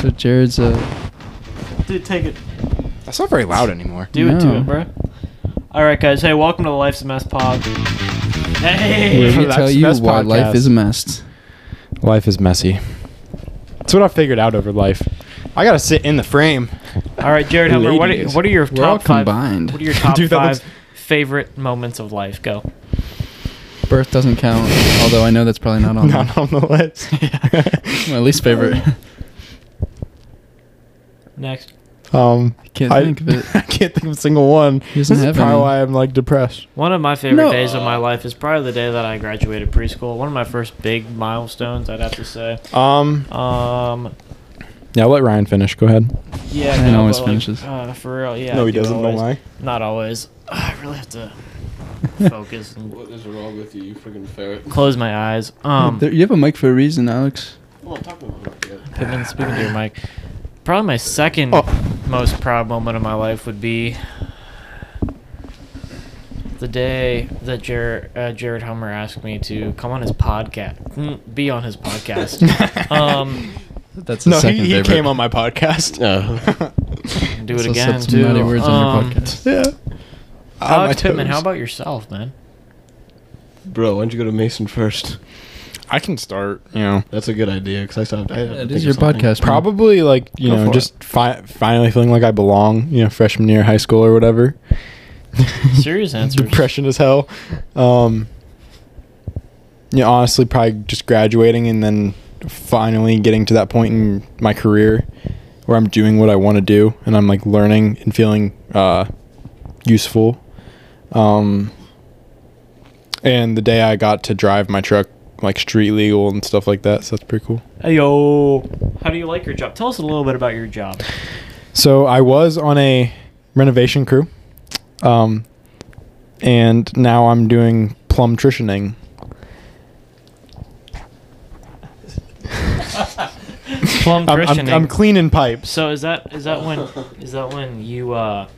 So Jared's uh, a. Dude, take it. That's not very loud anymore. Do it to No. it, bro. All right, guys. Hey, welcome to the Life's a Mess pod. Where Hey. we Life's tell a you Mess why life podcast. is a mess. Life is messy. That's what I figured out over life. I gotta sit in the frame. All right, Jared Helmer. What are, Ladies. what are your We're all top five? combined. What are your top Dude, that five looks- favorite moments of life? Go. Birth doesn't count, although I know that's probably not on. Not on the list. My least favorite. Next. Um, Can't I, think of it. I can't think of a single one. He doesn't this have is probably any. why I'm like depressed. One of my favorite No. days of my life is probably the day that I graduated preschool. One of my first big milestones, I'd have to say. Um, Um, yeah, I'll let Ryan finish. Go ahead. yeah. Ryan no, always but, finishes. Uh, for real, yeah. no, I he do doesn't. always. Know why? Not always. I really have to focus and What is wrong with you, you freaking ferret? close my eyes. Um, There- you have a mic for a reason, Alex. Well, I'm talking about it. Pittman, speaking to your mic. Probably my second Oh. most proud moment of my life would be the day that Jared, uh, Jared Hummer asked me to come on his podcast, be on his podcast. um, That's No, he, he came on my podcast. No. Oh. do it So said again some too. naughty words on um, your podcast. yeah. Um, On Ah, my Alex Pittman, toes. how about yourself, man? Bro, why don't you go to Mason first? I can start. You know, That's a good idea, because I stopped. I had to It think is of your something. podcast. man. probably like you Go for know it. just fi- finally feeling like I belong. You know, freshman year of high school or whatever. Serious answers. Depression as hell. Um, yeah, honestly, probably just graduating and then finally getting to that point in my career where I'm doing what I want to do and I'm like learning and feeling uh, useful. Um, and the day I got to drive my truck like street legal and stuff like that, so that's pretty cool. Hey yo, how do you like your job? Tell us a little bit about your job. So I was on a renovation crew, um, and now I'm doing plumtritioning. Plum I'm, I'm, I'm cleaning pipes. So is that is that when is that when you uh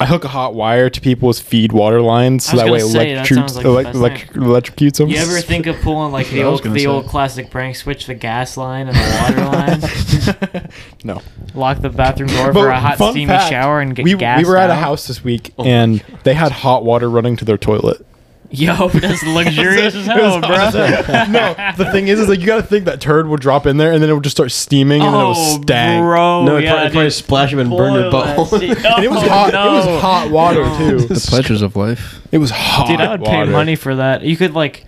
I hook a hot wire to people's feed water lines I so was that way gonna say, that sounds electrocutes like the elec- best elec- electrocutes them. you ever think of pulling like the That's what I was old the gonna say. old classic prank switch the gas line and the water line no. lock the bathroom door for a hot fun steamy fact, shower and get we, gas we were at a out? house this week Oh my and they had hot water running to their toilet. yo that's luxurious as It was hell bro awesome. no, the thing is, is like you gotta think that turd would drop in there and then it would just start steaming and then it oh would stank. bro no, it yeah, probably, probably dude. splash him and burn your Boil that butthole. shit. And it was Oh, hot. It no. was hot water No. too. The pleasures of life. It was hot. dude I would pay water. money for that you could like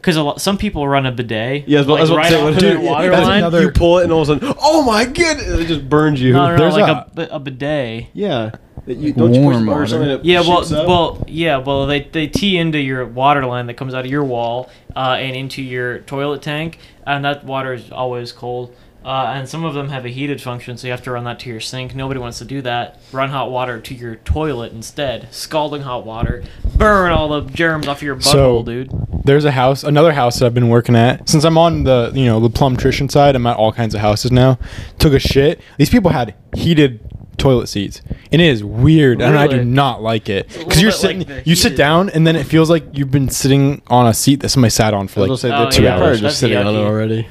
because a lot some people run a bidet Yeah, that's what, like, that's what I'm right saying. off What- of their dude, water that's line another- You pull it and all of a sudden, oh my goodness, it just burns you. no no, no There's like a- a, bi- a bidet Yeah. That you, don't you push Warm the button water. or something that Yeah, well, shoots up? well, yeah, well, they, they tee into your water line that comes out of your wall uh, and into your toilet tank, and that water is always cold. Uh, and some of them have a heated function, so you have to run that to your sink. Nobody wants to do that. Run hot water to your toilet instead. Scalding hot water, burn all the germs off your butthole, So- dude. There's a house, another house that I've been working at since I'm on the you know the plumtrition side. I'm at all kinds of houses now. Took a shit. These people had heated toilet seats, and it is weird, and I do Really? not like it a because little you're bit sitting, like the you sit heated- down, and then it feels like you've been sitting on a seat that somebody sat on I for was like gonna say, Oh, they're two yeah, hours that's just sitting on it yucky. already.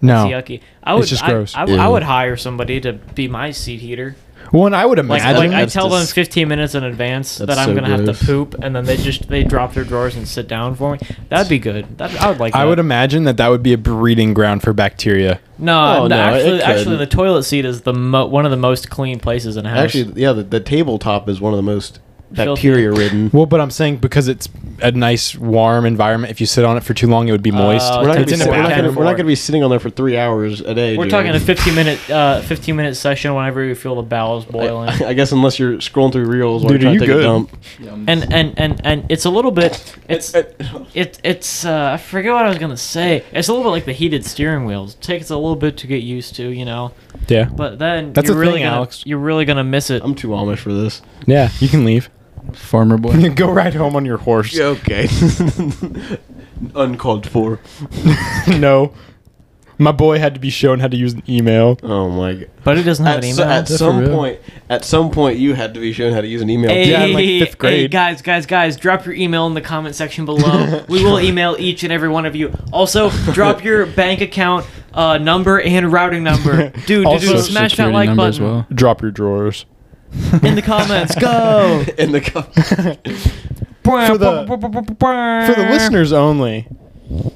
no. It's yucky. I would, just I- gross. I, I Ew. would hire somebody to be my seat heater. Well, and I would Like, imagine like I that's tell them dis- 15 minutes in advance That's that I'm so gonna have to gross. poop, and then they just they drop their drawers and sit down for me. That'd be good. That, I would like. uh, That. I would imagine that that would be a breeding ground for bacteria. No, Oh, no, no, it actually, actually, couldn't. the toilet seat is the mo- one of the most clean places in a house. Actually, yeah, the, the tabletop is one of the most Filthy. bacteria ridden. Well, but I'm saying because it's a nice warm environment. If you sit on it for too long, it would be moist. Oh, We're not, gonna It's be, in a sit- we're, not gonna, bathroom. we're not gonna be sitting on there for three hours a day. we're dude. talking a 15 minute, uh, 15 minute session whenever you feel the bowels boiling. I, I guess unless you're scrolling through reels while Dude, you're are trying you to good? take a dump. and and and and it's a little bit. It's it it's. Uh, I forget what I was gonna say. It's a little bit like the heated steering wheels. takes a little bit to get used to, you know. yeah. But then That's you're the really thing, gonna, Alex. You're really gonna miss it. I'm too Amish for this. Yeah, you can leave. Farmer boy. Go ride home on your horse. okay. Uncalled for. no. My boy had to be shown how to use an email. Oh my god. But it doesn't have At, an so- email. at for some real. point, at some point, you had to be shown how to use an email. Hey, Yeah, in, like, fifth Hey, grade. guys, guys, guys, drop your email in the comment section below. we will email each and every one of you. Also, drop your bank account uh, uh, number and routing number. Dude, dude, Also dude smash that security like number button as well. Drop your drawers. in the comments. Go in the cup. for the- For the listeners only,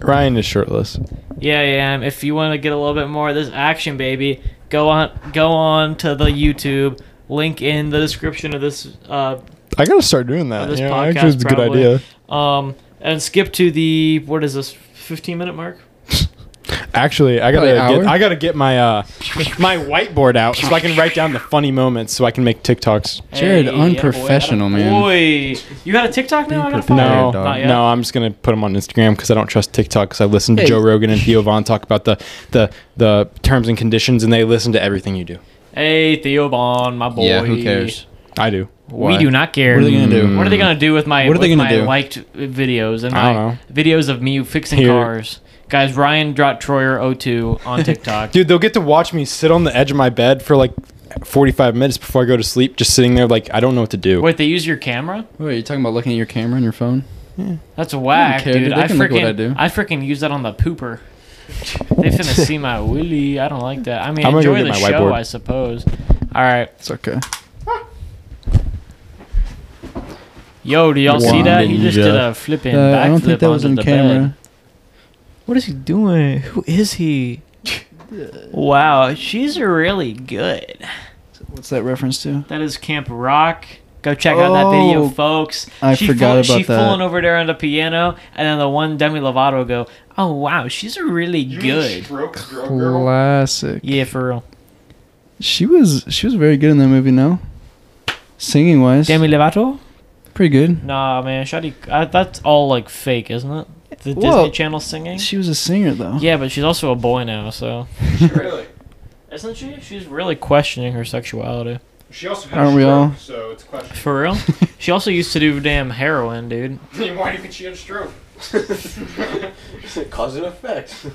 Ryan is shirtless. Yeah, yeah. um, If you want to get a little bit more of this action, baby, go on, go on to the YouTube. Link in the description of this uh, I gotta start doing that. of this you know, podcast. actually, it's a good probably. idea. Um, and skip to the what is this, fifteen minute mark? Actually, I Probably gotta an get, hour? I gotta get my uh my whiteboard out so I can write down the funny moments so I can make TikToks. Jared, yeah, boy, unprofessional, atta man. Boy, you got a TikTok now? I gotta follow No, Tired, you. Not yet. no, I'm just gonna put them on Instagram because I don't trust TikTok because I listen to Hey. Joe Rogan and Theo Vaughn talk about the the the terms and conditions and they listen to everything you do. Hey, Theo Bond, my boy. Yeah, who cares? I do. Why? We do not care. What are they gonna do? What are they gonna do with my What are they with gonna my do? liked videos and my I don't videos of me fixing Here. cars? Guys, Ryan dropped Troyer 02 on TikTok. Dude, they'll get to watch me sit on the edge of my bed for like 45 minutes before I go to sleep, just sitting there like I don't know what to do. Wait, they use your camera? Wait, you're talking about looking at your camera on your phone? That's whack, care, dude. dude. They I can look what freaking I do. I freaking use that on the pooper. they finna see my willy. I don't like that. I mean, I'm gonna go enjoy get the my show, whiteboard. I suppose. All right, It's okay. yo, do y'all see Wow. that? He just did Ninja. a flipping Uh, backflip I don't think that was onto on the camera. bed. What is he doing? Who is he? wow, she's really good. What's that reference to? That is Camp Rock. Go check out that video, Oh, folks. I forgot she about that. fooling over there on the piano, and then the one Demi Lovato go, "Oh wow, she's really good." Classic. Yeah, for real. She was she was very good in that movie. No, singing wise, Demi Lovato? pretty good. Nah, man, Shadi. Uh, that's all like fake, isn't it? The Well, Disney Channel singing. She was a singer though. yeah, but she's also a boy now, so Really? isn't she? She's really questioning her sexuality. She also had a Aren't we stroke, all? so it's question. For real? she also used to do damn heroin, dude. Why do you think she had a stroke? Cause and effect.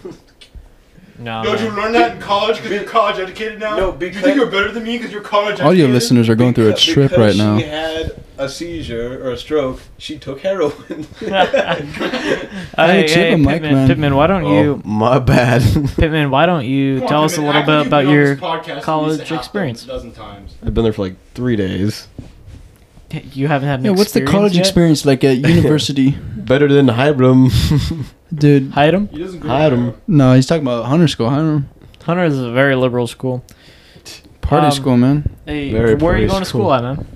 No. learn that in college because you're college educated now? No, You think you're better than me because you're college All your listeners are going through a Because- trip because right now. She had a seizure or a stroke. She took heroin. Hey, Hey, chip hey, him, Mike, Pittman, man. Pittman, why don't you, Oh, my bad. Pittman, why don't you tell us a little bit about your college experience. dozen times. I've been there for like three days. You haven't had an Yeah, what's the college yet? experience like at university, Better than Hybrim. dude? Hyden? He doesn't go I had to- him. No, he's talking about Hunter School. Hunter Hunter is a very liberal school. Party Um, School, man. Hey, Very where are you praised going to school school. at, man?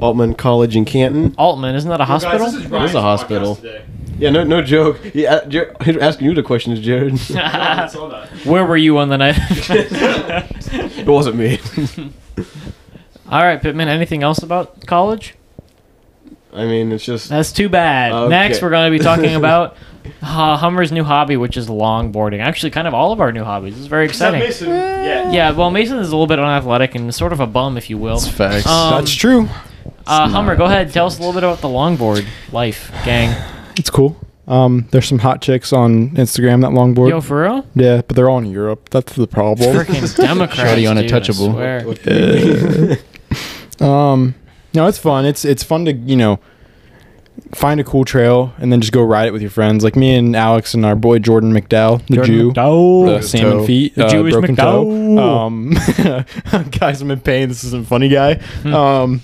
Altman College in Canton. Altman, isn't that a Yo, guys, this hospital? is It Ryan's is a hospital. podcast today. Yeah, no, no joke. Yeah, uh, Jer- he's asking you the questions, Jared. I saw that. Where were you on the night? it wasn't me. All right, Pittman. Anything else about college? I mean, it's just That's too bad. Okay. Next, we're going to be talking about uh, Hummer's new hobby, which is longboarding. Actually, kind of all of our new hobbies. It's very Except exciting. Mason. Yeah. Yeah, well, Mason is a little bit unathletic and sort of a bum, if you will. It's facts. Um, That's true. Uh, Hummer, go ahead. Tell us a little bit about the longboard life, gang. It's cool. Um, there's some hot chicks on Instagram that longboard. Yo, for real? yeah, but they're all in Europe. That's the problem. Freaking Democrats. Shawty Dude, untouchable. I swear. What do you mean? um, no, it's fun. It's it's fun to you know find a cool trail and then just go ride it with your friends. Like me and Alex and our boy Jordan McDowell, the Jew. the salmon toe. feet, The uh, Jewish broken McDowell. toe. Um, guys, I'm in pain. This isn't funny, guy. Um,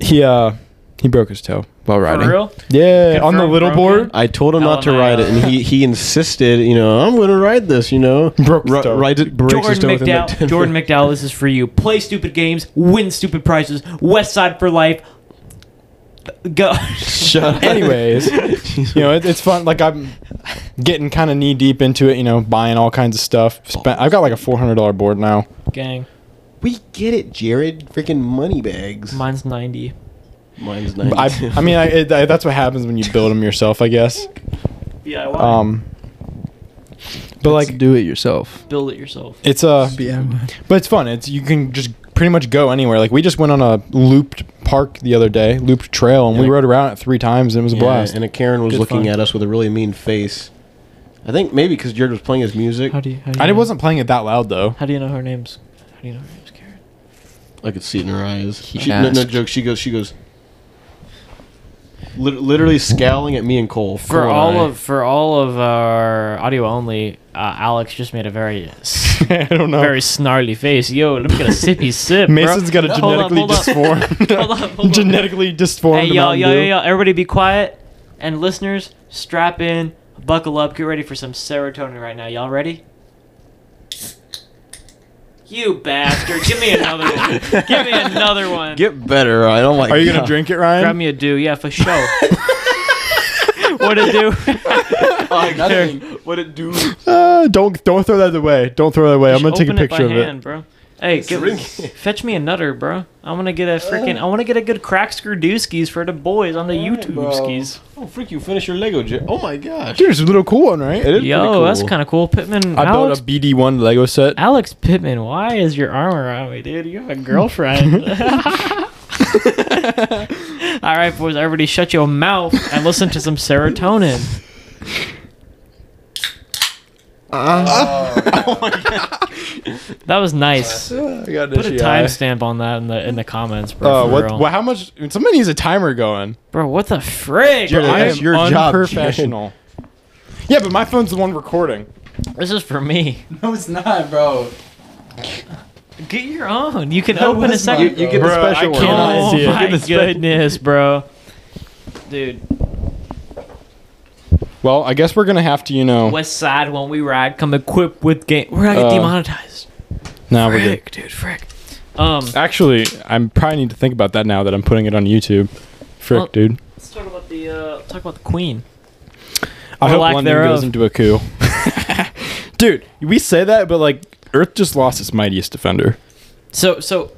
he uh, he broke his toe while riding. For real? Yeah, on the Confirmed little broken? board. I told him not to LMAO. ride it, and he, he insisted, you know, I'm going to ride this, you know. Broke his Ri- toe. rides it, breaks his toe Jordan within like 10 McDowell. Jordan McDowell, this is for you. Play stupid games, win stupid prizes. West Side for life. Go. Shut up. Anyways, you know it, it's fun. Like I'm getting kind of knee deep into it. You know, buying all kinds of stuff. Spent, I've got like a four hundred dollar board now. gang. We get it, Jared. Freaking money bags. Mine's 90. Mine's But 90. I, I mean, I, it, that's what happens when you build them yourself, I guess. Yeah, Um, but like, do it yourself. build it yourself. it's a Yeah. But it's fun. It's you can just pretty much go anywhere. Like we just went on a looped park the other day, looped trail, and Yeah. we rode around it three times, and it was a Yeah, blast. And a Karen was Good looking fun. at us with a really mean face. I think maybe because Jared was playing his music. How do you? How do you I know? wasn't playing it that loud though. How do you know her name's? How do you know her name's Karen? I could see it in her eyes. He She, no, no asked. joke. She goes. She goes. Lit- literally scowling at me and Cole For Cole and all I. of for all of our audio only, uh, Alex just made a very s- I don't know. very snarly face. Yo, let me get a sippy sip. bro. Mason's got a Hold up, genetically hold up. disformed, Hold up, hold up. genetically disformed. Hey, y'all, Mountain y'all, Dew. y'all, y'all, everybody be quiet. And listeners, strap in, buckle up, get ready for some serotonin right now. Y'all ready? You bastard. Give me another one. Give me another one. Get better, Ryan. Oh my Are you gonna God. drink it, Ryan? Grab me a do. Yeah, for sure. what a do. Oh, nothing. What it do? Uh, don't don't throw that away. Don't throw that away. I'm gonna take a Open it picture by of it. hand, Bro. Hey, get, Drink. fetch me a nutter, bro. I want to get a freaking. I want to get a good crack screw dooskies for the boys on the YouTube bro. skis. Oh, freak! You finish your Lego. J- oh my gosh. Dude, it's a little cool one, right? It is Yo, that's kind of cool, Pittman. I Alex built a BD1 Lego set. Alex Pittman, why is your arm around me, dude? You have a girlfriend. All right, boys, everybody shut your mouth and listen to some serotonin. Uh, Oh That was nice. I got an Put a itchy eye. timestamp on that in the in the comments, bro. Uh, for what, real. what? How much? I mean, Somebody needs a timer going. Bro, what the frick? Dude, I that's am your job, unprofessional. yeah, but my phone's the one recording. This is for me. No, it's not, bro. Get your own. You can open a was mine, second. bro. You get Bro, the special I one. cannot oh see it. my Get the spe- goodness, bro. Dude, Well, I guess we're gonna have to, you know. West Side when we ride, come equipped with game. We're gonna get Uh, demonetized. Now we're good. Frick, dude, frick. Um, Actually, I'm probably need to think about that now that I'm putting it on YouTube. Frick, Well, dude. let's talk about the uh, talk about the Queen. I or hope lack London goes thereof. into a coup. dude, we say that, but like, Earth just lost its mightiest defender. So, so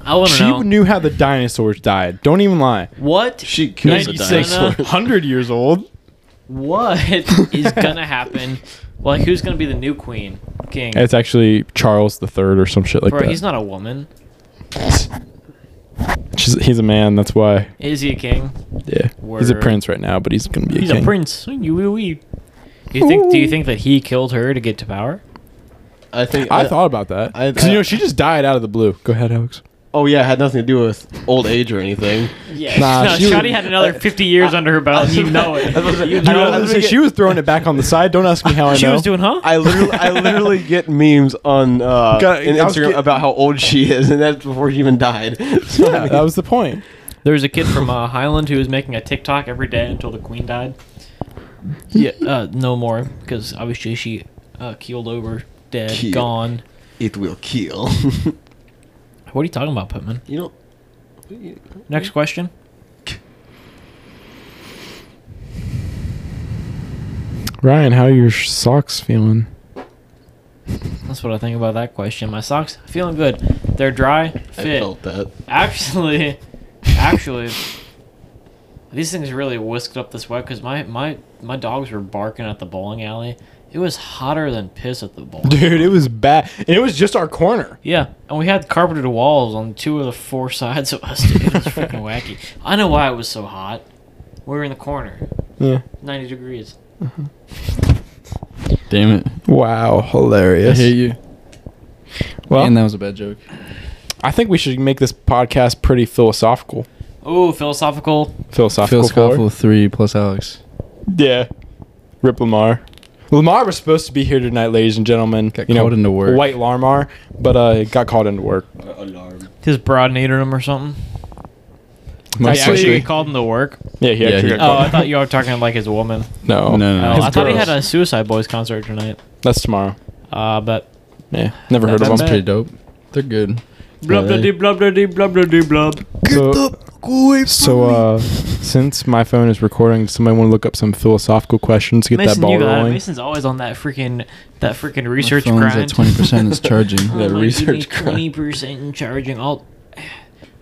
I want to She know knew how the dinosaurs died. Don't even lie. what She kills a 96 dinosaur. dinosaurs. 100 years old. what is gonna happen. Like, who's gonna be the new Queen King? It's actually Charles the Third or some shit like Bro, that. he's not a woman. She's, he's a man. That's why. Is he a king? Yeah, he's a Word. prince right now, but he's gonna be a He's king. a prince. You, you, you. Do you think? Do you think that he killed her to get to power? I think. I thought about that. I- 'Cause, you I- know she just died out of the blue. Go ahead, Alex. Oh yeah, it had nothing to do with old age or anything. Yeah. Nah, no, she was- Shotty had another 50 years under her belt. You know it. You Dude, I know was it. gonna was say, thinking- she was throwing it back on the side. Don't ask me how I know. She was doing, huh? I literally, I literally get memes on uh, Got- in I was Instagram get- about how old she is, and that's before she even died. So, I yeah, mean, that was the point. There was a kid from uh, Highland who was making a TikTok every day until the queen died. Yeah, uh, no more because obviously she uh, keeled over, dead, Keel. gone. it will kill. What are you talking about, Pittman? you know, Next question. Ryan, how are your sh- socks feeling? That's what I think about that question. My socks feeling good. They're dry, I fit. felt that. Actually, actually, these things really whisked up the sweat because my my my dogs were barking at the bowling alley. It was hotter than piss at the bowl. Dude, it was bad. And it was just our corner. Yeah, and we had carpeted walls on two of the four sides of us. Dude. It was freaking wacky. I know why it was so hot. We were in the corner, Yeah. ninety degrees. Damn it. Wow, hilarious. I hate you. Well, and that was a bad joke. I think we should make this podcast pretty philosophical. Oh, philosophical. Philosophical. Phil floor. Scoffle three plus Alex Yeah. Rip Lamar. Lamar was supposed to be here tonight, ladies and gentlemen. Got called into work. White Lamar, but uh, got called into work. Alarm. His broad needed him or something. Most He actually likely. called him to work. Yeah, he Yeah, actually he- got Oh, called. I thought you were talking like his woman. No, no. no, Oh, no. I His thought he girls. had a Suicide Boys concert tonight. That's tomorrow. Uh, but Yeah, never heard That of sounds him. pretty dope. They're good. blub Yeah, blub they- blub blub blub blub blub. So, Oh, so uh, since my phone is recording, does somebody want to look up some philosophical questions to get that Mason, ball you got it. rolling? Mason's always on that freaking that freaking research My phone's grind. Oh, at twenty percent. It's charging. that research crime. Twenty percent charging. I'll.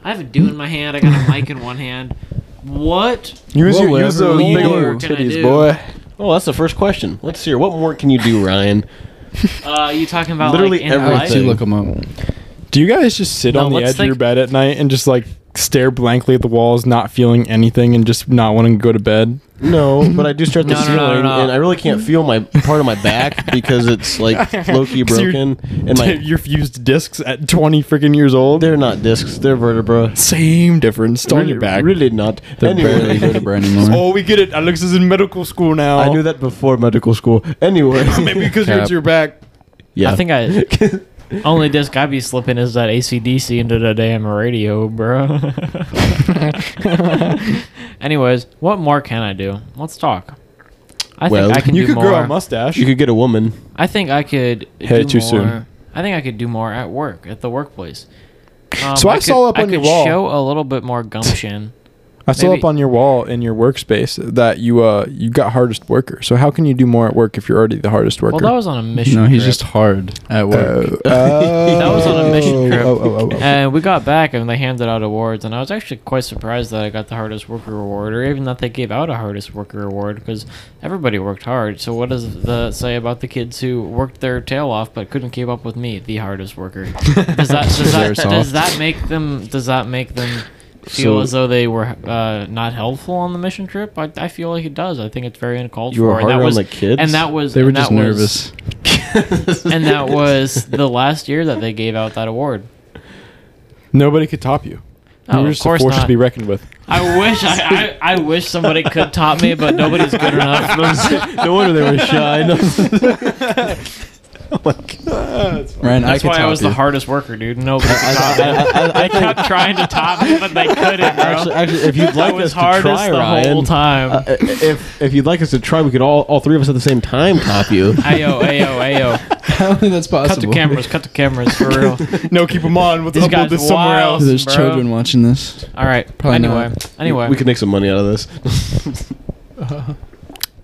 I have a do in my hand. I got a mic in one hand. What? Use, your, Whatever use those we big do. old What can I titties, do? boy. Oh, that's the first question. Let's hear. What more can you do, Ryan? Uh, you talking about Literally like, in everything. Let's see, Life? look 'em up. Do you guys just sit No, on the let's edge of your think- bed at night and just like stare blankly at the walls, not feeling anything, and just not wanting to go to bed. No, but I do start the No, no, ceiling, no, no. and I really can't feel my part of my back because it's like low key 'Cause you're- broken, and my your fused discs at 20 freaking years old. they're not discs, they're vertebra. same difference. on really, your back. really not. They're barely Anyway, vertebra anymore. Oh, we get it. Alex is in medical school now. I knew that before medical school. Anyway, Maybe because Cap. it's your back. yeah, I think I only disc I be slipping is that ACDC into the damn radio, bro. Anyways, what more can I do? Let's talk. I Well, think I can you do could more. grow a mustache. you could get a woman. I think I could Hey, do too more. soon. I think I could do more at work, at the workplace. Um, So I saw up I on your could wall- show a little bit more gumption. I saw maybe- up on your wall in your workspace that you uh you got hardest worker. So how can you do more at work if you're already the hardest worker? well, that was on a mission. No, he's trip. just hard at work. Oh. Oh. That was on a mission trip. Oh, oh, oh, oh. And we got back and they handed out awards, and I was actually quite surprised that I got the hardest worker award, or even that they gave out a hardest worker award, because everybody worked hard. So what does that say about the kids who worked their tail off but couldn't keep up with me, the hardest worker? Does that does They were that, soft. does that make them does that make them feel So- as though they were uh, not helpful on the mission trip? I, I feel like it does. I think it's very uncalled You for. were and that harder on was, the kids? and that was They were and just that was- nervous. and that was the last year that they gave out that award. Nobody could top you. No, you were Oh, of just a course force not. to be reckoned with. I wish I, I, I wish somebody could top me, but nobody's good enough. No wonder they were shy. No. Ryan, That's I could why I top was you. the hardest worker, dude. Nobody could top me. I- I- I- I They kept trying to top me, but they couldn't, Actually, bro. actually, if you'd I like us was to try, hardest the Ryan, whole time. uh, if if you'd like us to try, we could all all three of us at the same time top you. Ayo, ayo, ayo. I don't think that's Cut the possible. cameras, cut the cameras, for real. No, keep them on. We'll These guys upload this somewhere wild. else. There's bro. children watching this. All right. Probably anyway, not. anyway. we could make some money out of this.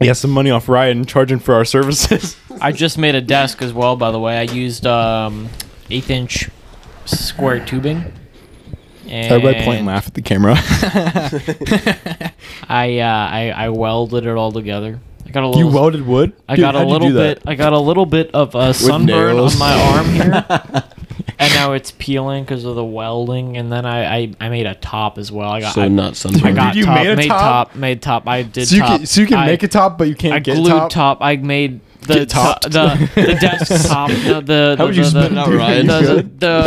Yeah, some money off Ryan charging for our services. I just made a desk as well, by the way. I used um, eighth inch square tubing. And Everybody point and laugh at the camera. I, uh, I I welded it all together. I got a you little welded wood? I Dude, got a how'd you little do that? bit. I got a little bit of a sunburn nails. on my arm here, and now it's peeling because of the welding. And then I, I, I made a top as well. I got so I, not something. I got you top, made a made top? top? made top. I did So you top. can, so you can I, make a top, but you can't I get glued a top. top. I made the Get top, topped. the the desk top. The the the, How would you the, spell it the, out, Ryan? The, the, the, the,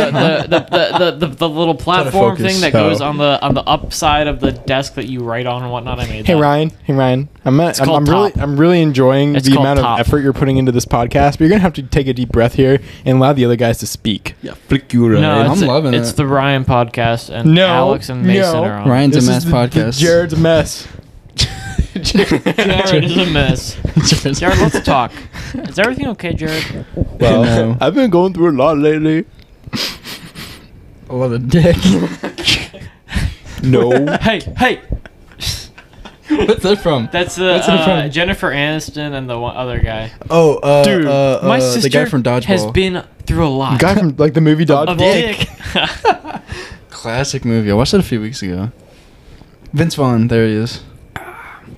the, the, the, the little platform focus. thing that goes Oh. on the on the upside of the desk that you write on and whatnot. I made. Hey that. Ryan, hey Ryan. I'm at, I'm, called I'm really top. I'm really enjoying It's the called amount top. of effort you're putting into this podcast, but you're gonna have to take a deep breath here and allow the other guys to speak. Yeah, flick you right. No, it's, I'm loving it's it. the Ryan podcast, and No, Alex and Mason no. are on. Ryan's This a is mess the- the podcast. Jared's a mess. Jared is a mess. Jared, let's talk. Is everything okay, Jared? Well, No. I've been going through a lot lately. a lot of dick. No. Hey, hey, What's that from? that's the What's in uh, front? Jennifer Aniston and the one other guy. Oh, uh, Dude, uh, My uh, sister the guy from Dodgeball. has been through a lot. Guy from like the movie Dodge. of dick. Classic movie. I watched it a few weeks ago. Vince Vaughn, there he is.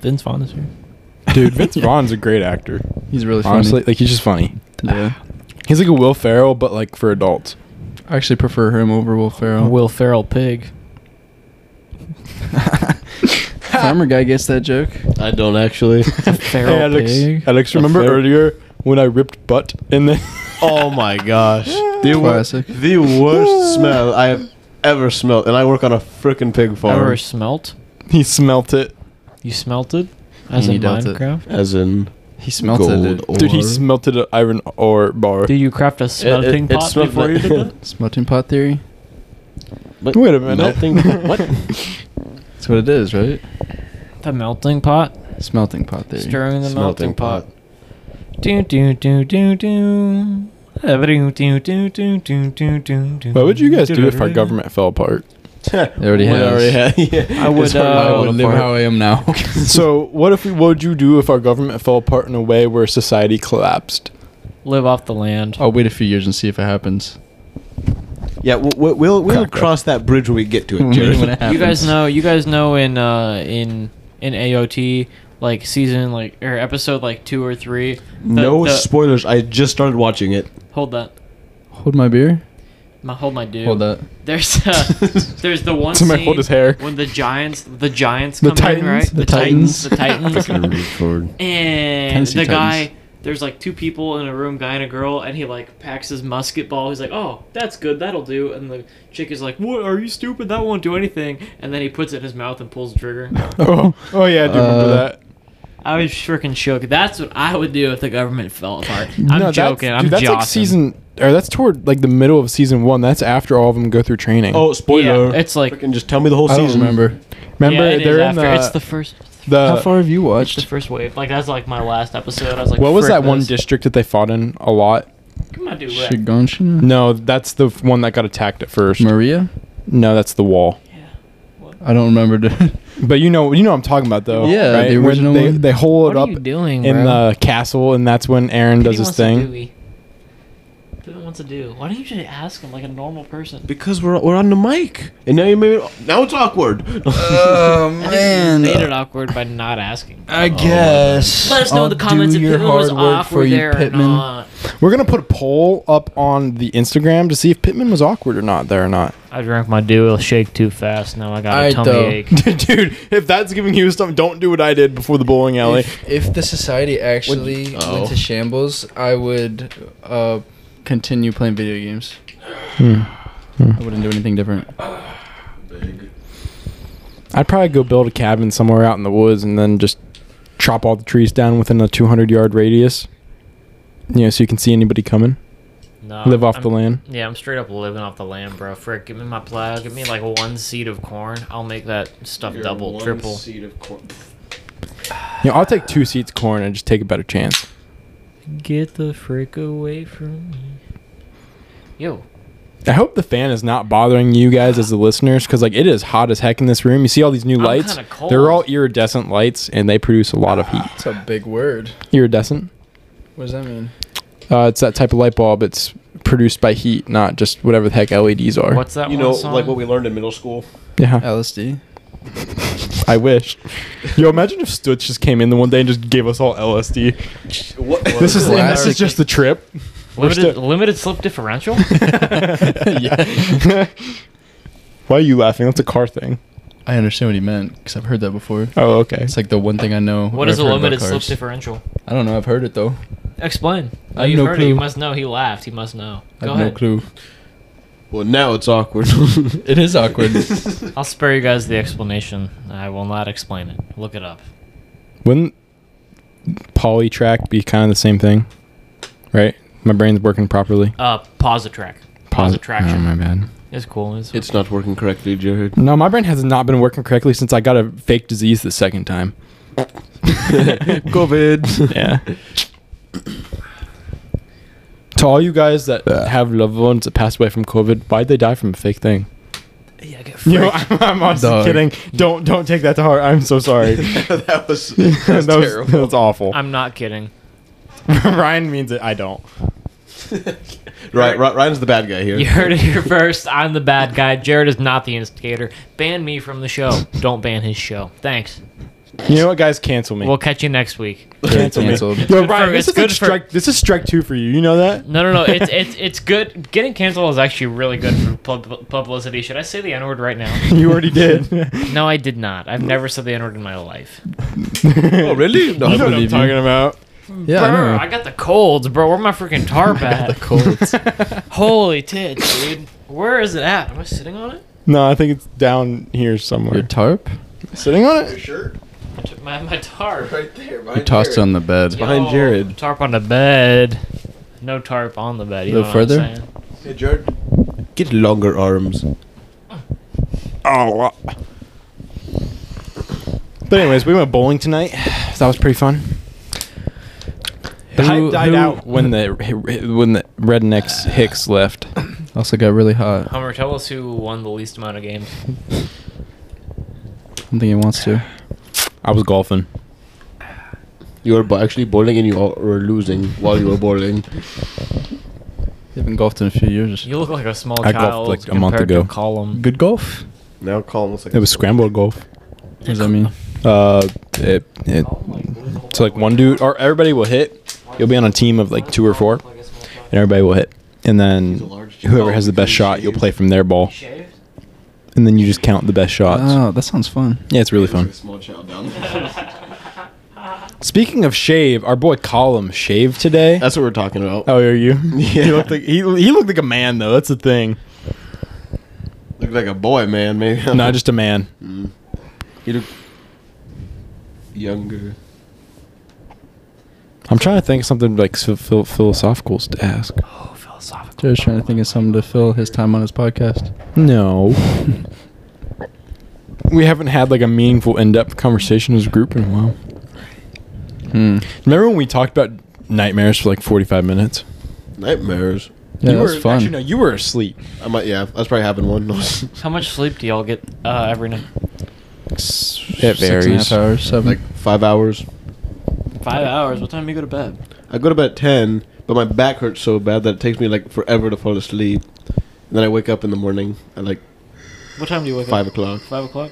Vince Vaughn is here. Dude, Vince Vaughn's a great actor. He's really funny. Honestly, like he's just funny. yeah. He's like a Will Ferrell, but like for adults. I actually prefer him over Will Ferrell. Will Ferrell pig. Farmer guy gets that joke. I don't actually. Feral pig. Alex, Alex, remember fer- earlier when I ripped butt in the? oh my gosh, the wor- Classic. the worst smell I have ever smelled, and I work on a freaking pig farm. Ever smelt? he smelt it. You smelted? As He in dealt it. Minecraft? As in He smelt gold it. ore. Dude, he smelted an iron ore bar. Do you craft a smelting it pot smelt before like- you did that? Smelting pot theory. But- Wait a minute. Melting. what? That's what it is, right? The melting pot? Smelting pot theory. Stirring the melting pot. Do do do do do. What What would you guys do if our government fell apart? It already We has. already had. yeah. I would. It's hard I to Uh, would live live apart. how I am now. so, what if we, what would you do if our government fell apart in a way where society collapsed? live off the land. I'll wait a few years and see if it happens. Yeah, we'll we'll, we'll, we'll Cock up. cross that bridge when we get to it, When Jared. it You guys happens. know. You guys know in uh, in in AOT like season like or episode like two or three. the- no the- spoilers. I just started watching it. hold that. Hold my beer. my, hold my dude. Hold that. There's uh, there's the one Somebody scene hold his hair. when the Giants the Giants The come in, Titans? right? The the Titans, Fucking retard. and Tennessee the guy. Titans. There's like two people in a room, guy and a girl, and he like packs his musket ball. He's like, "Oh, that's good, that'll do." And the chick is like, "What? Are you stupid? That won't do anything." And then he puts it in his mouth and pulls the trigger. Oh, oh yeah, I do remember Uh, that. I was freaking shook. That's what I would do if the government fell apart. I'm No, that's- joking. I'm dude, that's joking. like season, or that's toward like the middle of season one. That's after all of them go through training. Oh, spoiler! Yeah, it's like- Freaking just tell me the whole I don't season. remember. remember uh, yeah, it is they're in after. the, it's the first. the- Uh, How far have you It's the watched? first wave. Like that's like my last episode. I was like, what was "Frick that one this." district that they fought in a lot? Come on, dude. Rick. Shiganshina? No, that's the f- one that got attacked at first. Maria? no, that's the wall. I don't remember. dude. But you know, you know, what I'm talking about though. Yeah, right? the When original they, one. they hole What it are up you doing, in bro? the castle, and that's when Aaron does his thing. Pivot wants to do. Why don't you just ask him like a normal person? Because we're we're on the mic, and now you made it, now it's awkward. oh I think you made it awkward by not asking. I guess. Let us know in the Oh, I'll comments do if your Pittman was hard work awkward there or not. We're gonna put a poll up on the Instagram to see if Pittman was awkward or not there or not. I drank my dew. It'll shake too fast. Now I got Alright, a tummy though. ache. Dude, if that's giving you something, don't do what I did before the bowling alley. If, if the society actually Would- oh. went to shambles, I would uh, continue playing video games. Hmm. I wouldn't do anything different. I'd probably go build a cabin somewhere out in the woods and then just chop all the trees down within a 200 yard radius. You know, so you can see anybody coming. No, Live off Uh, I'm- the land. Yeah, I'm straight up living off the land, bro. Frick, give me my plow. Give me like one seed of corn. I'll make that stuff double, triple. You know, I'll take two seeds corn and just take a better chance. Get the frick away from me. Yo, I hope the fan is not bothering you guys as the listeners because, like, it is hot as heck in this room. You see all these new I'm lights? kinda cold. They're all iridescent lights and they produce a lot of heat. That's a big word. Iridescent? What does that mean? Uh, it's that type of light bulb. It's produced by heat, not just whatever the heck LEDs are. what's that You one know, song? like what we learned in middle school. yeah. LSD. I wish. Yo, imagine if Stutz just came in the one day and just gave us all LSD. What? This is and this Classic. is just the trip. limited, still- limited slip differential? Why are you laughing? That's a car thing. I understand what he meant because I've heard that before. Oh, okay. It's like the one thing I know. what or is a I've heard about limited slip cars. differential? I don't know. I've heard it though. Explain. I have you've no heard it. You clue. must know. He laughed. He must know. I Go have no ahead. clue. Well, now it's awkward. It is awkward. I'll spare you guys the explanation. I will not explain it. Look it up. Wouldn't polytrack be kind of the same thing? Right? My brain's working properly. Uh, pause the track. Pause the Oh, traction. my bad. It's cool. It's, it's not working correctly, Jared. No, my brain has not been working correctly since I got a fake disease the second time. COVID. Yeah. to all you guys that have loved ones that passed away from COVID, why'd they die from a fake thing? yeah, get You know, I'm, I'm honestly Dog. kidding. Don't don't take that to heart. I'm so sorry. that was, that was, that was awful. I'm not kidding. Ryan means it. I don't. Right, Ry- Ryan's the bad guy here. You heard it here first. I'm the bad guy. Jared is not the instigator. Ban me from the show. Don't ban his show. Thanks. You know what, guys? Cancel me. We'll catch you next week. cancel me. Canceled. Yo, good Ryan, for- this it's is like good for- strike. This is strike two for you. You know that? No, no, no. It's it's it's good. Getting canceled is actually really good for pub- publicity. Should I say the N word right now? You already did. you No, I did not. I've never said the N word in my life. Oh, really? No, know what I'm believe you. talking about. yeah, I Brr, know. I got the colds, bro. Where my freaking tarp at? Colts. Holy tits, dude. Where is it at? Am I sitting on it? No, I think it's down here Your somewhere. tarp? Sitting on it. shirt I took my my tarp. right there. You tossed it on the bed. behind Yo, Jared. Tarp on the bed. No tarp on the bed. You Go know what I'm further? saying? Hey, Jared, get longer arms. Oh. uh. But anyways, we went bowling tonight. That was pretty fun. The Who- hype died who- out when the when the rednecks Hicks left. Also got really hot. I Hummer, tell us who won the least amount of games. don't think he wants to. I was golfing. You were bo- actually bowling and you all were losing while you were bowling. You haven't golfed in a few years. You look like a small I golfed, child like, a compared month to ago. Column. Good golf? Now Colin looks like It was scrambled golf. What does that mean? Uh, it, it so like one dude or everybody will hit. You'll be on a team of like two or four, and everybody will hit. and then He's a large dude. whoever Oh, has the best because shot, you'll shaved? play from their ball, Shaved? and then you just count the best shots. Oh, that sounds fun. Yeah, it's really Looks like a fun. small child down there. Speaking of shave, our boy Column shaved today. That's what we're talking about. oh, are you? Yeah. he looked like he, he looked like a man though. That's the thing. Look like a boy, man. Maybe Not just a man. you look younger. I'm trying to think of something like phil- phil- philosophical to ask. Oh, philosophical. Joe's trying to think of something to fill his time on his podcast. No. we haven't had like a meaningful, in-depth conversation as a group in a while. Hmm. Remember when we talked about nightmares for like 45 minutes? Nightmares. Yeah, you that's were, fun. Actually, no, you were asleep. I might. Yeah, that's probably happened one. How much sleep do y'all get uh, every night? It Six and a half hours, seven. like five hours. Five hours. What time do you go to bed? I go to bed at ten, but my back hurts so bad that it takes me like forever to fall asleep. And then I wake up in the morning at like What time do you wake five up? o'clock. Five o'clock.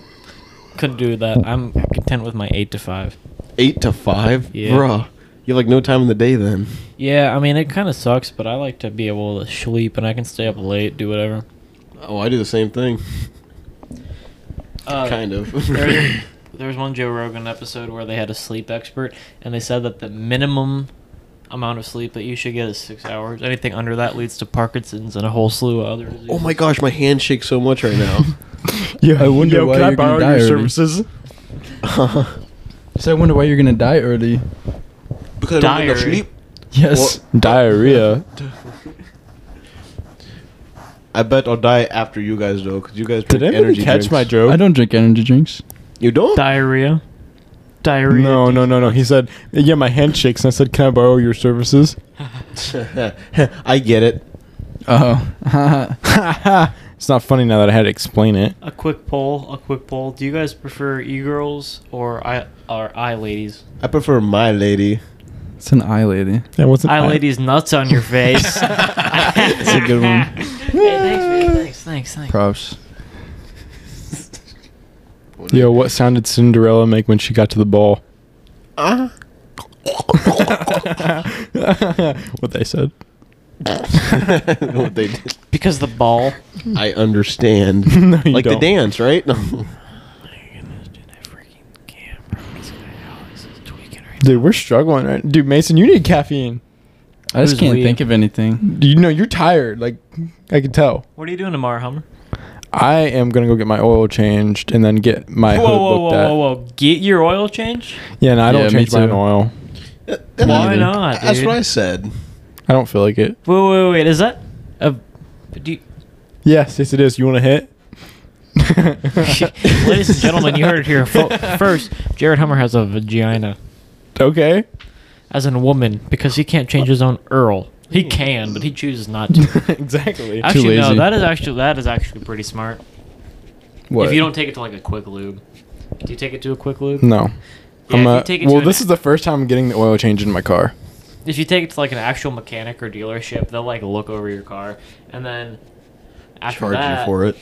Couldn't do that. I'm content with my eight to five. Eight to five, Yeah. bruh. You have like no time in the day then. Yeah, I mean it kind of sucks, but I like to be able to sleep and I can stay up late, do whatever. Oh, I do the same thing. Uh, kind of. there, there was one Joe Rogan episode where they had a sleep expert, and they said that the minimum amount of sleep that you should get is six hours. Anything under that leads to Parkinson's and a whole slew of other diseases. oh my gosh, my hand shakes so much right now. Yeah, I wonder why you're gonna die early. So I wonder why you're gonna die early. because I don't Diary. get enough sleep. Yes. Diarrhea. I bet I'll die after you guys though, because you guys Did drink anybody energy catch drinks. my joke? I don't drink energy drinks. You don't? Diarrhea. Diarrhea. No, no, no, no. He said, "Yeah, my hand shakes." And I said, "Can I borrow your services?" I get it. Oh. it's not funny now that I had to explain it. A quick poll. A quick poll. Do you guys prefer e-girls or I or I ladies? I prefer my lady. it's an eye lady. Yeah, what's an I ladies nuts on your face. It's a good one. Hey, thanks, man. Thanks, thanks, thanks. Props. Yo, what sound did Cinderella make when she got to the ball? Uh, what they said. what they did. Because the ball. I understand. Hmm. No, you like don't. the dance, right? Dude, we're struggling, right? Dude, Mason, you need caffeine. I just Who's can't we? think of anything. You know, you're tired. Like, I can tell. What are you doing tomorrow, Hummer? I am gonna go get my oil changed and then get my Whoa, hood whoa, whoa, looked at. whoa, whoa! Get your oil change. Yeah, no, I don't Yeah, me change my too. oil. Why not, That's dude? what I said. I don't feel like it. Wait, wait, wait! Is that a? Do you, Yes, yes, it is. You want to hit? ladies and gentlemen, you heard it here fo- first. Jared Hummer has a vagina, Okay. as in a woman, because he can't change his own Earl. He can, but he chooses not to. exactly. Actually, no. lazy. That is actually that is actually pretty smart. What? If you don't take it to like a quick lube, do you take it to a quick lube? No. Yeah, I'm if a- you take it well, to an- this is the first time I'm getting the oil change in my car. if you take it to like an actual mechanic or dealership, they'll like look over your car and then after Charge that, you for it.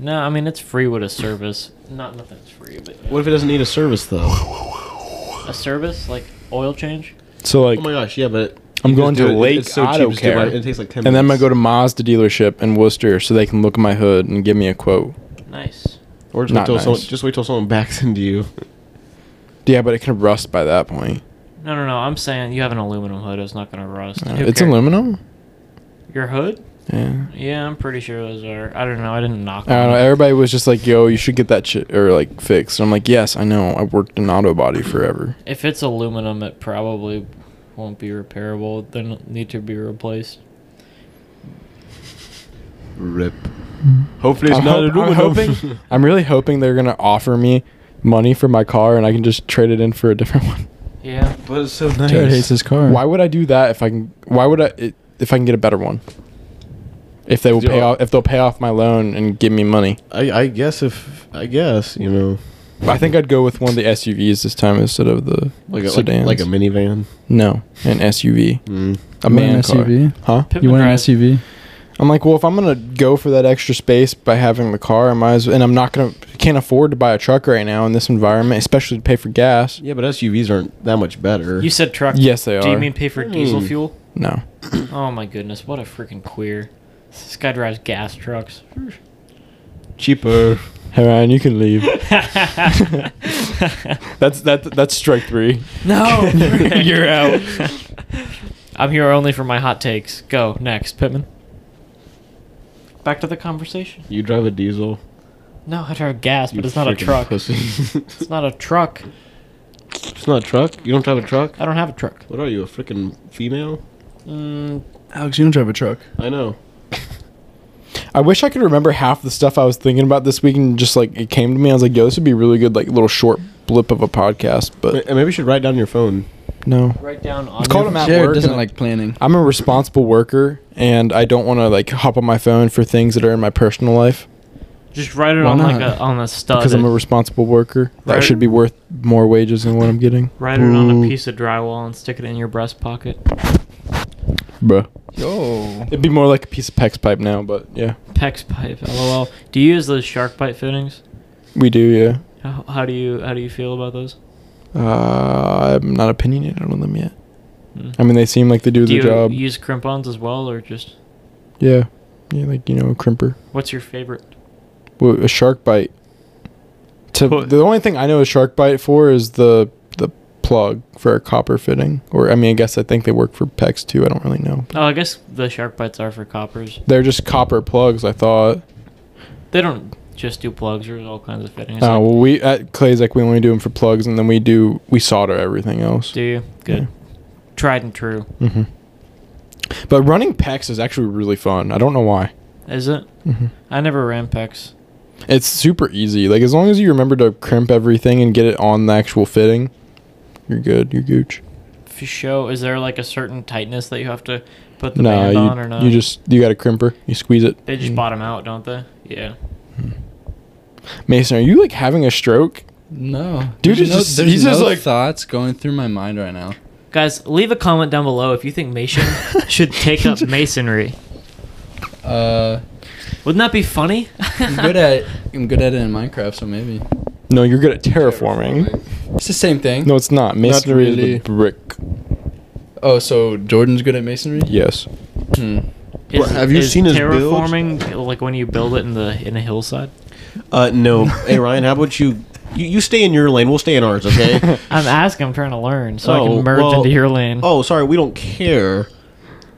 No, I mean it's free with a service. Not nothing's free, but What if it doesn't need a service though? a service like oil change. So like, oh my gosh, yeah, but I'm you going just do to it. Lake It's so Auto cheap, just do it. Care. It takes like ten. and then I'm gonna minutes. go to Mazda dealership in Worcester so they can look at my hood and give me a quote. Nice. Or just Not wait, till nice. someone, just wait till someone backs into you. Yeah, but it can rust by that point. No, no, no. I'm saying you have an aluminum hood. It's not gonna rust. Uh, Who it's cares? aluminum. Your hood? Yeah. Yeah, I'm pretty sure those are. I don't know. I didn't knock. I don't on know. it. Everybody was just like, "Yo, you should get that shit or like fixed." And I'm like, "Yes, I know. I worked in auto body forever." If it's aluminum, it probably won't be repairable. Then need to be replaced. Rip. Hopefully it's I'm, not Hmm. hope- a I'm aluminum. hoping. I'm really hoping they're gonna offer me money for my car and I can just trade it in for a different one. Yeah. but it's so Jared hates nice. his car. Why would I do that if I can? Why would I it, if I can get a better one? If they will Yeah. pay off, if they'll pay off my loan and give me money, I, I guess if I guess you know I think I'd go with one of the SUVs this time instead of the like a, like, sedans. like a minivan. no, an SUV, Mm. a You want an man car. SUV? huh? Pittman You want an drives- SUV? I'm like, well, if I'm gonna go for that extra space by having the car, I might as well, and I'm not gonna can't afford to buy a truck right now in this environment, especially to pay for gas. Yeah, but SUVs aren't that much better. You said truck. Yes, they Do you are. mean pay for diesel Hmm. fuel? No. Oh my goodness, what a freaking queer. This guy drives gas trucks. Cheaper. Hey Ryan, you can leave. that's that. That's strike three. No, Oh, You're out. I'm here only for my hot takes. Go next, Pittman. Back to the conversation. You drive a diesel. No, I drive gas, you but it's not a freaking truck. pussy. It's not a truck. it's not a truck. You don't drive a truck. I don't have a truck. What are you, a freaking female? Mm, Alex, you don't drive a truck. I know. I wish I could remember half the stuff I was thinking about this week, and just like it came to me. I was like, "Yo, this would be really good, like little short blip of a podcast." But Ma- Maybe you should write down your phone. no, write down on It's called your- him at Jared work doesn't and- like planning. I'm a responsible worker, and I don't want to like hop on my phone for things that are in my personal life Just write it Why on like not? a on a stud. because I'm a responsible worker. That Right. should be worth more wages than what I'm getting, write it on a Boo. piece of drywall and stick it in your breast pocket. bruh. Yo. It'd be more like a piece of PEX pipe now, but yeah, Pex pipe. LOL. Do you use those shark bite fittings? we do. Yeah, How, how do you how do you feel about those? uh, I'm not opinionated on them yet. Hmm. I mean, they seem like they do, do the you job. use crimp-ons as well, or just yeah, yeah, like you know, a crimper. what's your favorite? Well, a shark bite. To Put- the only thing I know a shark bite for is the the plug for a copper fitting, or I mean, I guess I think they work for PEX too. I don't really know. Oh, I guess the shark bites are for coppers. They're just copper plugs. I thought. They don't just do plugs. There's all kinds of fittings. Oh, like, well, we at Clay's like we only do them for plugs, and then we do we solder everything else. do you good? Tried and true. hmm But running PEX is actually really fun. I don't know why. Is it? Mhm. I never ran pecs. It's super easy. Like as long as you remember to crimp everything and get it on the actual fitting, you're good. You're gooch. If you show, is there like a certain tightness that you have to put the No, band you, on or not? you just mm. you got a crimper. You squeeze it. they just and- bottom out, don't they? Yeah. Mason, are you like having a stroke? No. Dude There's is no, just- there's he's no just like- thoughts going through my mind right now. Guys, leave a comment down below if you think Mason should take up masonry. Uh, Wouldn't that be funny? I'm good at I'm good at it in Minecraft, so maybe No, you're good at terraforming. it's the same thing. No, it's not. Masonry is really. with brick. Oh, so Jordan's good at masonry. Yes. Hmm. Is- Well, have you is seen his build? terraforming like when you build it in the in a hillside? Uh, no. hey, Ryan, how about you, you? You stay in your lane. We'll stay in ours, okay? I'm asking. I'm trying to learn so I Oh, can merge well- into your lane. oh, sorry. We don't care.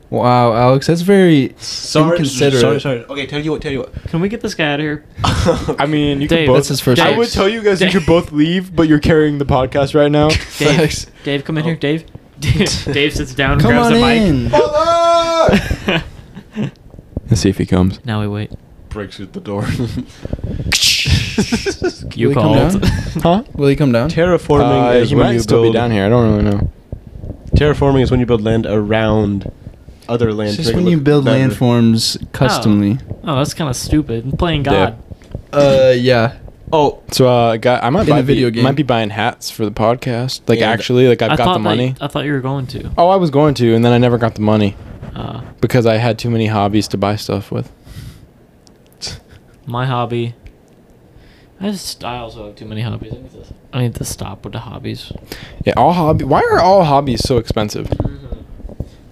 Wow, Alex, that's very inconsiderate. Sorry, sorry. Okay, tell you what. Tell you what. Can we get this guy out of here? I mean, you Dave, can both. That's his first. Dave. I would tell you guys you could both leave, but you're carrying the podcast right now. Dave, Facts. Dave, come in here, Dave. Dave sits down and Come grabs on the mic. in. Let's see if he comes. Now we wait. Breaks through the door. You we come called. Oh. down? Huh? Will he come down? terraforming Uh, is he when might you still build. be down here. I don't really know. Terraforming is when you build land around other land. It's to just make it when you look build better. landforms customly. oh, that's kind of stupid. I'm playing Dave. God. Uh, yeah. Oh, So, uh, guy, I might In buy a video be, game. might be buying hats for the podcast. Like, And actually, like I've I got thought uh, the money. That, I thought you were going to. oh, I was going to, and then I never got the money Uh, because I had too many hobbies to buy stuff with. my hobby. I just I also have too many hobbies. I need to, I need to stop with the hobbies. Yeah, all hobby. Why are all hobbies so expensive?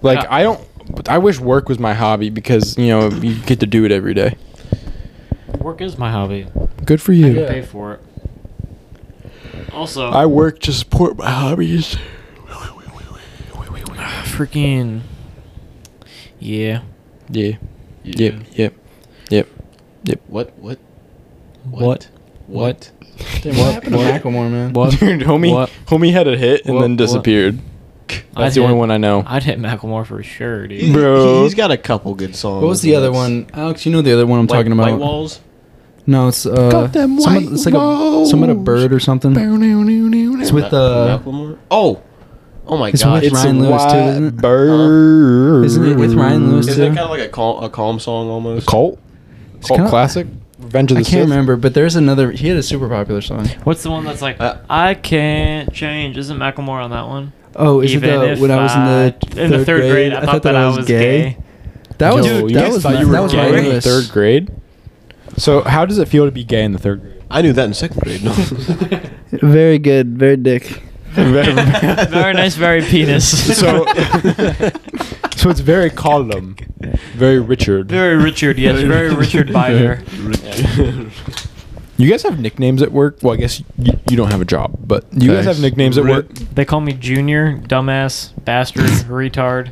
Like Yeah. I don't. I wish work was my hobby because you know you get to do it every day. Work is my hobby. Good for I you. can pay for it. Also, I work to support my hobbies. freaking yeah. Yeah. Yep. Yep. Yep. What? What? What? What? Damn, what, happened to Macklemore, man? What? Dude, homie, What? homie had a hit and What? then What? disappeared. That's the hit- only one I know. I'd hit Macklemore for sure, dude. He- Bro. he's got a couple good songs. What was the other one? Alex, you know the other one I'm White- talking about. White Walls. No, it's uh, Got them some- white it's like a some of a walls. bird or something. It's with Ma- the Macklemore? Oh, oh my It's God! with It's, Ryan Lewis, too, isn't it? Bird. Isn't it with Ryan Lewis, is too? it kind of like a calm, a calm song almost? Cult? It's Cult kinda- classic? Revenge of the I Sith? can't remember, but there's another. He had a super popular song. What's the one that's like Uh, I can't change? Isn't Macklemore on that one? Oh, is it Even the if when I was in the in the third grade, I, thought that I was gay. That was Yo, you that guys was thought my- you were that was gay Ryan in Lewis. third grade? So how does it feel to be gay in the third grade? I knew that in second grade. No. Very good, very dick. very nice, very penis. So- so it's very column, very Richard. Very Richard, yes, very Richard Biver. You guys have nicknames at work. Well, I guess you, you don't have a job, but you Thanks. guys have nicknames at work. They call me Junior, dumbass, bastard, retard.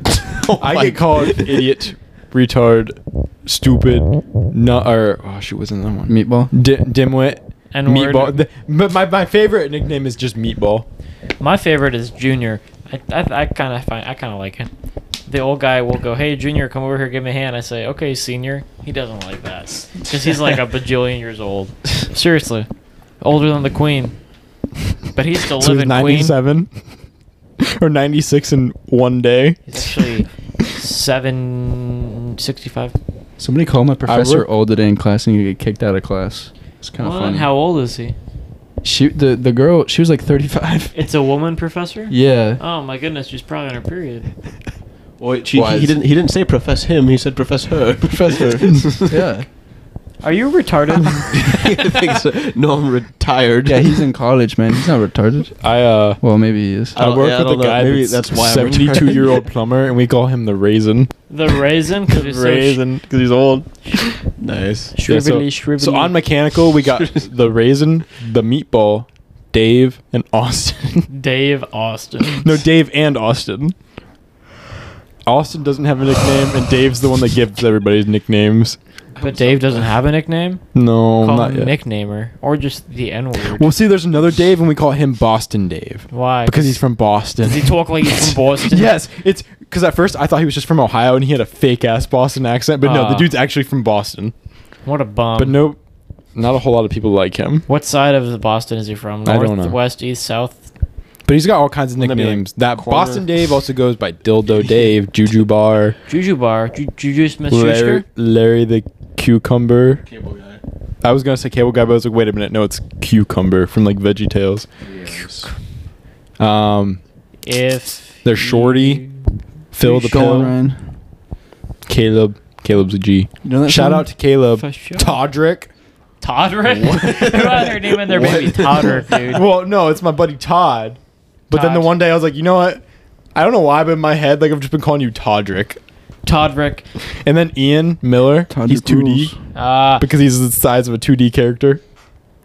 Oh I get called idiot, retard, stupid, nut, or oh shoot, what's another one? Meatball. Di- dimwit, N word. meatball. Th- But my, my favorite nickname is just meatball. My favorite is Junior. I I, I kind of find I kind of like it. The old guy will go, "Hey, Junior, come over here, give me a hand." I say, "Okay, Senior." He doesn't like that because he's like a bajillion years old. Seriously, older than the Queen. But he's still So he's living Queen. ninety-seven or ninety-six in one day. He's actually seven sixty-five. Somebody called my professor work- old today in class and you get kicked out of class. It's kind of What? funny. How old is he? She the the girl she was like 35. It's a woman professor. yeah. Oh my goodness, she's probably on her period. Wait, she, he, Was. he didn't. He didn't say profess him. He said profess her. Professor. yeah. Are you retarded? I think so. No, I'm retired. Yeah, he's in college, man. He's not retarded. I uh. Well, maybe he is. I I don't- work yeah, I with a don't know. guy Maybe that's, that's why I'm seventy-two year old plumber, and we call him the raisin. the raisin, because he's so raisin, because he's old. nice. Yeah, so- Shrivelly, so, shrivelly. on mechanical, we got the raisin, the meatball, Dave, and Austin. sh- Dave Austin. no, Dave and Austin. Austin doesn't have a nickname, and Dave's the one that gives everybody's nicknames. But Dave doesn't have a nickname. No, Call not him yet. nicknamer or just the N word. Well, see, there's another Dave, and we call him Boston Dave Why? because he's from Boston. Does he talk like he's from Boston? yes, it's because at first I thought he was just from Ohio and he had a fake ass Boston accent, but no, the Ah. dude's actually from Boston. What a bum. But no, not a whole lot of people like him. What side of the Boston is he from? North, I don't know. West, east, south. But he's got all kinds of Wouldn't that be, like, nicknames. that corner? Boston Dave also goes by Dildo Dave, Juju Bar, Juju Bar, Ju- Juju Smith Larry, Schuster. Larry the Cucumber. Cable guy. I was gonna say Cable Guy, but I was like, wait a minute, no, it's Cucumber from like Veggie Tales. Yes. Um, If They're shorty. you- Phil the Sean Pill, Ryan. Caleb. Caleb's a G. You know that Shout song? out to Caleb. For sure. Todrick. Todrick. Who had her name in their baby What? Todrick, dude? Well, no, it's my buddy Todd. But then the Todd. one day I was like, you know what? I don't know why, but in my head, like I've just been calling you Todrick. Todrick. And then Ian Miller, Todrick he's 2D rules. Uh, because he's the size of a 2D character.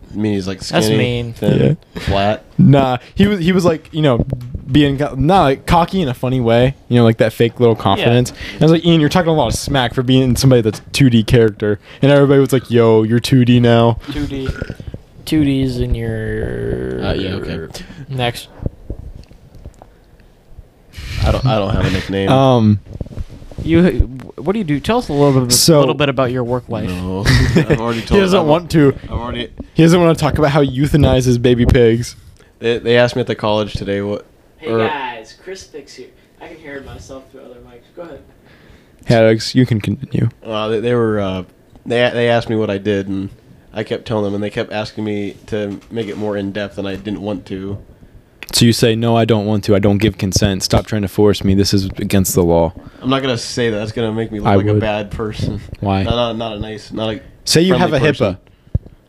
I mean, he's like That's skinny, mean. thin, flat. Nah, he was he was like you know being not like cocky in a funny way, you know, like that fake little confidence. And I was like, Ian, you're talking a lot of smack for being somebody that's 2D character, and everybody was like, Yo, you're 2D now. 2D. 2D's in your. Uh, yeah, okay. Next. I don't. I don't have a nickname. Um, You, what do you do? Tell us a little bit, So- little bit about your work life. no, I've already he told. doesn't I've- want to. I've already. He doesn't want to talk about how he euthanizes baby pigs. They, they asked me at the college today what. Hey or- guys, Chris Fix here. I can hear myself through other mics. Go ahead. Haddix, you can continue. Uh, they, they were uh, they they asked me what I did, and I kept telling them, and they kept asking me to make it more in depth, and I didn't want to. So you say, No, I don't want to. I don't give consent. Stop trying to force me. This is against the law. I'm not gonna say that. That's gonna make me look I like a would. bad person. Why? Not, not, not a nice. Not a. Say you friendly have a person.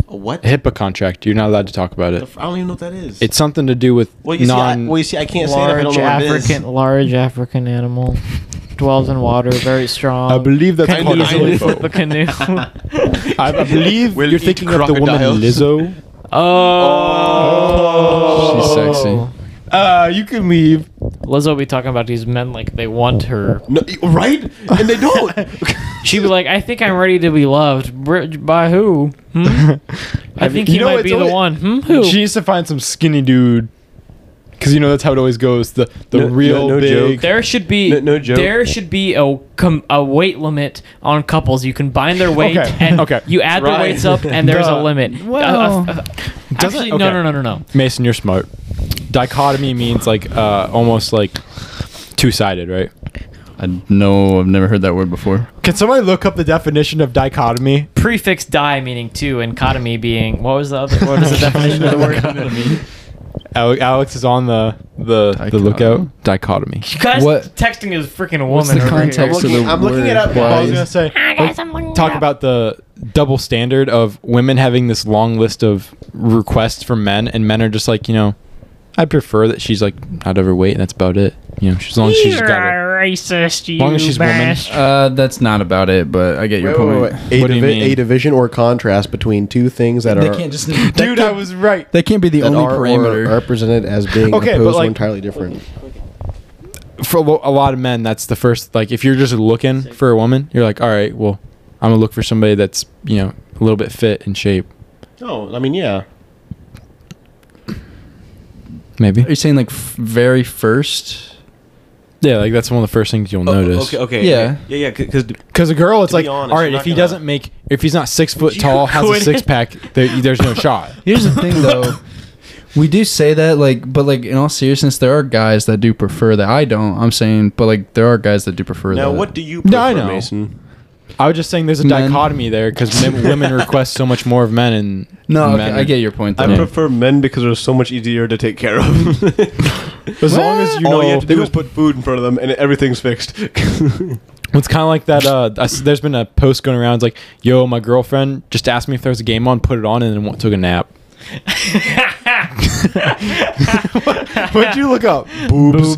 A what? HIPAA, a HIPAA contract. You're not allowed to talk about The it. f- I don't even know what that is. It's something to do with well, you see, non. I, well, you see, I can't say that if I don't Large know what African, it is. large African animal, dwells in water, very strong. I believe that's can called easily a flip a flipo. canoe. I, I believe Will you're eat thinking of the woman crocodiles. Lizzo. oh, She's sexy. Uh, you can leave. Lizzo will be talking about these men like they want her. No, y- right? And they don't. She'd be like, "I think I'm ready to be loved. Br- By who? Hmm? I think he You know, might it's be the always- one. Hmm? Who? She needs to find some skinny dude. Because you know that's how it always goes. The the No- real no- no big. There should be No- no joke. There should be a com- a weight limit on couples. You can bind their weight Okay, and okay. you add their Right. weights up, and there's a Duh. limit. A- a- Well, a- doesn't- actually, okay. no, no, no, no, no. Mason, you're smart. Dichotomy means like uh, almost like two sided, right? I know I've never heard that word before. Can somebody look up the definition of dichotomy? Prefix "di" meaning two, and "cotomy" being what was the other? What is the definition of the word? Ale- Alex is on the the, the Dichotomy. lookout. Dichotomy. You guys What- texting is freaking a woman. What's the over here. context I'm of looking- the I'm word? looking it up now. Why I was is- gonna say, talk about the double standard of women having this long list of requests from men, and men are just like, you know, I prefer that she's like not overweight, and that's about it. you know, as long as she's got it. racist, you long as she's woman. bastard. Uh, that's not about it, but I get your Wait, point. wait, wait. A, What do you divi- mean? a division or contrast between two things that are just. Dude, I was right. They can't be the that only are, parameter. or are presented as being Okay, but opposed or like- entirely different. For a lo- a lot of men, that's the first. Like, if you're just looking for a woman, you're like, all right, well, I'm gonna look for somebody that's you know a little bit fit in shape, Oh, I mean, yeah. maybe. Are you saying like f- very first? Yeah, like that's one of the first things you'll notice. Oh, Okay, okay. Yeah. Yeah, yeah, because Because a girl, it's To be like, honest, all I'm right, not if he gonna- doesn't make, if he's not six foot tall, has a quit it. six pack, there, there's no shot. Here's the thing, though. we do say that, like, but like in all seriousness, there are guys that do prefer that. I don't. I'm saying, but like, there are guys that do prefer now that. what do you prefer, No, I know. Mason? I was just saying, there's a Men. dichotomy there because women request so much more of men, and No, okay, men I get your point. I Though. prefer men because they're so much easier to take care of. As long as you All you know, have to do is put food in front of them, and everything's fixed. it's kind of like that. Uh, I s- there's been a post going around. It's like, yo, my girlfriend just asked me if there was a game on, put it on, and then went, took a nap. What'd you look up? Boobs.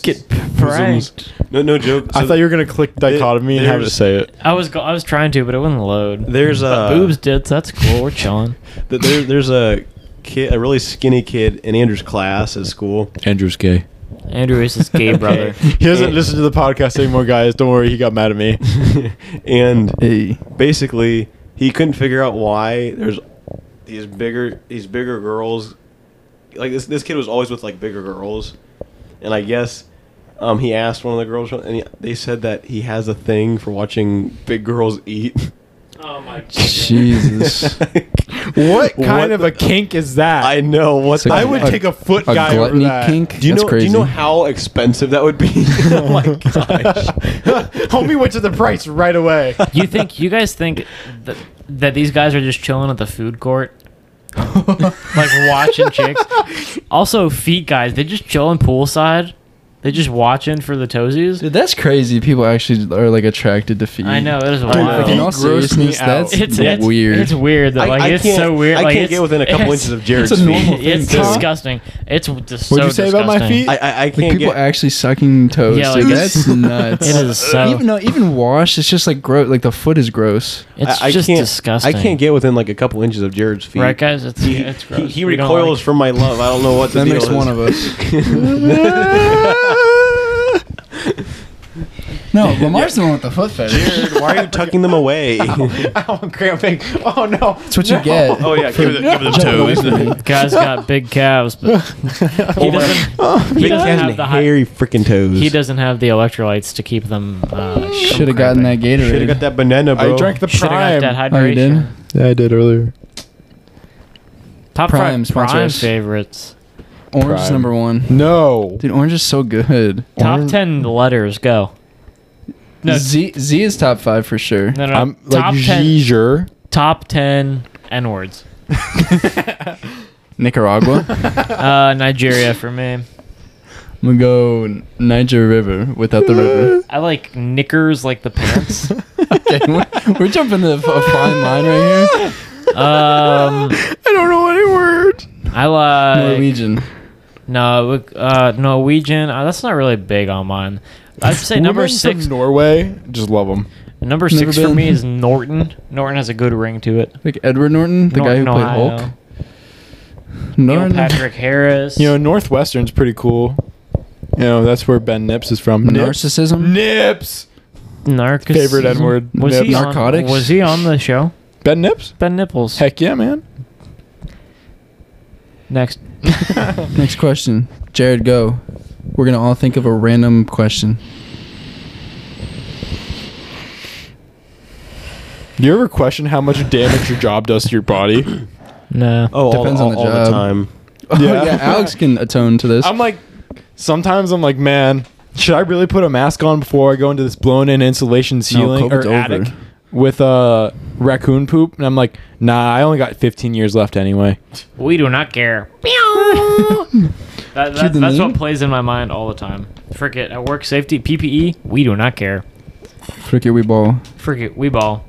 Get Bosoms. pranked. No, no joke. I So thought you were gonna click dichotomy and have to there's- say it. I was go- I was trying to, but it wouldn't load. There's But uh, boobs did. So that's cool. We're chilling. th- there- there's a kid, a really skinny kid in Andrew's class at school. Andrew's gay. Andrew is his gay brother. He doesn't And- listen to the podcast anymore, guys. Don't worry, he got mad at me. and Hey. basically he couldn't figure out why there's these bigger these bigger girls like this this kid was always with like bigger girls and i guess um, he asked one of the girls and he, they said that he has a thing for watching big girls eat Oh my god. Jesus. What kind kind of of a kink is that? i know what So the- I would take a foot a guy over gluttony that. kink. do you That's know crazy. do you know how expensive that would be oh my gosh Homie went to the price right away. You think you guys think that, that these guys are just chilling at the food court, like watching chicks? Also, feet guys, they just chilling poolside. They just watching for the toesies. Dude, that's crazy. People actually are like attracted to feet. I know it is Dude, wild. like, in all Feet gross me seriousness, out. that's It's, it's weird. It's weird though. I- Like I it's can't- so weird. I like, can't it's- get within a couple it's- inches of Jared's it's a feet. normal thing, It's too. disgusting. It's just What'd so you say about my disgusting. feet? I, I, I Like can't people get actually sucking toes. Yeah, dude, like, that's it's- nuts. It is so. Even no, even wash. It's just like gross. Like the foot is gross. It's I, I just can't, disgusting. I can't get within like a couple inches of Jared's feet. right, guys. It's, He, it's he, gross. he We don't like recoils it. from my love. I don't know what the That deal makes is. one of us. No, Lamar's the one with the foot fetish. Jared, why are you tucking them away? I'm cramping. Oh no. That's what you get. oh yeah, give it, give it Jumping away from me. Guy's got big calves, but he doesn't. he doesn't have the high- hairy freaking toes. He doesn't have the electrolytes to keep them. Uh, Should have gotten that Gatorade. Should have got that banana, bro. I drank the Should have got prime. that Oh, you did? hydration. yeah, I did earlier. Top Prime prime, sponsor prime us. favorites. Orange is Prime. number one. No. Dude, orange is so good. Top Orange- ten letters go. No. Z Z is top five for sure. No, no, no. I'm top like ten. leisure. Top ten n words. Nicaragua. I'm Uh, Nigeria for me. gonna go Niger River without the river. I like knickers, like the pants. Um, Okay, we're, we're jumping to a fine line right here. um, I don't know any word. I like Norwegian. no uh, Norwegian. Uh, that's not really big on mine. I'd say number six. Norway, just love them. Never Number six for been. me is Norton. Norton has a good ring to it. Like Edward Norton, the guy who Norton, Ohio. played Hulk. Norton. uh, Neil Patrick Harris. You know, Northwestern's pretty cool. You know, that's where Ben Nips is from. Nips. Narcissism. Nips. Narcissism. Favorite N word. Was he on, Narcotics? Was he on the show? Ben Nips? Ben Nipples. Heck yeah, man. Next. Next question. Jared, go. We're gonna all think of a random question. Do you ever question how much damage your job does to your body? No. Oh, Depends all, on the all, all job. the time. Oh, yeah, Alex can atone to this. I'm like, sometimes I'm like, man, should I really put a mask on before I go into this blown-in insulation ceiling COVID's or over. attic with a uh, raccoon poop? And I'm like, nah, I only got 15 years left anyway. We do not care. That, Cue that, the that's meme. what plays in my mind all the time. Frick it. At work safety, PPE, we do not care. Frick it, we ball. Frick it. We ball.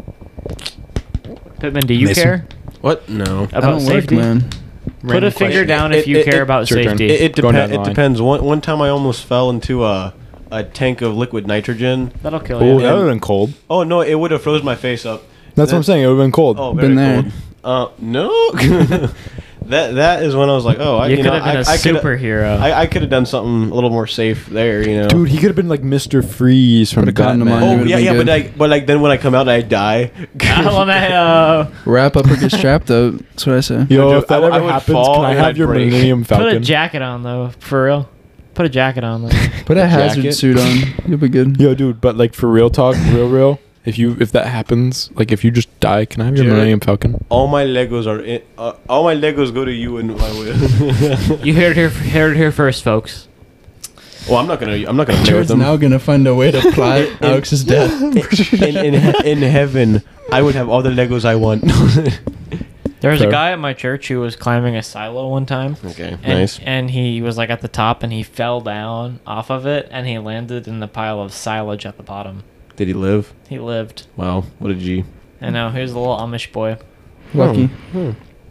Pittman, do you Mason. care What? No. I about don't safety? work, man. Put a Random finger question. down if It- you it- care it- about It's your turn. safety. It, it, Going down depen- the it line. depends. One one time I almost fell into a a tank of liquid nitrogen. That'll kill Ooh, you. that would have been cold. Oh no, it would have froze my face up. That's what I'm That- saying. It would have been cold. Oh, very Been there. cold. Uh, no. that that is when I was like, oh, I, You you, could know, have been I- a I coulda- superhero. I, I could have done something a little more safe there, you know. Dude, he could have been like Mr. Freeze from Put a condom Batman. on you. Oh would've yeah, been yeah, good. but like, but like, then when I come out, and I die. I wanna, uh, Wrap up or get strapped up. That's what I say. Yo, Dude, if that I- I ever would happens, fall can I and have I'd your break. Millennium put a Falcon? jacket on though, for real. Put a jacket on. Though. Put a hazard jacket. suit on. You'll be good. Yo, dude, but like for real talk, real, real. If you if that happens, like if you just die, can I have your Dude. Millennium Falcon? all my Legos are in, uh, all my Legos go to you and my will. you heard it here, heard it here first, folks. well, I'm not gonna, I'm not gonna play with Jared's them. Oh. now gonna find a way to plot Alex's death. in, in, in heaven, I would have all the Legos I want. There was Fair. a guy at my church who was climbing a silo one time. okay, And, nice. And he was like at the top and he fell down off of it and he landed in the pile of silage at the bottom. Did he live? He lived. Wow, what a G. I know, he was a little Amish boy. Lucky.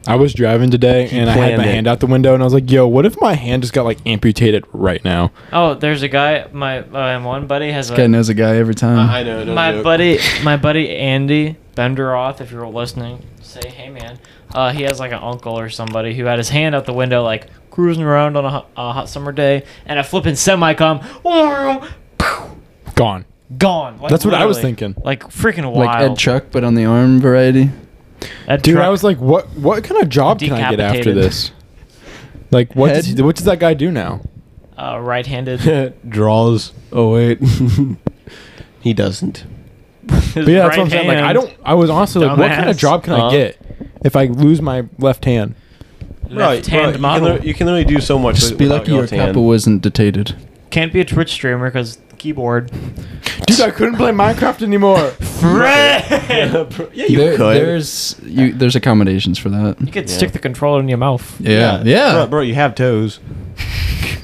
I was driving today and I had planned my it. hand out the window and I was like, yo, what if my hand just got like amputated right now? Oh, there's a guy my uh, one buddy has This guy a knows a guy every I time. know. No my joke. buddy my buddy Andy Benderoth, if you're listening, say hey man. Uh, he has like an uncle or somebody who had his hand out the window like cruising around on a, hot- a hot summer day and a flipping semi come Gone. gone. Like, That's what I was literally. thinking. Like freaking wild. Like Ed Chuck, but on the arm variety. Ed Dude, Truck. I was like, what what kind of job can I get after Decapitated. this? Like what Head? does he, what does that guy do now? uh, right-handed. draws. Oh wait, he doesn't. His But yeah, that's right what I'm saying. Like I hand. don't I was honestly like, what kind of Dumbass. job can Huh? I get if I lose my left hand? Left-hand You can, model. only- you can only do so much. Just be lucky your couple wasn't detated. Can't be a Twitch streamer because keyboard. Dude, I couldn't play Minecraft anymore. Fred! yeah, you There- could. There's you. There's accommodations for that. you could stick the controller in your mouth. Yeah, Bro, yeah. bro, you have toes.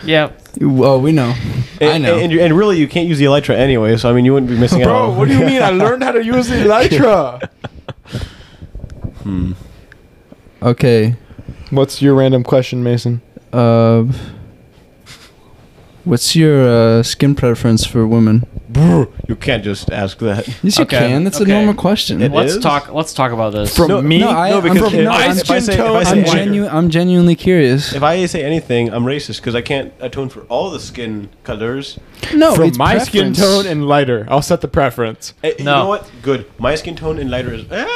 Yeah. Well, we know. And, I know. And, you- and really, you can't use the Elytra anyway, so I mean, you wouldn't be missing out. Bro, what do you mean? I learned how to use the elytra. okay. What's your random question, Mason? Uh, what's your uh, skin preference for women? Brr, you can't just ask that. Yes, you Okay, can. That's okay. a normal question. It Let's is? talk let's talk about this. From No, me? no, I- no, I'm because from- if, no, if, I'm if I say, if skin tone, I say I'm Why? anything- genu- I'm genuinely curious. if I say anything, I'm racist because I can't atone for all the skin colors. no, from it's my skin preference. tone and lighter. I'll set the preference. Eh, You No. know what? Good. My skin tone and lighter is. Ah,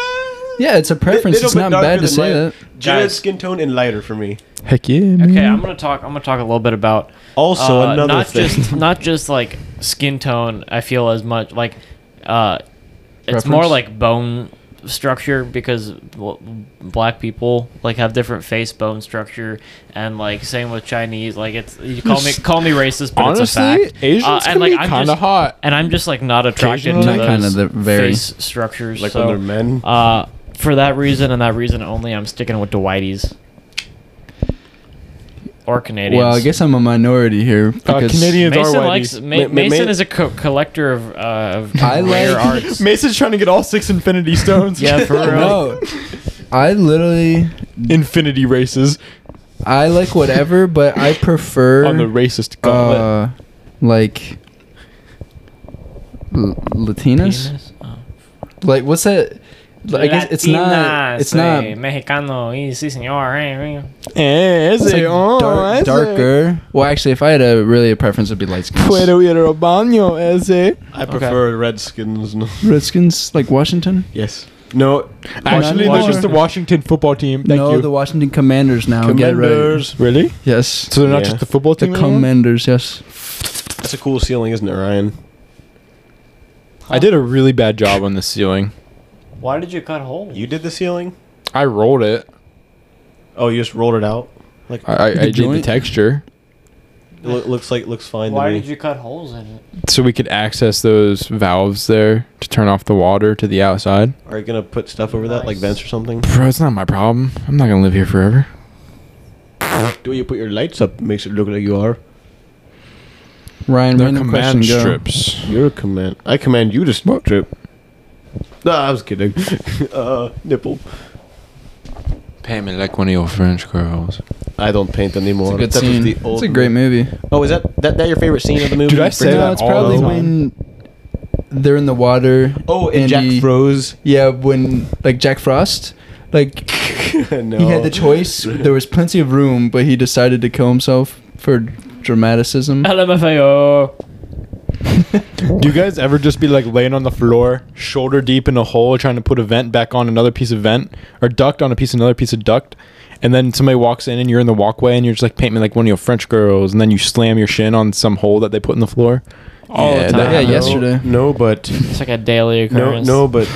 Yeah, it's a preference. little It's bit not darker bad to than say mine. that. Jared's Guys. skin tone and lighter for me. Heck yeah, Okay, I'm gonna talk. I'm gonna talk a little bit about Also, uh, another not thing. just not just like skin tone. I feel as much like uh, it's Preference? more like bone structure because bl- black people like have different face bone structure and like same with Chinese. Like it's you call me call me racist, but it's a Honestly, fact. Asians Uh, can be I'm kinda just- hot. and I'm just like not attracted to Occasionally. those Kinda the- very. face structures. like so, when they're men. uh, for that reason and that reason only, I'm sticking with the whiteys or Canadians. Well, I guess I'm a minority here because Canadians are Mason whitey. likes Ma- Ma- ma- Mason ma- is a co- collector of, uh, of I rare like- arts. Mason's trying to get all six Infinity Stones. Yeah, for real. No, I literally Infinity races I like whatever, but I prefer on the racist gauntlet. uh, like L- Latinas. Penis? Oh. Like what's that? Like, I guess it's not. Latinas, It's not. eh, Mexicano, eh, sí, señor. eh, eh. Eh, It's ese, like oh, dar- ese. darker. Well, actually, if I had a really a preference, it'd be light skins. Puedo ir al baño, ese. I prefer Redskins. No. Redskins, like Washington. Yes. No. Actually, Not there's just the anymore. Washington football team. Thank no, you. the Washington Commanders now. Get it Commanders. really? right. Yes, So they're not Yeah. just the football the team. anymore? Commanders. Yes. That's a cool ceiling, isn't it, Ryan? I did a really bad job on the ceiling. Why did you cut holes? You did the ceiling? I rolled it. Oh, you just rolled it out. Like I, I, I The did the joint? texture lo- looks like looks fine Why to me. did you cut holes in it? so we could access those valves there to turn off the water to the outside. Are you gonna put stuff over that, like Nice. vents or something? Bro, it's not my problem. I'm not gonna live here forever. Do you put your lights up? Makes it look like you are. Ryan, They're random command question, go. strips. You're a command. I command you to smoke trip. No, I was kidding. uh, nipple. Paint me like one of your French girls. I don't paint anymore. It's a good That was scene. the It's old a great movie. Oh, is that, that that your favorite scene of the movie? Did I say Bring that no, it's all probably the time? when they're in the water. Oh, and Jack he- froze. Yeah, when like Jack Frost, like no. he Oh. had the choice. There was plenty of room, but he decided to kill himself for dramaticism. Uh, LMFAO. Do you guys ever just be like laying on the floor, shoulder deep in a hole, trying to put a vent back on another piece of vent, or duct on a piece another piece of duct, and then somebody walks in and you're in the walkway and you're just like paint me like one of your French girls, and then you slam your shin on some hole that they put in the floor. All Yeah, the that- time. yeah, yesterday. No, but It's like a daily no, occurrence. no, but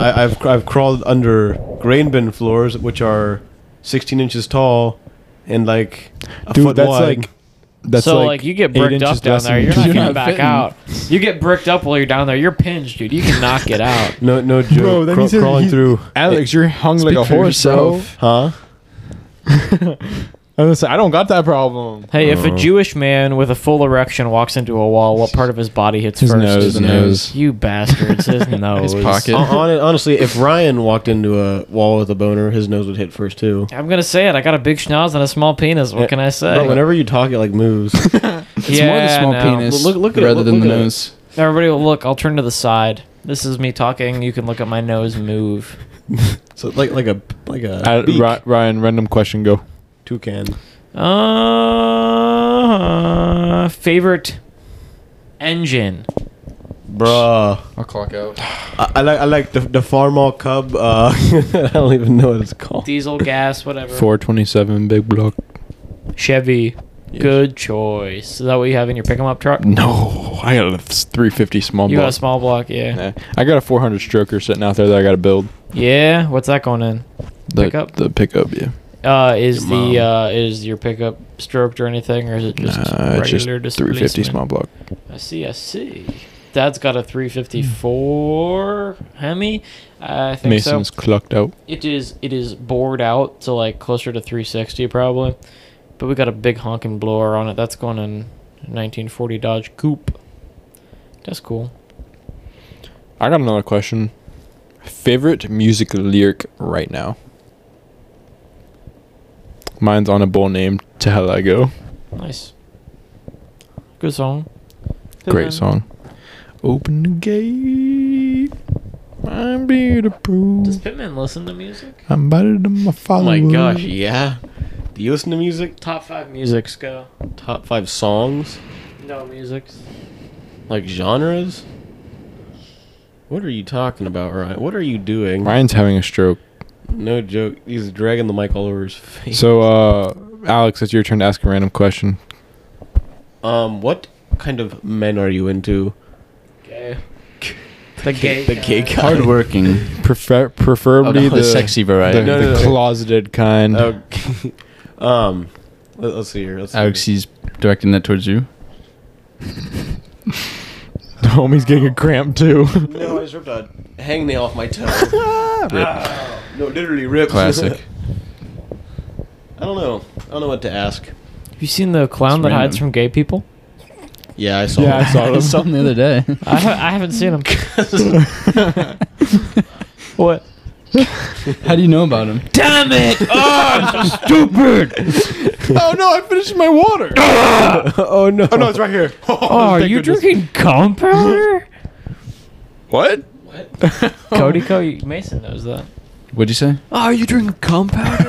I, I've I've crawled under grain bin floors, which are 16 inches tall and like a Dude, foot that's wide. like that's so like, like, you get eight bricked inches up down less there, than- you're not You're getting not back fitting. out. You get bricked up while you're down there. You're pinched, dude. You cannot get out. no, no joke. Bro, that Craw- means that crawling he- through. Alex, you're hung like a Speak for horse, bro. yourself. Huh? I was gonna say, I don't got that problem. Hey, if a Jewish man with a full erection walks into a wall, what part of his body hits His first? nose, His nose. You bastards. His nose. pocket. Hon- hon- honestly, if Ryan walked into a wall with a boner, his nose would hit first too. I'm gonna say it. I got a big schnoz and a small penis. What Yeah, can I say? But whenever you talk, it like moves. It's more the small no. penis Look- look at it, rather look- than look the at it. nose. Everybody, will look. I'll turn to the side. This is me talking. You can look at my nose move. so like like a like a I, beak. Uh, Ri- Ryan, random question, go. toucan. Uh, favorite engine. Bruh. I'll clock out. I, I like I like the the Farmall Cub. Uh, I don't even know what it's called. Diesel, gas, whatever. 427 big block. Chevy. Good choice. Is that what you have in your pick 'em up truck? No, I got a 350 small You block. got a small block, yeah. Nah, I got a 400 stroker sitting out there that I got to build. Yeah, what's that going in? The, Pickup? The pickup, yeah. Uh, is Your the mom. uh, is your pickup stroked or anything, or is it just Nah, it's just regular 350 displacement? small block. I see, I see. Dad's got a 354 Hemi. I think Mason's so. clucked out. It is it is bored out to like closer to 360 probably, but we got a big honking blower on it. That's going in 1940 Dodge Coupe. That's cool. I got another question. Favorite music lyric right now? Mine's on a bull named To Hell I Go. Nice. Good song. Good Great one. song. Open the gate. I'm beautiful. Does Pitman listen to music? I'm better than my Oh father. my gosh, yeah. Do you listen to music? Top five musics go. Top five songs, No musics. like genres. What are you talking about, Ryan? What are you doing? Ryan's having a stroke. No joke. He's dragging the mic all over his face. So, uh, Alex, it's your turn to ask a random question. um, what kind of men are you into? Gay. The gay. The gay guy. guy. Hardworking. Prefer- preferably the, the, variety. No, no, the no. Oh. closeted kind. Okay. um, let, us see here. Let's see Alex, here. he's directing that towards you. The homie's getting a cramp too. No, I just ripped a hangnail off my toe. Ow. No, literally ripped. Classic. I don't know. I don't know what to ask. Have you seen the clown It's that random. hides from gay people? Yeah, I saw. Yeah, I that. saw I him. saw him the other day. I, ha- I haven't seen him. what? How do you know about him? Damn it! Ah, Oh, oh no, I finished my water. oh no! oh no, it's right here. Oh, are thank you goodness. drinking gunpowder? What? Cody, Cody Mason knows that. What'd you say? Oh, are you drinking compound?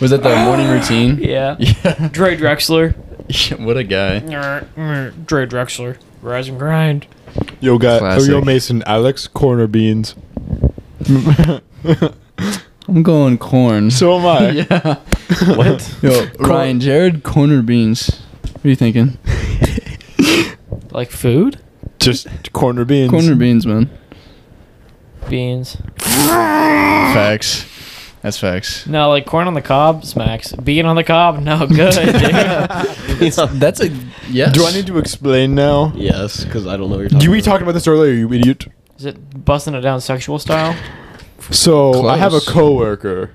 Was that the Ah, morning routine? Yeah. Yeah. Dre Drexler. what a guy. Dre Drexler. Rise and grind. Yo, guy. Oh, Classic. yo, Mason. Alex, corner beans. I'm going corn. so am I. yeah. What? Yo, Ryan, Jared, corner beans. What are you thinking? Like food? Just corner beans. Corner beans, man. Beans. Facts. That's facts. No, like corn on the cob smacks. Bean on the cob? No, good. dude. That's a yes. Do I need to explain now? yes, because I don't know what you're talking. Do we about. talked about this earlier, you idiot? Is it busting it down sexual style? So I have a Close. coworker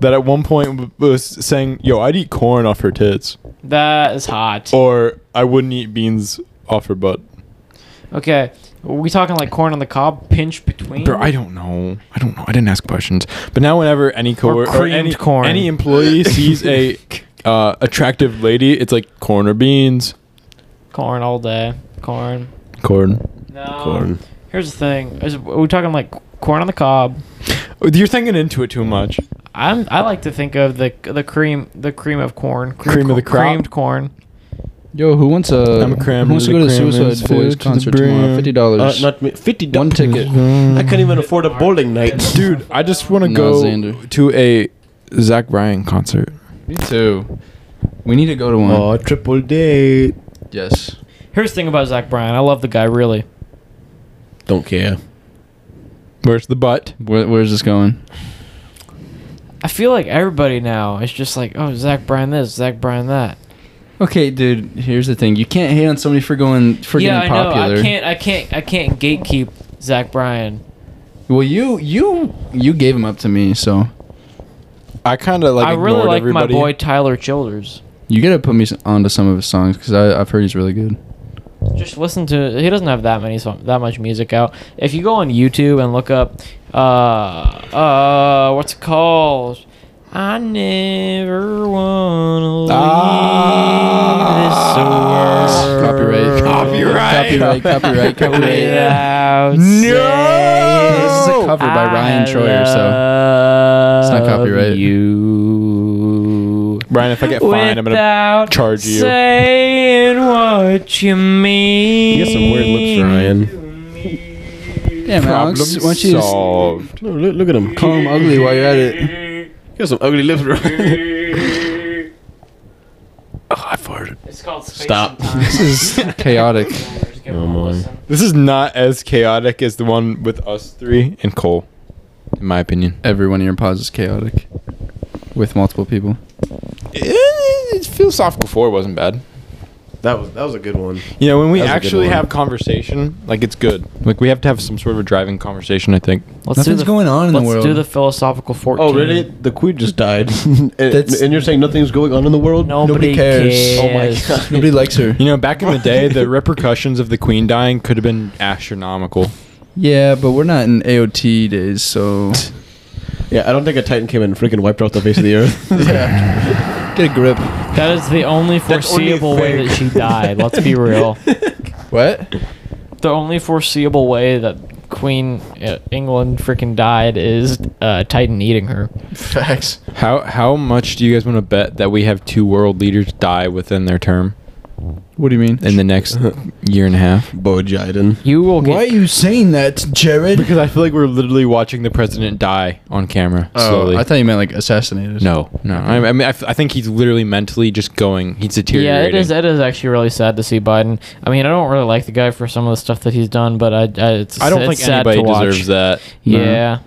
that at one point w- was saying, "Yo, I'd eat corn off her tits, That is hot. or I wouldn't eat beans off her butt." Okay. Are we talking like corn on the cob, pinch between? Bro, I don't know. I don't know. I didn't ask questions. But now, whenever any co Or or, creamed any corn. any employee sees a uh, attractive lady, it's like corn or beans. corn all day. Corn. Corn. No. Here's the thing: is are we talking like corn on the cob? Oh, You're thinking into it too much. I'm I like to think of the the cream the cream of corn Cream of the crop. creamed corn. Yo, who wants a? I'm cramming who wants to go to the the Uh, cramming Suicide Boys food to the concert tomorrow? brim. Fifty dollars. Uh, not me. Fifty One ticket. I couldn't even afford a bowling night. Dude, I just want to No, go Xander. to a Zach Bryan concert. Me too. We need to go to one. Oh, triple date. Yes. Here's the thing about Zach Bryan: I love the guy really. Don't care. Where's the butt? Where, where's this going? I feel like everybody now is just like, oh, Zach Bryan this, Zach Bryan that. Okay, dude. Here's the thing. You can't hate on somebody for going for yeah, getting I popular. know. I can't. I can't. I can't gatekeep Zach Bryan. Well, you you you gave him up to me, so I kind of like. I really ignored like everybody. my boy Tyler Childers. you gotta put me s- onto some of his songs because I've heard he's really good. Just listen to. He doesn't have that many song, that much music out. If you go on YouTube and look up, uh, uh, what's it called? I never wanna leave Ah! Ah. this world. Copyright. Copyright. Copyright. Copyright. Without This is a cover by Ryan Troyer, so it's not copyright. You. Brian, if I get fined, I'm gonna. Without charge you. Saying what you mean. You got some weird lips, Ryan. yeah, man. Alex, why don't you just solved. No, look, look at him. call him ugly while you're at it? You got some ugly lips, Ryan. It's called Space Stop. and Time. This is chaotic. Give Oh it a my. listen. This is not as chaotic as the one with us three and Cole, in my opinion. Every one of your pods is chaotic, with multiple people. It's philosophical four wasn't bad. That was that was a good one. You know, when we That was a good actually one. have conversation, like it's good. Like we have to have some sort of a driving conversation. I think. Let's Nothing's do the, going on in the let's world. do the philosophical 14. Oh, really? The queen just died, and, That's- and you're saying nothing's going on in the world? Nobody, Nobody cares. cares. Oh my God. Nobody likes her. You know, back in the day, the repercussions of the queen dying could have been astronomical. Yeah, but we're not in AOT days, so Yeah, I don't think a titan came and freaking wiped off the face of the earth. get a grip. That is the only foreseeable way that she died. Let's be real. What? The only foreseeable way that Queen uh, England freaking died is uh, Titan eating her. Facts. How how much do you guys want to bet that we have two world leaders die within their term What do you mean? in the next year and a half? Bo Jiden. You will get. you saying that, Jared? Because I feel like we're literally watching the president die on camera slowly. Oh, I thought you meant like assassinated. no, no. I, I mean, I, f- I think he's literally mentally just going. He's Yeah, deteriorating. it is. It is actually really sad to see Biden. I mean, I don't really like the guy for some of the stuff that he's done, but I, I it's, I don't it's think sad anybody to watch. deserves that. No. Yeah,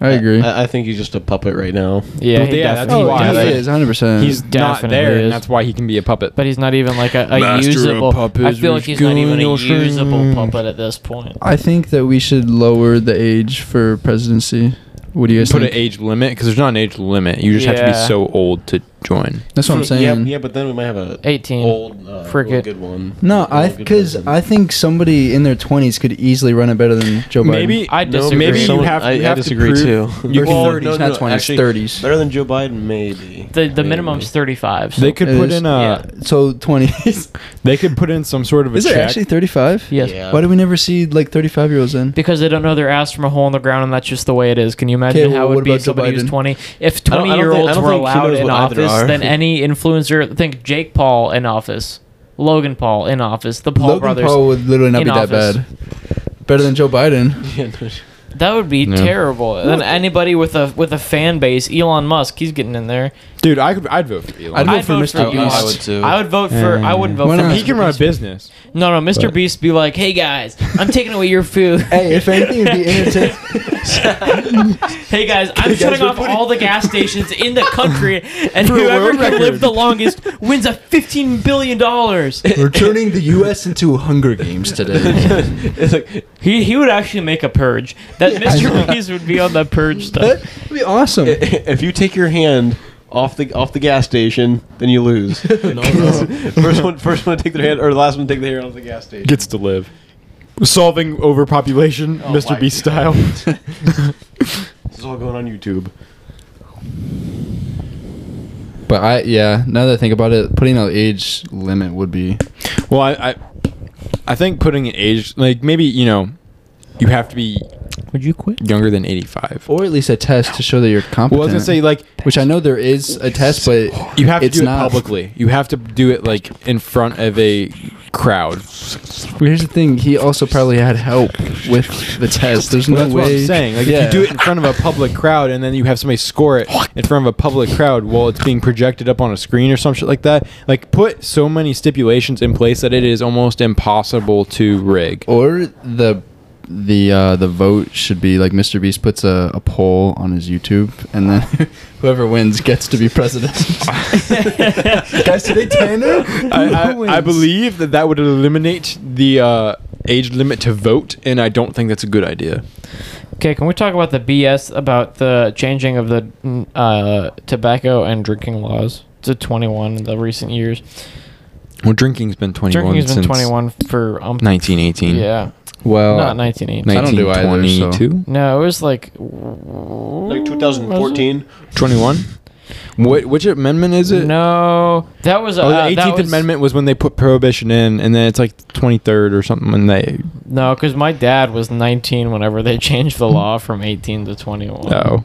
I agree. Uh, I, I think he's just a puppet right now. yeah, Well, he definitely- yeah, that's oh, why, he like, is 100. percent He's not Uh, Definitely there, is. and that's why he can be a puppet. But he's not even like a, a Master of usable. I puppets, feel like which he's not even a goes your usable string. puppet at this point. I think that we should lower the age for presidency. What do you guys Put an think? age limit because there's not an age limit. You just have to Yeah. be so old to join. That's what I'm saying. Yeah, yeah, but then we might have a 18. old, uh, Frigate. old good one. No, Old I good because person. I think somebody in their 20s could easily run it better than Joe Biden. Maybe I disagree. Maybe you Someone- have, I- you I have disagree to too. prove, Or You can, Well, 30s, not 20s, 30s. Better than Joe Biden, maybe. The the Maybe. minimum's thirty five. they could uh, It put is. in a. so 20s. They could put in some sort of a Is there check. actually 35? yes. Yeah. Why do we never see like 35 year olds then? Because they don't know their ass from a hole in the ground, and that's just the way it is. Can you imagine Okay, how well, it what would be about if Joe somebody who's Biden? 20? If I don't- I don't 20 year think- I olds don't were think he allowed knows in what either office, are. then any influencer, think Jake Paul in office, Logan Paul in office, the Paul Logan brothers. Paul would literally not in be that office. bad. Better than Joe Biden. Yeah, no, That would be Yeah. terrible. And then anybody with a with a fan base, Elon Musk, he's getting in there. Dude, I could, I'd vote for Elon. I'd vote I'd for vote Mr. for Beast. Elon. I would too. I would vote for. I wouldn't vote Why for. not? Mr. he can run a Beast. business. No, no, Mr. Beast be like, "Hey guys, I'm taking away your food. hey, if anything, it'd be entertaining. Hey guys, I'm shutting off all the gas stations in the country, and For a whoever world can live record. the longest wins a fifteen billion dollars. We're turning the U.S. into Hunger Games today. it's like, He he would actually make a purge. That Mr. Beast would be on the purge stuff. That'd be awesome. if you take your hand off the off the gas station, then you lose. first one, first one to take their hand, or the last one to take their hand off the gas station Gets to live. solving overpopulation, Oh my Mr. Beast style. This is all going on YouTube. But I yeah, now that I think about it, putting an age limit would be well, I, I, I think putting an age like maybe you know, you have to be Would you quit? younger than eighty-five. or at least a test to show that you're competent. Well, I was gonna say like which I know there is a test, but you have to it's do it not- publicly. You have to do it like in front of a crowd. Well, here's the thing: he also probably had help with the test. There's no Well, that's way. what I'm saying. Like Yeah. if you do it in front of a public crowd and then you have somebody score it in front of a public crowd while it's being projected up on a screen or some shit like that, like put so many stipulations in place that it is almost impossible to rig. or the the uh, the vote should be like Mr. Beast puts a, a poll on his YouTube, and then whoever wins gets to be president. Guys, today Tanner. I, I, I believe that that would eliminate the uh, age limit to vote, and I don't think that's a good idea. Okay, can we talk about the BS about the changing of the mm, uh, tobacco and drinking laws to 21 in the recent years? Well, drinking's been 21 Drinking has been since 21 for um, 1918. Yeah, Well, not 1980. I don't do either, so- 1922? No, it was like Like like 2014. 21? What, which amendment is it? No, that was Oh, uh, the 18th that was- Amendment was when they put prohibition in, and then it's like 23rd or something when they. No, because my dad was 19 whenever they changed the law from 18 to 21. Oh.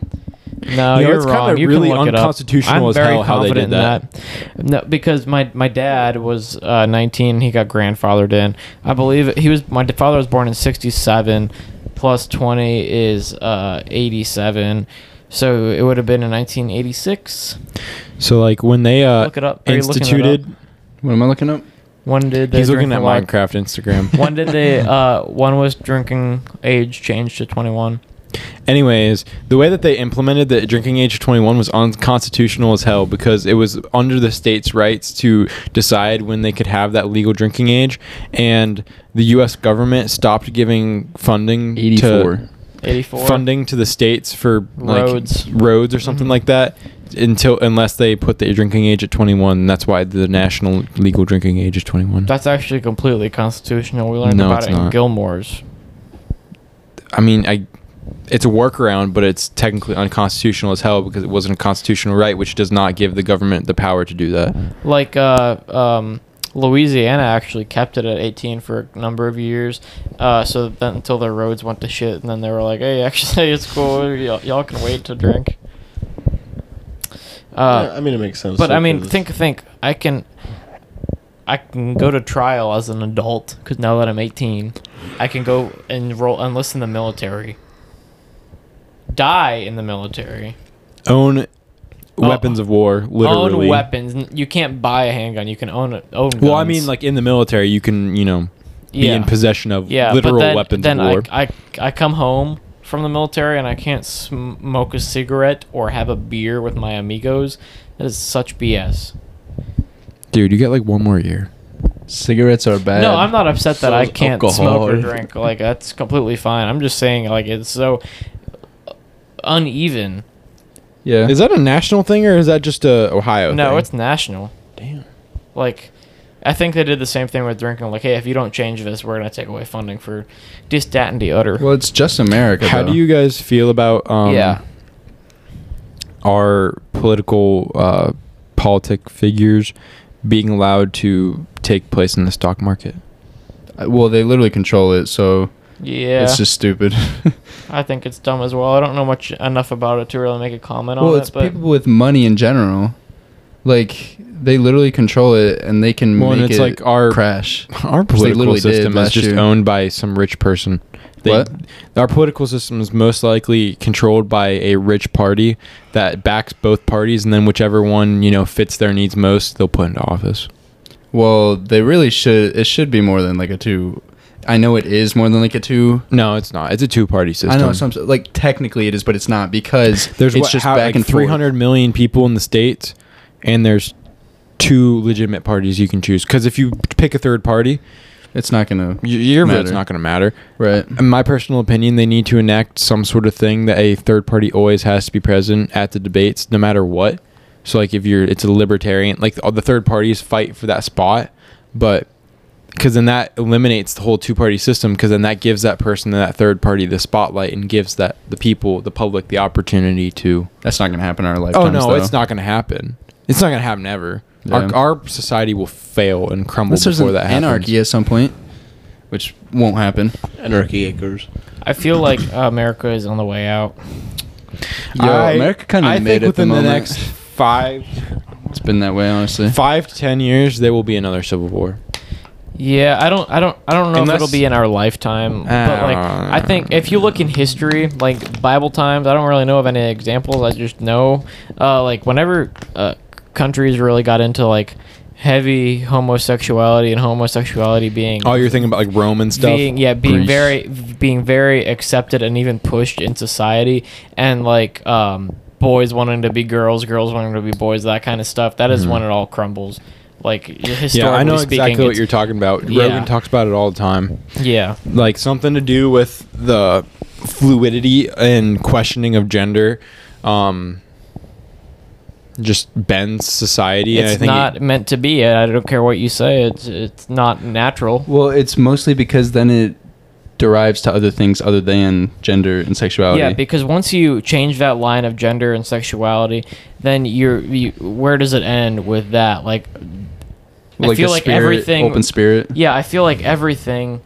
No, You know, you're it's kinda wrong. You really can look unconstitutional it up. as I'm very hell how they confident did in that. No, because my my dad was uh, 19. He got grandfathered in. I believe he was. My father was born in 67. Plus 20 is uh, 87. So it would have been in 1986. So like when they uh, Look it up. Are you looking that instituted, What am I looking up? When did they he's drink looking at the law? Minecraft Instagram. When did they? Uh, one was drinking age changed to 21. Anyways, the way that they implemented the drinking age of 21 was unconstitutional as hell because it was under the state's rights to decide when they could have that legal drinking age, and the U.S. government stopped giving funding Eighty-four. to 84. funding to the states for like, Roads. roads or something Mhm. like that until unless they put the drinking age at 21. That's why the national legal drinking age is 21. That's actually completely constitutional. We learned No, about it's it in not. Gilmore's. I mean, I it's a workaround, but it's technically unconstitutional as hell because it wasn't a constitutional right, which does not give the government the power to do that. Like uh, um, Louisiana actually kept it at 18 for a number of years. Uh, so then until their roads went to shit, and then they were like, "Hey, actually, it's cool. Y'all, y'all can wait to drink." Uh, Yeah, I mean, it makes sense. But I like, uh, mean, 'cause- think, think. I can, I can go to trial as an adult because now that I'm 18, I can go enroll, enlist in the military, die in the military, Own weapons of war, literally. own weapons. N- You can't buy a handgun. You can own it. Own. Well, I guns. mean, like in the military, you can you know be Yeah. in possession of yeah, literal but then, weapons Then of war. I, I, I come home from the military and I can't sm- smoke a cigarette or have a beer with my amigos. That is such BS. Dude, you got like one more year. Cigarettes are bad. Uh, No, I'm not upset that So I is can't smoke alcohol. or drink. Like that's completely fine. I'm just saying like it's so uneven. Yeah. is that a national thing or is that just a Ohio? no, thing? it's national. Damn. Like I think they did the same thing with drinking. Like, hey, if you don't change this, we're gonna take away funding for this, that, and the other. Well, it's just America. How though. do you guys feel about um, yeah. our political uh, politic figures being allowed to take place in the stock market? Uh, Well, they literally control it, so Yeah. it's just stupid. I think it's dumb as well. I don't know much enough about it to really make a comment well, on it's it. But people with money in general. Like they literally control it, and they can Well, and make it's it like our- crash. Our political literally did system is last just year. owned by some rich person. They, What? Our political system is most likely controlled by a rich party that backs both parties, and then whichever one you know fits their needs most, they'll put into office. Well, they really should. It should be more than like a two. I know it is more than like a two. No, it's not. It's a two-party system. I know some like technically it is, but it's not because There's it's what, just how, back like and three forth. hundred million people in the states, and there's two legitimate parties you can choose. Because if you pick a third party, It's not gonna y- your vote's Matter. not going to matter. right. In my personal opinion, they need to enact some sort of thing that a third party always has to be present at the debates, no matter what. So, like, if you're, it's a libertarian, like all the third parties fight for that spot, but because then that eliminates the whole two party system because then that gives that person that third party the spotlight and gives that the people the public the opportunity to That's not gonna happen in our lifetime. oh no it's not going to happen it's not going to happen ever Yeah. our, our society will fail and crumble Unless there's before an that happens anarchy at some point, which won't happen. Anarchy acres. I feel like America is on the way out. Yo, America kind I of made think it. within the, the, moment. next five it's been that way honestly. five to ten years there will be another civil war Yeah, I don't, I don't, I don't know Unless- if it'll be in our lifetime. but like, Uh, I think if you look in history, like Bible times, I don't really know of any examples. I just know, uh, like whenever uh, countries really got into like heavy homosexuality and homosexuality being oh you're thinking about like roman stuff being yeah being Greece. very being very accepted and even pushed in society and like um boys wanting to be girls girls wanting to be boys that kind of stuff that is when it all crumbles like historically Mm-hmm. yeah i know speaking exactly what it's- you're talking about Yeah. rogan talks about it all the time yeah like something to do with the fluidity and questioning of gender um just bends society and i it's think not meant to be i don't care what you say it's it's not natural Well, it's mostly because then it derives to other things other than gender and sexuality. Yeah, because once you change that line of gender and sexuality, then you're you, where does it end with that? Like, I feel the like spirit, everything. open spirit. Yeah, I feel like everything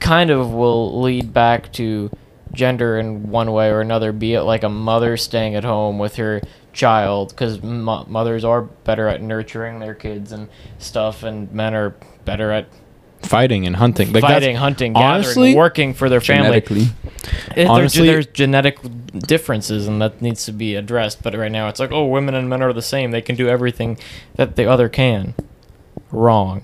kind of will lead back to gender in one way or another. Be it like a mother staying at home with her child, because mo- mothers are better at nurturing their kids and stuff, and men are better at fighting and hunting like that's- fighting, hunting, honestly, gathering, working for their family. Genetically, If Honestly- honestly, there's genetic differences, and that needs to be addressed. But right now, it's like, oh, women and men are the same. They can do everything that the other can. Wrong.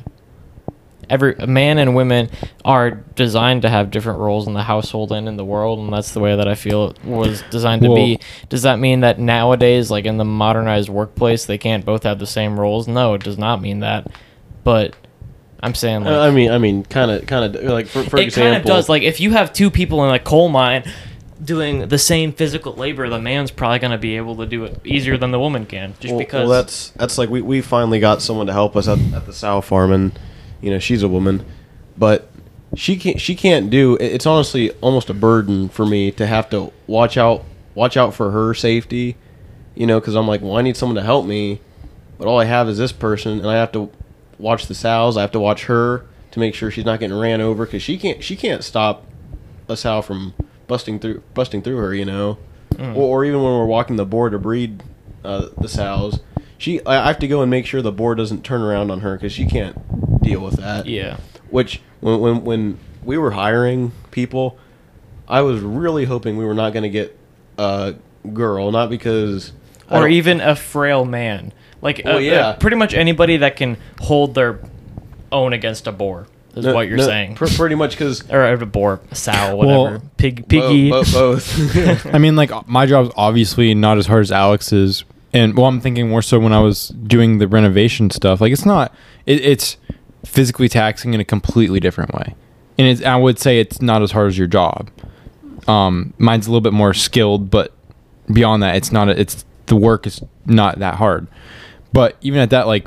Every man and women are designed to have different roles in the household and in the world, and that's the way that I feel it was designed to Well- be. Does that mean that nowadays, like in the modernized workplace, they can't both have the same roles? No, it does not mean that. But I'm saying, like, I mean, I mean, kind of, kind of like for, for it example, kind of does. Like if you have two people in a coal mine doing the same physical labor, the man's probably gonna be able to do it easier than the woman can, just well, because. well, that's that's like we, we finally got someone to help us at, at the sow farm, and you know she's a woman, but she can't she can't do. it- It's honestly almost a burden for me to have to watch out watch out for her safety, you know, because I'm like, well, I need someone to help me, but all I have is this person, and I have to watch the sows. I have to watch her to make sure she's not getting ran over because she can't she can't stop a sow from busting through busting through her, you know, Mm. or, or even when we're walking the boar to breed uh, the sows. She, I I have to go and make sure the boar doesn't turn around on her because she can't deal with that. yeah. Which when when when we were hiring people, I was really hoping we were not going to get a girl, not because I Or don't- even a frail man, like a- Well, a- yeah. pretty much anybody that can hold their own against a boar is no, what you're no, saying, pr- pretty much because or a boar, a sow, whatever, Well, pig, piggy. both. I mean, like my job's obviously not as hard as Alex's, and well, I'm thinking more so when I was doing the renovation stuff. Like it's not, it, it's physically taxing in a completely different way, and it's, I would say it's not as hard as your job. Um, mine's a little bit more skilled, but beyond that, it's not. A, it's the work is not that hard, but even at that, like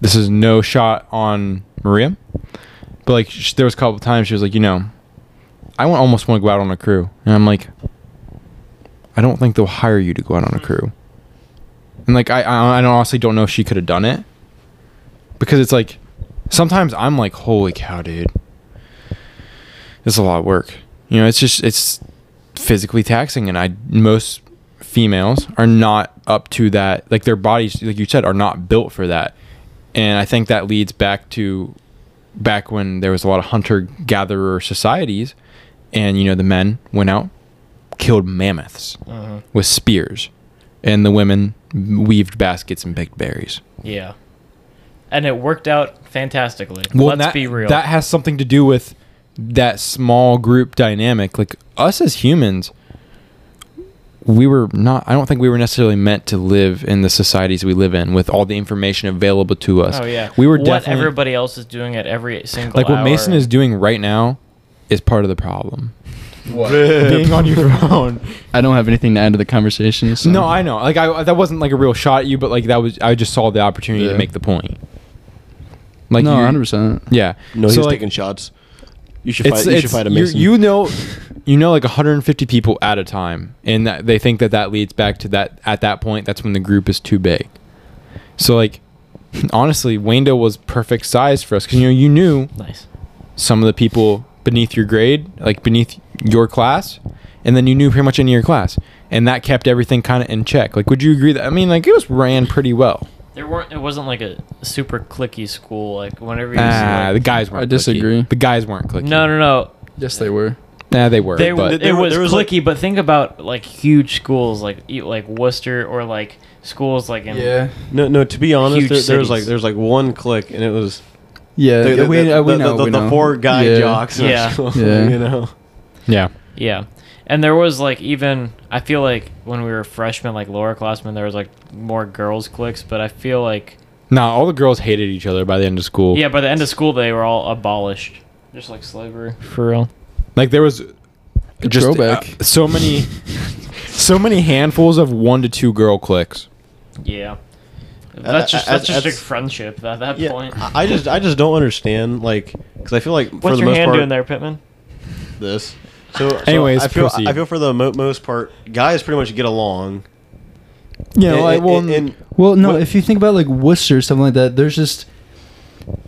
this is no shot on Maria, but like sh there was a couple times she was like, you know, I want, almost want to go out on a crew, and I'm like, I don't think they'll hire you to go out on a crew, and like I I, I honestly don't know if she could have done it, because it's like sometimes I'm like, holy cow, dude, it's a lot of work. You know, it's just it's physically taxing, and I most females are not up to that. Like their bodies, like you said, are not built for that, and I think that leads back to back when there was a lot of hunter gatherer societies, and you know the men went out, killed mammoths Mm-hmm. with spears, and the women weaved baskets and picked berries. yeah. And it worked out fantastically. Let's that, be real. That has something to do with that small group dynamic. Like us as humans, we were not. I don't think we were necessarily meant to live in the societies we live in with all the information available to us. oh yeah, we were what definitely everybody else is doing at every single like what Mason hour. is doing right now is part of the problem. Being on your phone. I don't have anything to add to the conversation. So. No, I know. Like I that wasn't like a real shot at you, but like that was I just saw the opportunity Yeah. to make the point. Like no, you- hundred percent. Yeah. No, So, he's like, taking shots. You should It's, fight. You should it's, fight a you Mason. you know, you know, like 150 people at a time, and that, they think that that leads back to that. At that point, that's when the group is too big. So like, honestly, Wayndale was perfect size for us because you know you knew Nice. some of the people beneath your grade, like beneath your class, and then you knew pretty much any of your class, and that kept everything kind of in check. Like, would you agree that? I mean, like it was ran pretty well. There weren't. It wasn't like a super clicky school. Like whenever you. see, Ah, like- the guys weren't. I cliquey. disagree. The guys weren't clicky. no, no, no. Yes, they were. nah, they were. They, but- it there were- was there was, like- clicky, but think about like huge schools, like e- like Worcester or like schools like in no, no. To be honest, Huge there, there was cities. like there was like one click, and it was yeah. the, the, we, the, uh, we the- know. the- we the know. four guy Yeah. jocks. in our Yeah. school, Yeah. you know. yeah. Yeah. And there was like even I feel like when we were freshmen, like lower classmen, there was like more girls cliques, but I feel like Nah, all the girls hated each other by the end of school. yeah, by the end of school they were all abolished. Just like slavery. For real. Like there was just uh, throwback. so many so many handfuls of one to two girl clicks. Yeah. Uh, That's just uh, that's just a that's- friendship at that Yeah, point. I I just I just don't understand like because I feel like for What's the your most hand part doing there, Pittman? this. So, so Anyways, I feel proceed. I feel for the mo- most part, guys pretty much get along. Yeah, And- like, well, and- and- well, no. what- If you think about like Worcester or something like that, there's just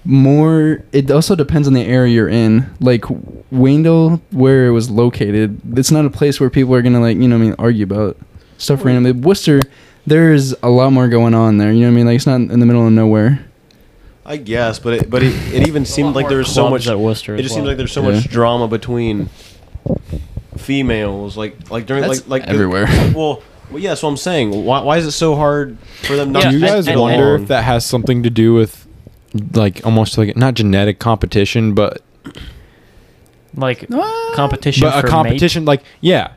more. It also depends on the area you're in. Like Wayndale, where it was located, it's not a place where people are gonna like you know what I mean argue about stuff randomly. Worcester, there's a lot more going on there. You know what I mean? Like it's not in the middle of nowhere. I guess, but it but it, it even seemed like there was so much. at Worcester. It just seems like there's so Yeah. much drama between females, like like during That's like like everywhere. Well, well, yeah. So I'm saying, why why is it so hard for them not? Yeah, to Do you and- guys get and- wonder along? if that has something to do with like almost like not genetic competition, but like competition but for a competition like yeah.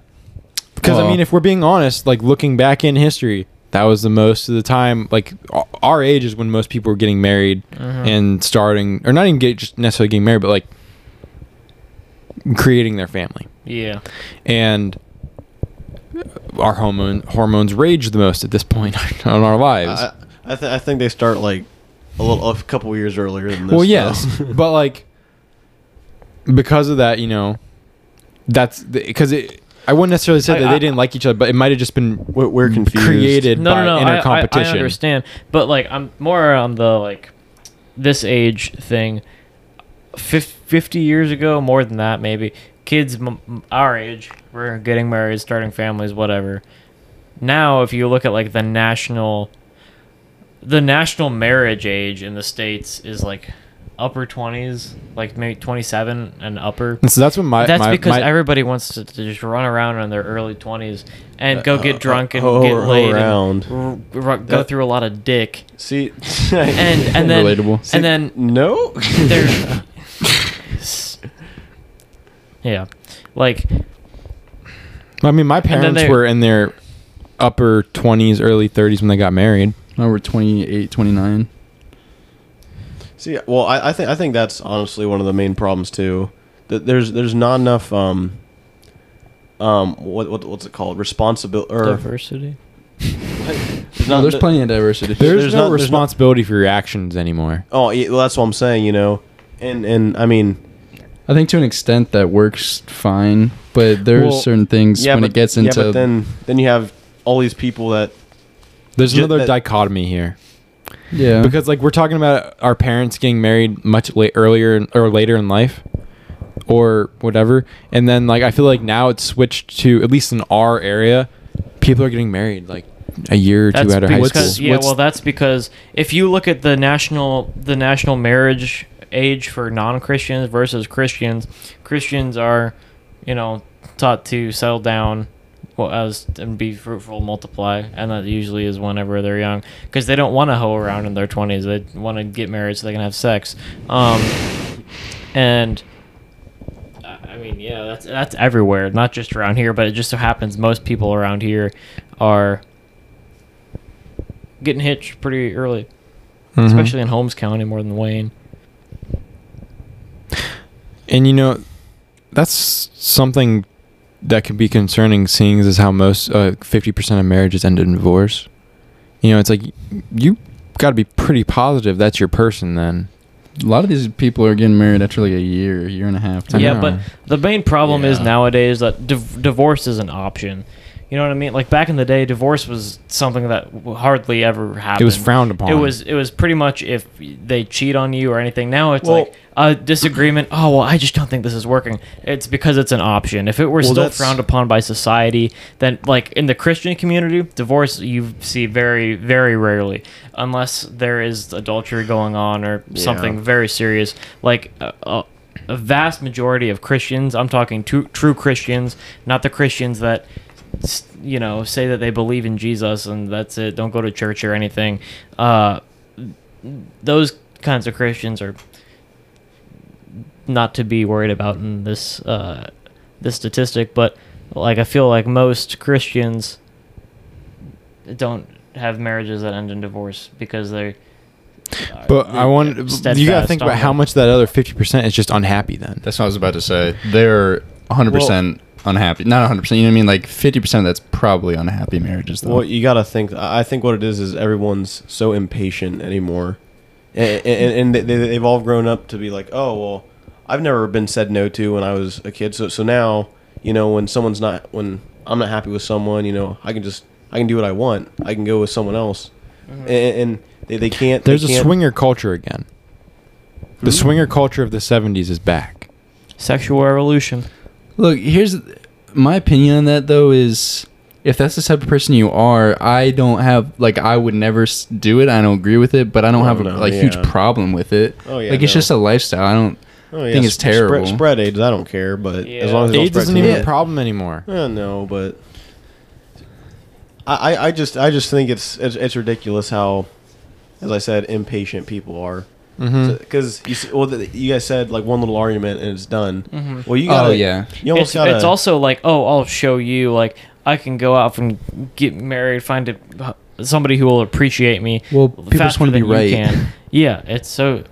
Because I Well- mean, if we're being honest, like looking back in history, that was the most of the time. Like o- our age is when most people were getting married and starting, or not even get just necessarily getting married, but like creating their family. mate. Yeah. and our hormone hormones rage the most at this point on our lives. I I, th- I think they start like a little a couple years earlier than this. well, though. yes, but like because of that, you know, that's because it. I wouldn't necessarily say I- that I- they didn't like each other, but it might have just been We're- we're confused. created no, by no, no. inner I, I, I competition. understand, but like I'm more on the like this age thing. Fif- Fifty years ago, more than that, maybe kids m- m- our age were getting married, starting families, whatever. Now, if you look at like the national, the national marriage age in the states is like upper twenties, like maybe twenty seven and upper. And so that's when my That's my, because my- everybody wants to, to just run around in their early 20s and Uh, go get drunk and ho- get ho- laid oh, around. and r- r- go That- through a lot of dick. See, And and then Relatable. and then no. they're Yeah. Like I mean, my then parents they- were in their upper twenties, early thirties when they got married. Now we're 28, 29. See, well, I, I think I think that's honestly one of the main problems too. That there's there's not enough um um what, what what's it called responsibility or diversity. there's No, not there's th- plenty of diversity. There's, There's no not- there's not- responsibility for your actions anymore. Oh, yeah, well, that's what I'm saying. You know, and and I mean, I think to an extent that works fine, but there Well, are certain things yeah, when but, it gets into yeah, but then then you have all these people that There's Ju- another that- dichotomy here. yeah. because like we're talking about our parents getting married much late earlier in- or later in life or whatever and then like i feel like now it's switched to at least in our area people are getting married like a year or two That's out of high because school yeah, What's- well that's because if you look at the national the national marriage age for non-Christians versus Christians, Christians are, you know, taught to settle down well, as and be fruitful, multiply, and that usually is whenever they're young because they don't want to hoe around in their 20s. They want to get married so they can have sex. Um and I I mean, yeah, that's that's everywhere, not just around here, but it just so happens most people around here are getting hitched pretty early, Mhm. especially in Holmes County more than Wayne. and you know that's something that could be concerning seeing as how most uh, 50% of marriages end in divorce you know it's like you got to be pretty positive that's your person then a lot of these people are getting married after like a year, year and a half. I Yeah. know. yeah, but the main problem is Yeah. nowadays that div- divorce is an option. You know what I mean? Like back in the day, divorce was something that w- hardly ever happened. frowned upon. It was it was pretty much if they cheat on you or anything. Now it's Well- like a disagreement. Oh well, I just don't think this is working. It's because it's an option. If it were Well, still that's- frowned upon by society, then like in the Christian community, divorce you see very very rarely, unless there is adultery going on or something very serious. Like a, a, a vast majority of Christians, I'm talking true, true Christians, not the Christians that s- you know say that they believe in Jesus and that's it. Don't go to church or anything. Uh, those kinds of Christians are not to be worried about in this uh, this statistic, but like I feel like most Christians don't have marriages that end in divorce because they. But I want you gotta think about how much that other fifty percent is just unhappy. Then That's what I was about to say. They're 100% unhappy. Not 100%. You know what I mean? Like 50% of that's probably unhappy marriages, though. Well, you gotta think. I I think what it is is everyone's so impatient anymore, and, and, and they, they've all grown up to be like, oh well, I've never been said no to when I was a kid, so so now you know when someone's not when I'm not happy with someone, you know I can just I can do what I want. I can go with someone else, and, and they, they can't. there's they a can't- Hmm. swinger culture again. The swinger culture of the seventies is back. sexual revolution. Look, here's my opinion on that though is if that's the type of person you are, I don't have like I would never s- do it. I don't agree with it, but I don't Oh, have a no, like huge yeah. problem with it. Oh, yeah, like it's no. just a lifestyle. I don't. Oh, yeah, think it's sp- spread- terrible. Spread, AIDS, I don't care, but as Yeah. long as it don't AIDS spread isn't too even much. a problem anymore. Eh, no, but I, I, I just I just think it's, it's it's ridiculous how, as I said, impatient people are. Mm-hmm. Because you s- well, the, you guys said like one little argument and it's done. Well, you got Oh, yeah. You almost Mm-hmm. it's, gotta. it's also like oh i'll show you like i can go out and get married find a, somebody who will appreciate me Well, people just faster wanna be than you right. can. yeah it's so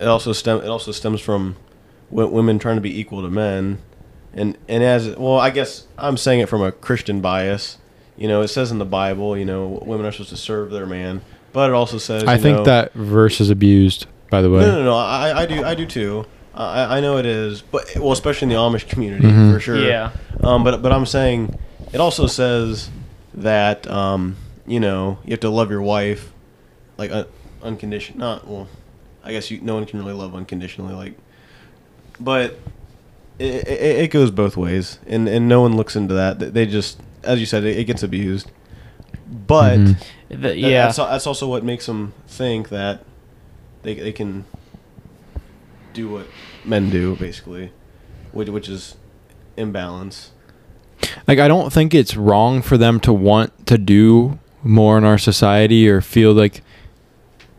it also stem it also stems from wo- women trying to be equal to men, and and as well, I guess I'm saying it from a Christian bias. You know, it says in the Bible, you know, women are supposed to serve their man, but it also says I you think know, that verse is abused. By the way, No, no, no. I, I do, I do too. I, I know it is, but well, especially in the Amish community for sure. Yeah. Um, but but I'm saying it also says that um, you know, you have to love your wife like un- unconditional. Not well, I guess you no one can really love unconditionally. Like, but it, it, it goes both ways, and and no one looks into that. They- They just, as you said, it, it gets abused. But the, that- yeah that's, al- that's also what makes them think that they they can do what men do basically, which which is imbalance. like I don't think it's wrong for them to want to do more in our society or feel like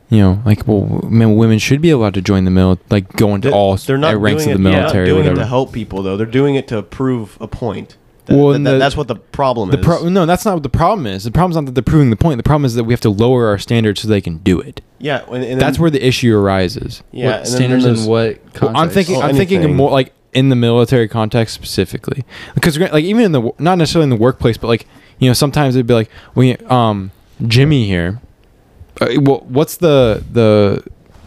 you know like well men, women should be allowed to join the mil like go into all they're not ranks of doing the it, they're not military or doing it whatever. to help people though. They're doing it to prove a point. That- Well, that- and that- the- that's what the problem the is. pro- no that's not what the problem is the problem's not that they're proving the point the problem is that we have to lower our standards so they can do it yeah, and, and that's then- where the issue arises yeah, what and then standards there's- and what context? Well, I'm thinking. Oh, I'm thinking anything. more like in the military context specifically, because gra- like even in the wo- not necessarily in the workplace, but like you know sometimes it'd be like we um Jimmy here. Uh, well, what's the the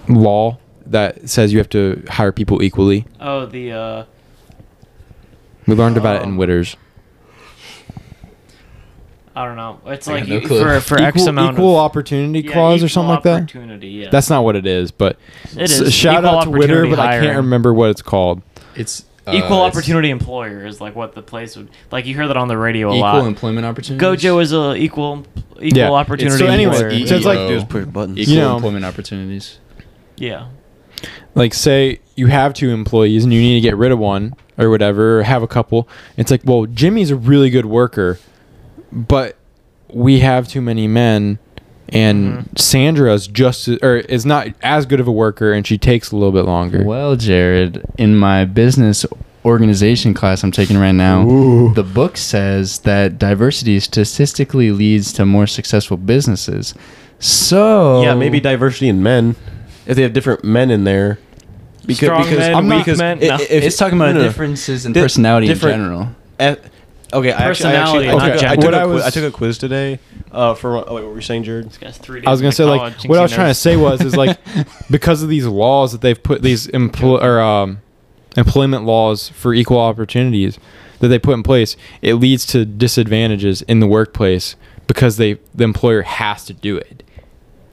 law that says you have to hire people equally? oh the uh We learned about it in Um, Witters. i don't know it's I like got no you, clue. for, for x Equal- amount equal of opportunity Yeah, clause or equal something like that. opportunity, yeah. That's not what it is, but It s- is. shout Equal out to Witter, opportunity but I can't hiring. remember what it's called. it's equal opportunity employer is like what the place would like you hear that on the radio a Equal lot employment opportunity. gojo is a equal equal Yeah. opportunity So anyway, E employer. so it's like- do is push buttons. equal You know- employment opportunities. yeah like say you have two employees and you need to get rid of one or whatever or have a couple it's like well jimmy's a really good worker but we have too many men and sandra's just or is not as good of a worker and she takes a little bit longer Well, Jared, in my business organization class I'm taking right now, the book says that diversity statistically leads to more successful businesses. So Yeah, maybe diversity in men. If they have different men in there, because Strong men, I'm not- weak men, i- no. i- if- it's talking about no, no, no. differences in Di- personality in different- general. At- Eh, Okay, I actually, I Personality, actually not I took, a, I, gender. took What a I qui- was- I took a quiz today. Uh, for oh wait, what were you saying, Jared? This guy's three days I was gonna into say college, like thinks what he I was trying to knows. say was is like because of these laws that they've put these empl- or um, employment laws for equal opportunities that they put in place, it leads to disadvantages in the workplace because they the employer has to do it.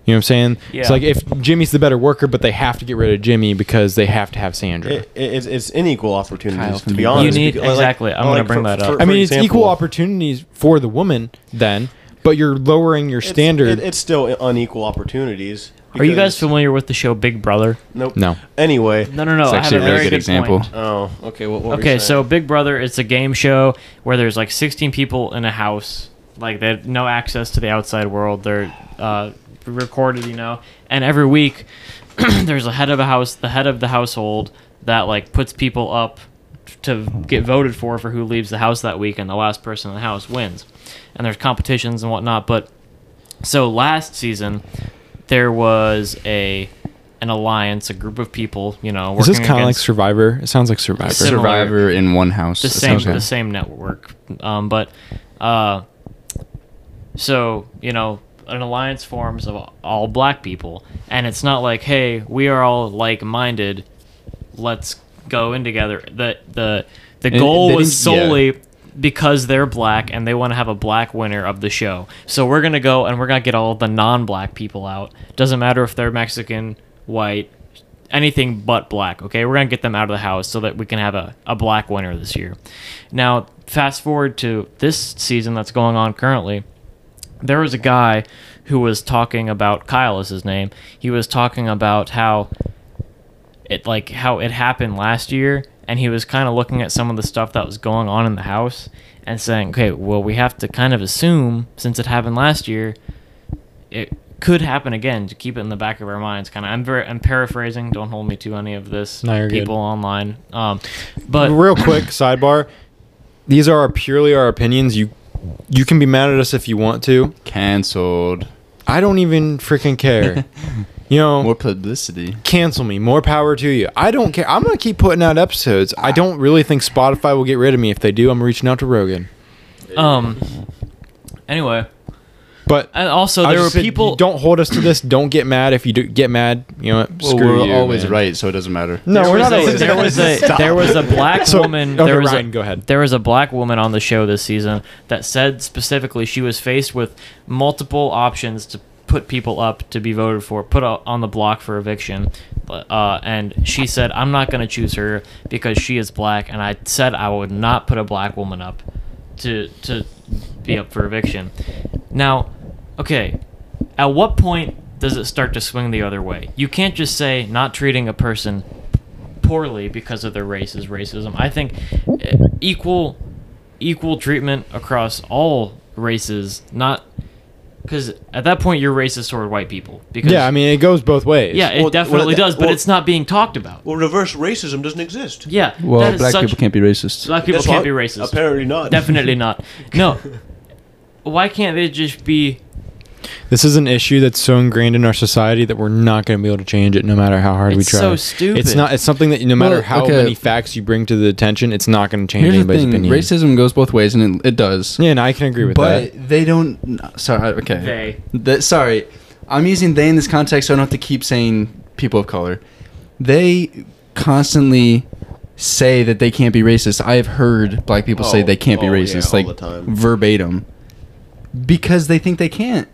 You know what I'm saying? Yeah. It's like if Jimmy's the better worker, but they have to get rid of Jimmy because they have to have Sandra. It, it, it's, it's unequal opportunities, Kyle's to be gonna honest. be- You need- because, like- exactly, I'm gonna bring that up. I mean, it's equal example- opportunities for the woman then, but you're lowering your It's- standard. it- it's still unequal opportunities. Are you guys because- familiar with the show Big Brother? Nope. No. Anyway. No, no, no. It's I have actually a a really very good example. point. Oh, okay. What, what were you Okay, saying? so Big Brother, it's a game show where there's like 16 people in a house. Like they have no access to the outside world. They're uh, recorded, you know. And every week, there's a head of a house, the head of the household that like puts people up to get voted for for who leaves the house that week, and the last person in the house wins. And there's competitions and whatnot, but so last season there was a an alliance, a group of people, you know, Is this working kind of like against- Survivor? It sounds like Survivor. Similar. Survivor in one house. the That same sounds good. the same network um, but uh, so you know an alliance forms of all black people and it's not like hey we are all like-minded let's go in together the the the And goal they was didn't- yeah. solely because they're black and they want to have a black winner of the show so we're gonna go and we're gonna get all the non-black people out doesn't matter if they're mexican white anything but black. Okay, we're gonna get them out of the house so that we can have a, a black winner this year. Now, fast forward to this season that's going on currently. There was a guy who was talking about Kyle is his name. He was talking about how it like how it happened last year and he was kind of looking at some of the stuff that was going on in the house and saying, "Okay, well we have to kind of assume since it happened last year, it could happen again to keep it in the back of our minds kind of i'm very i'm paraphrasing don't hold me to any of this No, you're good. people online um but real quick sidebar these are our purely our opinions you you can be mad at us if you want to Cancelled. i don't even freaking care you know More publicity. cancel me more power to you i don't care i'm gonna keep putting out episodes i don't really think spotify will get rid of me if they do i'm reaching out to rogan um anyway but and also I Uh, there were just said, people don't hold us to this don't get mad if you do get mad you know what, Well, screw we're you, always man. right, so it doesn't matter. no there we're was not a, always there was a there was a black So- woman okay, there was Ryan, a, go ahead. there was a black woman on the show this season that said specifically she was faced with multiple options to put people up to be voted for put o- on the block for eviction but, uh, and she said i'm not going to choose her because she is black and i said i would not put a black woman up to to be up for eviction now okay at what point does it start to swing the other way you can't just say not treating a person poorly because of their race is racism. I think eh, equal equal treatment across all races, not because at that point your race is toward white people. Because yeah i mean it goes both ways yeah, it Well, definitely well, does, but well- it's not being talked about. well, reverse racism doesn't exist. Yeah, that Well, is black such- people can't be racist. Black people That's can't what- be racist. Apparently not. Definitely not. No. Why can't they just be? This is an issue that's so ingrained in our society that we're not going to be able to change it, no matter how hard we It's try. so stupid. It's not. It's something that no matter Well, how okay. many facts you bring to the attention, it's not going to change Here's the anybody's thing: opinion. racism goes both ways, and it, it does. yeah, and I can agree with but that. they don't. no, Sorry. Okay. They. sorry, I'm using they in this context, so I don't have to keep saying people of color. They constantly say that they can't be racist. I have heard black people say Oh, they can't be oh, yeah, racist, all like the time. verbatim, because they think they can't.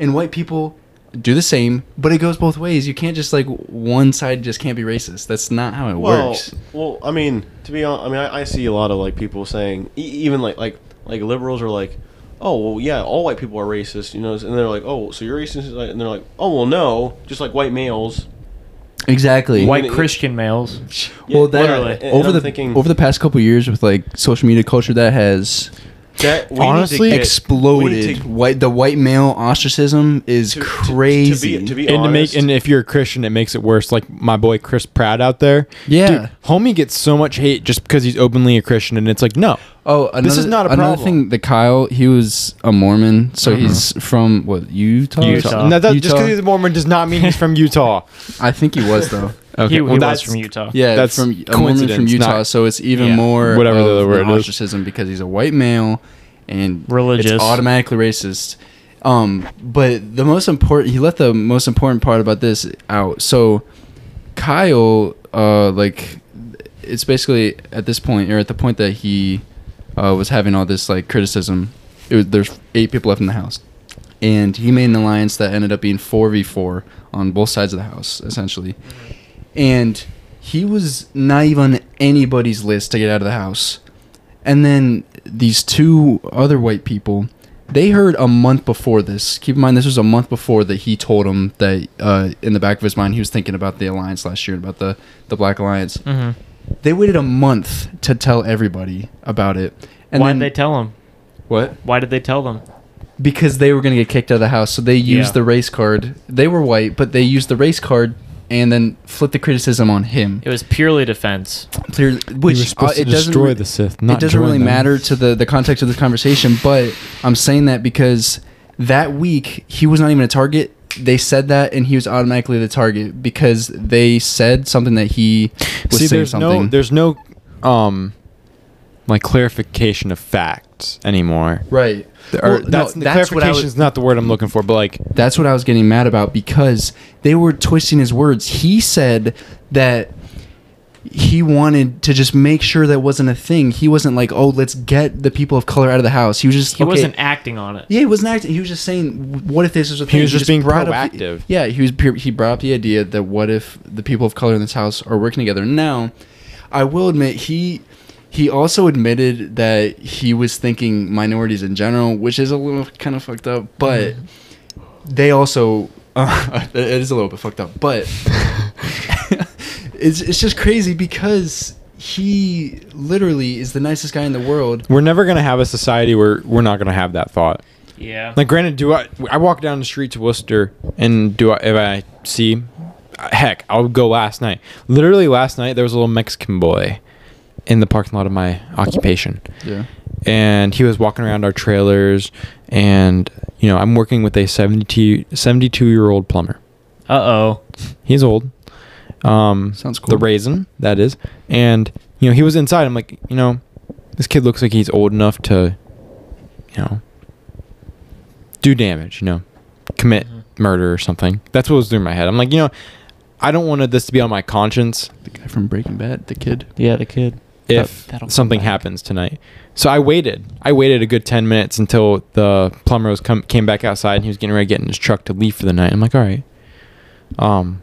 And white people do the same, but it goes both ways. You can't just like one side just can't be racist. That's not how it well, works. Well, I mean, to be honest, I mean, I, I see a lot of like people saying, e- even like like like liberals are like, oh well, yeah, all white people are racist, you know, and they're like, oh, so you're racist, like- and they're like, oh well, no, just like white males. Exactly. White White Christian males. well, that literally. And- and over I'm the thinking- over the past couple years with like social media culture that has That we need to Honestly, get- we exploded. need to- white the white male ostracism is to- to- crazy. To, be, to be and to honest, make and if you're a Christian, it makes it worse. Like my boy Chris Pratt out there. Yeah. homie gets so much hate just because he's openly a Christian, and it's like no. oh, another, is not a another problem. thing. The Kyle, he was a Mormon, so he's from what Utah. Utah. Uh-huh. No, that- just Utah? because he's a Mormon does not mean he's from Utah. I think he was though. Okay, He, well, he was that's- from Utah. Yeah, That's that's from a woman from coincidence, Utah, not- so it's even Yeah. more Whatever of the an word is. ostracism because he's a white male and Religious. It's automatically racist. Um, but the most important, he left the most important part about this out. So Kyle, uh, like, it's basically at this point or at the point that he uh, was having all this like criticism. It was, there's eight people left in the house and he made an alliance that ended up being 4v4 on both sides of the house essentially and he was not even on anybody's list to get out of the house and then these two other white people they heard a month before this keep in mind this was a month before that he told them that uh, in the back of his mind he was thinking about the alliance last year about the, the black alliance Mhm. they waited a month to tell everybody about it and Why then did they tell him? what Why did they tell them? because they were going to get kicked out of the house. So they used Yeah. the race card. They were white, but they used the race card and then flipped the criticism on him. It was purely defense. Clear, which were supposed uh, to it doesn't destroy re- the Sith, not it doesn't join really them. matter to the the context of this conversation. But I'm saying that because that week he was not even a target. They said that, and he was automatically the target because they said something that he was See, saying there's something. no, there's no, um, like clarification of facts anymore. right. Or, Well, no, that's, the that's what I clarification was- is not the word I'm looking for, but like, That's what I was getting mad about because they were twisting his words. He said that he wanted to just make sure that wasn't a thing. He wasn't like, "Oh, let's get the people of color out of the house." He was just He okay. wasn't acting on it. Yeah, he wasn't acting. He was just saying, "What if this is a thing?" was just being brought up the- proactive. yeah, he was. pure- He brought up the idea that what if the people of color in this house are working together? Now, I will admit he he also admitted that he was thinking minorities in general, which is a little kind of fucked up. But Mm-hmm. they also uh, it is a little bit fucked up, but it's it's just crazy because he literally is the nicest guy in the world. we're never gonna have a society where we're not gonna have that thought. Yeah. Like, granted, do I? I walk down the street to Worcester, and do I? If I see, heck, I'll go last night. Literally last night, there was a little Mexican boy in the parking lot of my occupation, Yeah. and he was walking around our trailers. And you know, I'm working with a 72 72 year old plumber. Uh oh. He's old. Um, Sounds cool. The raisin that is, and you know, he was inside. I'm like, you know, this kid looks like he's old enough to, you know, do damage. You know, commit murder or something. That's what was through my head. I'm like, you know, I don't want this to be on my conscience The guy from Breaking Bad, the kid. Yeah, the kid. if That- that'll come something back. happens tonight. So I waited. I waited a good 10 minutes until the plumber was come, came back outside and he was getting ready to get in his truck to leave for the night. I'm like, all right. Um,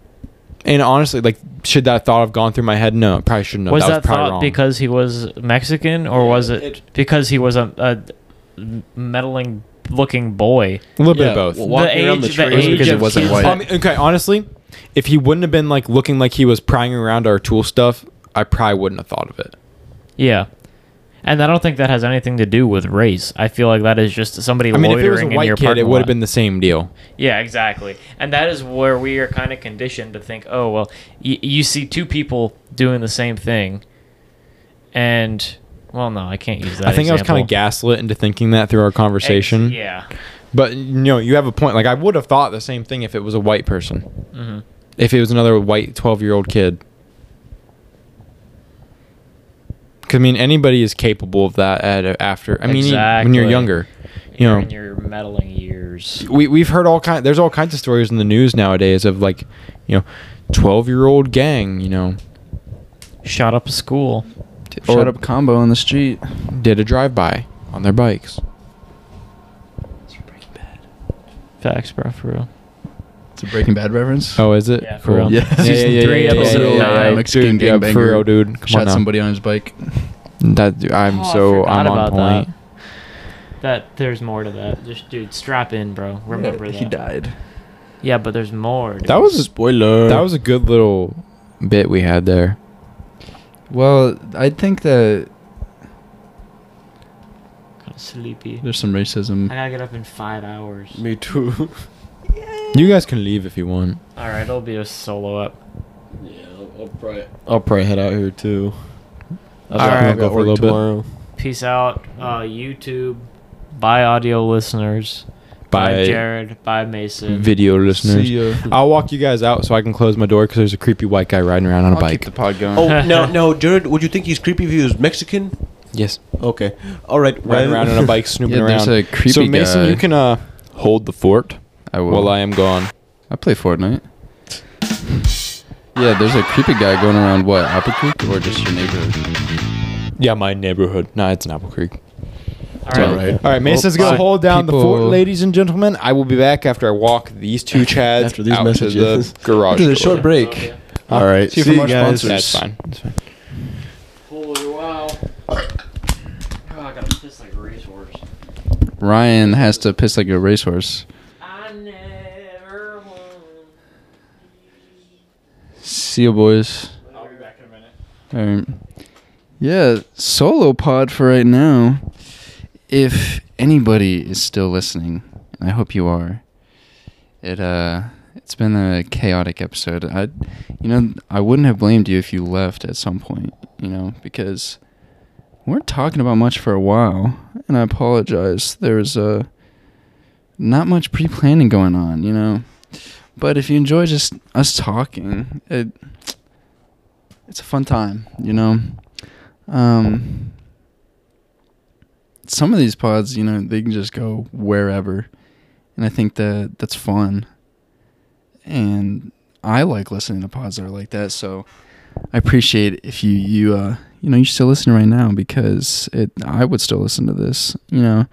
and honestly, like, should that thought have gone through my head? No, it probably shouldn't have. was that, that, was probably thought wrong. because he was Mexican, or Yeah, was it, it- because he was a, a meddling looking boy? a little bit Yeah, of both. well, Walking the around age, the the tree. It was age because of it wasn't kids- Um, white. I mean, okay, honestly, if he wouldn't have been like looking like he was prying around our tool stuff, I probably wouldn't have thought of it. Yeah. And I don't think that has anything to do with race. I feel like that is just somebody I mean, if it was a loitering in your white kid, parking it would have lot. been the same deal. Yeah, exactly. And that is where we are kind of conditioned to think, oh, well, y- you see two people doing the same thing. And, well, no, I can't use that. I think I was kind of example. gaslit into thinking that through our Ex- conversation. yeah. But you know, you have a point. Like I would have thought the same thing if it was a white person. hmm If it was another white twelve-year-old kid. 'Cause, I mean, anybody is capable of that. At after, I mean, you- when you're Exactly. younger, you You're know, in your meddling years. we we've heard all kind. There's all kinds of stories in the news nowadays of like, you know, twelve-year-old gang. You know, Shot up a school. Shut up combo on the street. did a drive-by on their bikes. Facts, bro, for real. It's a Breaking Bad reference. Oh, is it? Yeah, for real. Yeah. Season three, episode nine. Mexican Dude, yeah, gangbanger for real, dude. Come Shot on now. somebody on his bike. That dude, I'm Oh, I so forgot I'm on about that. point. That there's more to that. Just dude, strap in, bro. Remember that. He died. Yeah, but there's more. dude. That was Spoiler. that was a good little bit we had there. well. I think that kind of sleepy. there's some I racism. gotta get up in five hours. Me too. You guys can leave if you want. All right, it'll be a solo up. Yeah, I'll, I'll probably. I'll probably head out here too. All I'll right, go for a little bit. tomorrow. peace out, uh, YouTube, bye, audio listeners. Bye, by Jared. Bye, Mason. video listeners. See ya. I'll walk you guys out so I can close my door because there's a creepy white guy riding around on a I'll bike. keep the pod going. Oh no, no, Jared. Would you think he's creepy if he was Mexican? yes, Okay. All right. riding well- around on a bike, snooping Yeah, around. there's a creepy so Mason, guy. you can uh, hold the fort I will. while I am gone. I play Fortnite. yeah, there's a creepy guy going around what Albuquerque or just your neighborhood. Yeah, my neighborhood. Nah, it's in Apple Creek. All right. All right, Mason's gonna Well, hold down the fort, people- ladies and gentlemen. I will be back after I walk these two chads After these out messages. to the garage. After the door. short break. Huh? All right, See, see you you for more guys. sponsors. That's fine. That's fine. Holy wow. Oh, I gotta piss like a racehorse. Ryan has to piss like a racehorse. I never won. See ya, boys. I'll be back in a minute. All right. Yeah, solo pod for right now. If anybody is still listening, and I hope you are, it uh, it's been a chaotic episode. I, you know, I wouldn't have blamed you if you left at some point. You know, because we weren't talking about much for a while, and I apologize. There's uh, not much pre-planning going on. You know, but if you enjoy just us talking, it it's a fun time, you know. Um, some of these pods, you know, they can just go wherever, and I think that that's fun. And I like listening to pods that are like that, so I appreciate if you you uh you know you're still listening right now because it I would still listen to this, you know.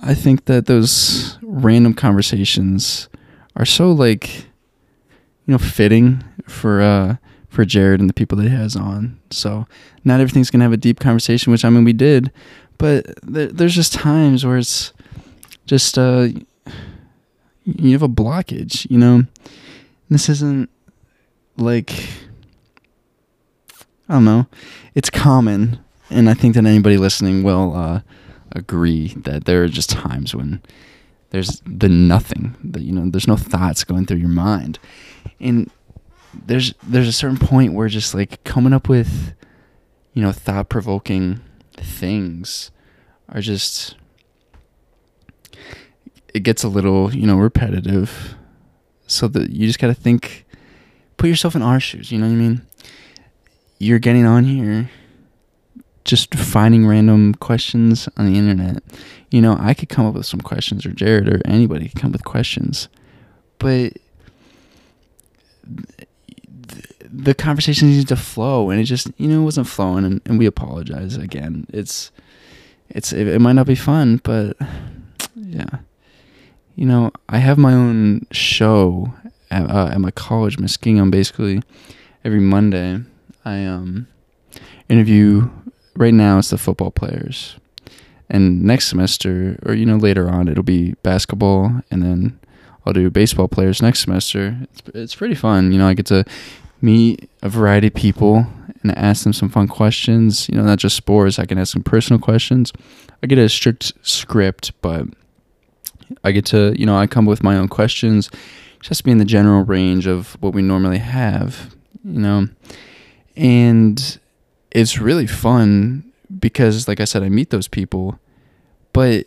I think that those random conversations are so like you know fitting for uh for Jared and the people that he has on. So not everything's gonna have a deep conversation, which I mean we did, but th- there's just times where it's just uh you have a blockage, you know. This isn't like I don't know. It's common, and I think that anybody listening will uh, agree that there are just times when there's the nothing that you know. There's no thoughts going through your mind, and there's there's a certain point where just like coming up with you know thought provoking things are just it gets a little you know repetitive so that you just got to think put yourself in our shoes you know what i mean you're getting on here just finding random questions on the internet you know i could come up with some questions or jared or anybody could come with questions but the conversation needs to flow and it just you know it wasn't flowing and, and we apologize again it's it's it, it might not be fun but yeah you know i have my own show at, uh, at my college muskingum basically every monday i um interview right now it's the football players and next semester or you know later on it'll be basketball and then i'll do baseball players next semester it's, it's pretty fun you know i get to meet a variety of people and ask them some fun questions. You know, not just sports. I can ask them personal questions. I get a strict script, but I get to, you know, I come up with my own questions. It Just be in the general range of what we normally have, you know. And it's really fun because, like I said, I meet those people, but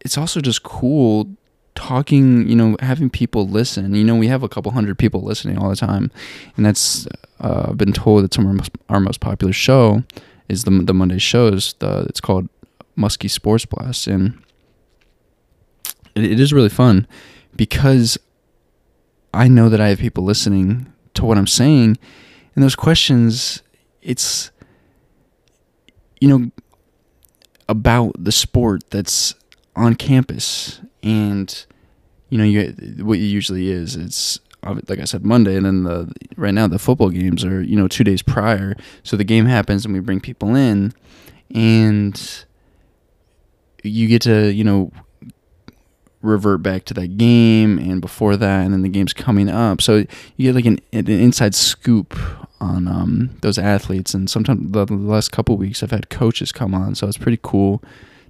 it's also just cool talking, you know, having people listen. You know, we have a couple hundred people listening all the time and that's uh, I've been told that some of our most, our most popular show is the the Monday shows. The, it's called Muskie Sports Blast, and it, it is really fun because I know that I have people listening to what I'm saying, and those questions, it's you know about the sport that's on campus and you know you what it usually is it's uh, like I said Monday and then the right now the football games are you know 2 days prior so the game happens and we bring people in and you get to you know revert back to that game and before that and then the game's coming up so you get like an, an inside scoop on um, those athletes and sometimes the the last couple weeks i've had coaches come on so it's pretty cool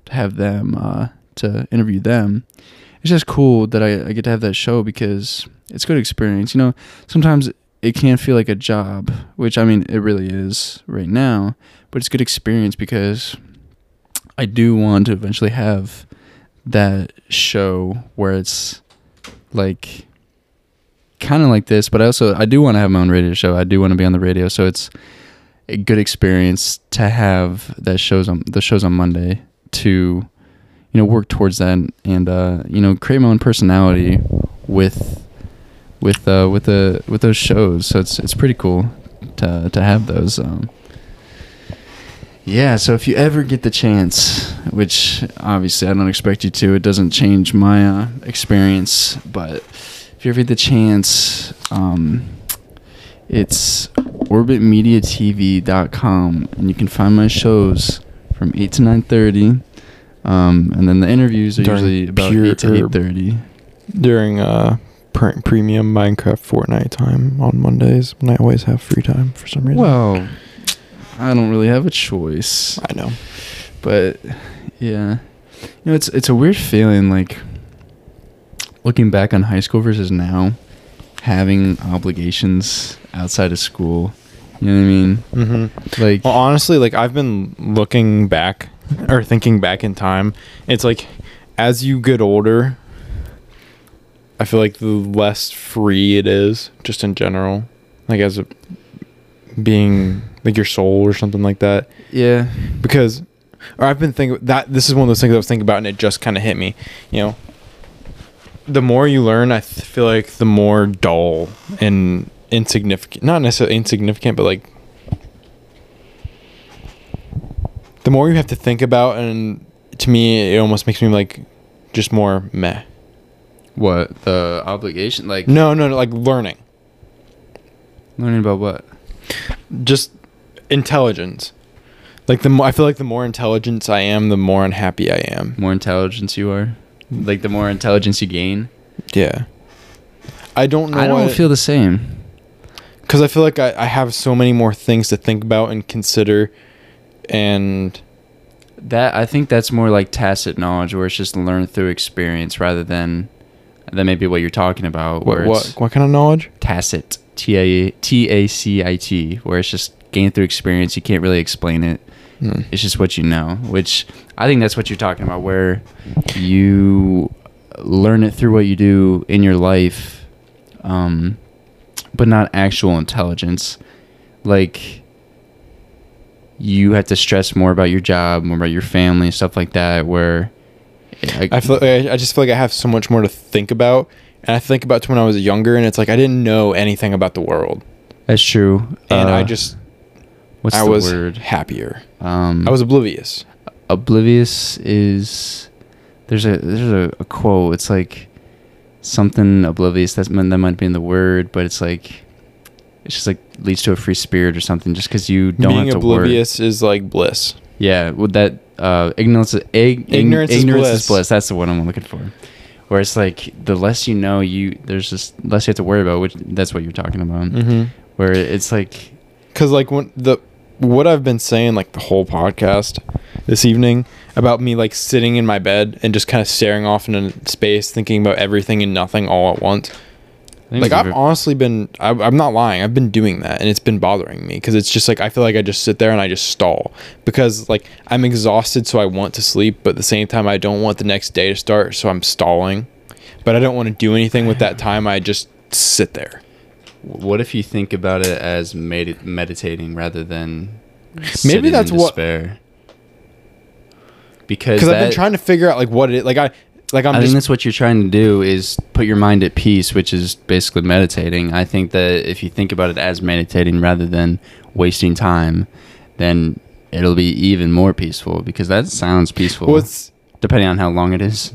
to have them uh, to interview them it's just cool that I, I get to have that show because it's good experience you know sometimes it can feel like a job which i mean it really is right now but it's good experience because i do want to eventually have that show where it's like kind of like this, but I also I do want to have my own radio show. I do want to be on the radio, so it's a good experience to have that shows on the shows on Monday to you know work towards that and uh, you know create my own personality with with uh, with the with those shows. So it's it's pretty cool to to have those. Um, yeah, so if you ever get the chance, which obviously I don't expect you to, it doesn't change my uh, experience, but if you ever get the chance, um, it's orbitmediatv.com and you can find my shows from 8 to 9.30 um, and then the interviews are During usually about pure 8 to herb. 8.30 during uh pre- premium Minecraft Fortnite time on Mondays when I always have free time for some reason. well i don't really have a choice I know. but yeah you know it's it's a weird feeling like looking back on high school versus now having obligations outside of school you know what i mean Mm-hmm. like Well, Well, honestly, like I've been looking back or thinking back in time, it's like as you get older, I feel like the less free it is, just in general, like as a being like your soul or something like that. yeah Because, or I've been thinking that this is one of those things I was thinking about, and it just kind of hit me. You know, the more you learn, I th- feel like the more dull and insignificant, not necessarily insignificant, but like the more you have to think about, and to me, it almost makes me like just more meh. what the obligation like No, no, no like learning, learning about what just intelligence. Like the mo- I feel like the more intelligence I am, the more unhappy I am. more intelligence you are like the more intelligence you gain Yeah. I don't know. i don't what, feel the same because I feel like I, I have so many more things to think about and consider, and that i think that's more like tacit knowledge where it's just learned through experience rather than that may be what you're talking about where what it's- what what kind of knowledge? tacit T A T A C I T, where it's just gained through experience. You can't really explain it. Hmm. It's just what you know, which I think that's what you're talking about, where you learn it through what you do in your life, um, but not actual intelligence. Like you have to stress more about your job, more about your family, stuff like that. Where I feel I, I just feel like I have so much more to think about, and I think about to when I was younger, and it's like I didn't know anything about the world, that's true, and I Uh, just what's I the was word? happier. Um, I was oblivious. oblivious is there's a there's a, a quote it's like something oblivious that's meant that might be in the word but it's like it's just like leads to a free spirit or something just because you don't Being have to oblivious is like bliss. worry yeah would that uh ignorance is, ig- ignorance, Ignorance is ignorance is, bliss. bliss. that's the one i'm looking for where it's like the less you know you there's just less you have to worry about which that's what you're talking about Mm-hmm. where it's like because like when the what I've been saying like the whole podcast this evening about me like sitting in my bed and just kind of staring off into space, thinking about everything and nothing all at once. I think Like it's a I've ver- honestly been, I, I'm not lying. I've been doing that, and it's been bothering me because it's just like I feel like I just sit there and I just stall because like I'm exhausted, so I want to sleep, but at the same time I don't want the next day to start, so I'm stalling. But I don't want to do anything with that time. I just sit there. What if you think about it as med- meditating rather than Maybe sitting that's in what- despair? Because Because that, I've been trying to figure out like what it like I like I'm i just think that's what you're trying to do is put your mind at peace, which is basically meditating. I think that if you think about it as meditating rather than wasting time, then it'll be even more peaceful because that sounds peaceful. Well, it's depending on how long it is.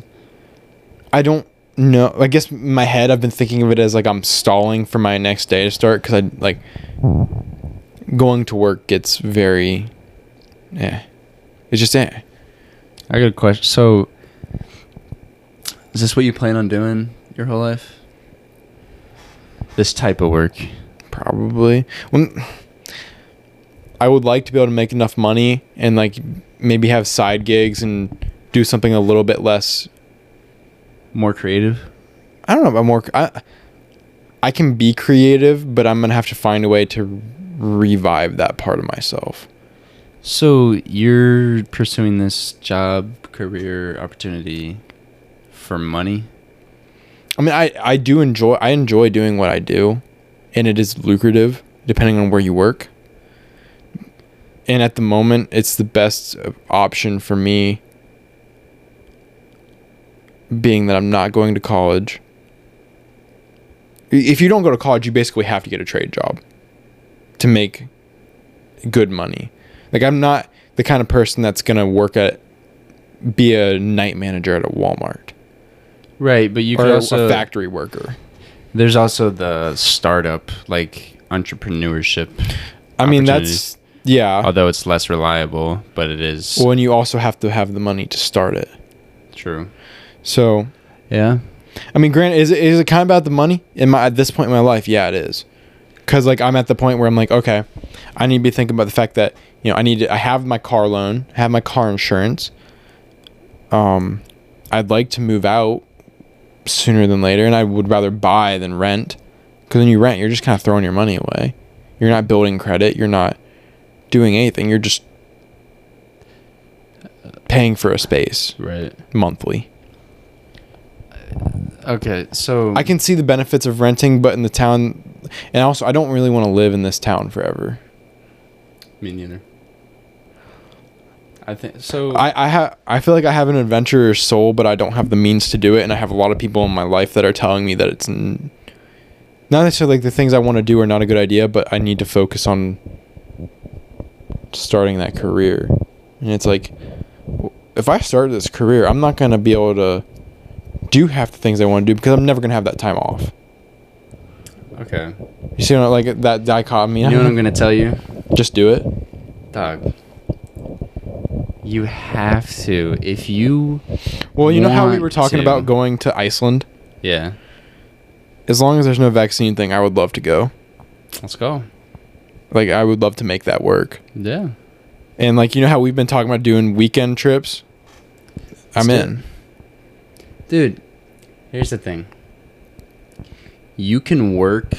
I don't know. I guess in my head I've been thinking of it as like I'm stalling for my next day to start because I like going to work gets very, yeah, it's just eh. I got a question. So, is this what you plan on doing your whole life? This type of work. probably when I would like to be able to make enough money and like maybe have side gigs and do something a little bit less. More creative? I don't know about more. I I can be creative, but I'm gonna have to find a way to revive that part of myself. So, you're pursuing this job, career, opportunity for money? I mean, I I do enjoy I enjoy doing what I do, and it is lucrative depending on where you work. And at the moment, it's the best option for me, being that I'm not going to college. I- If you don't go to college, you basically have to get a trade job to make good money. Like I'm not the kind of person that's gonna work at be a night manager at a Walmart Right, but you or could a- also a factory worker. there's also the startup like entrepreneurship. I mean, opportunities. that's yeah. although it's less reliable, but it is Well, and you also have to have the money to start it. true. So, Yeah. I mean, granted, is it, is it kind of about the money? In my at this point in my life, yeah, it is. Because like I'm at the point where I'm like, okay, I need to be thinking about the fact that you know I need to, I have my car loan, I have my car insurance. Um, I'd like to move out sooner than later, and I would rather buy than rent. Because when you rent, you're just kind of throwing your money away. You're not building credit. You're not doing anything. You're just paying for a space Right. monthly. Okay. So I can see the benefits of renting, but in the town, and also I don't really want to live in this town forever. me neither. I think so. I I ha- I feel like I have an adventurer soul, but I don't have the means to do it, and I have a lot of people in my life that are telling me that it's n- not necessarily like the things I want to do are not a good idea, but I need to focus on starting that career, and it's like w- if I start this career, I'm not gonna be able to do half the things I want to do because I'm never gonna have that time off. okay. You see, what I- like that dichotomy. You know what I'm gonna tell you, Just do it. dog. You have to if you. Well, you know how we want were talking to- about going to Iceland? Yeah. As long as there's no vaccine thing, I would love to go. Let's go. Like, I would love to make that work. Yeah. And, like, you know how we've been talking about doing weekend trips? I'm do in. Dude, here's the thing. You can work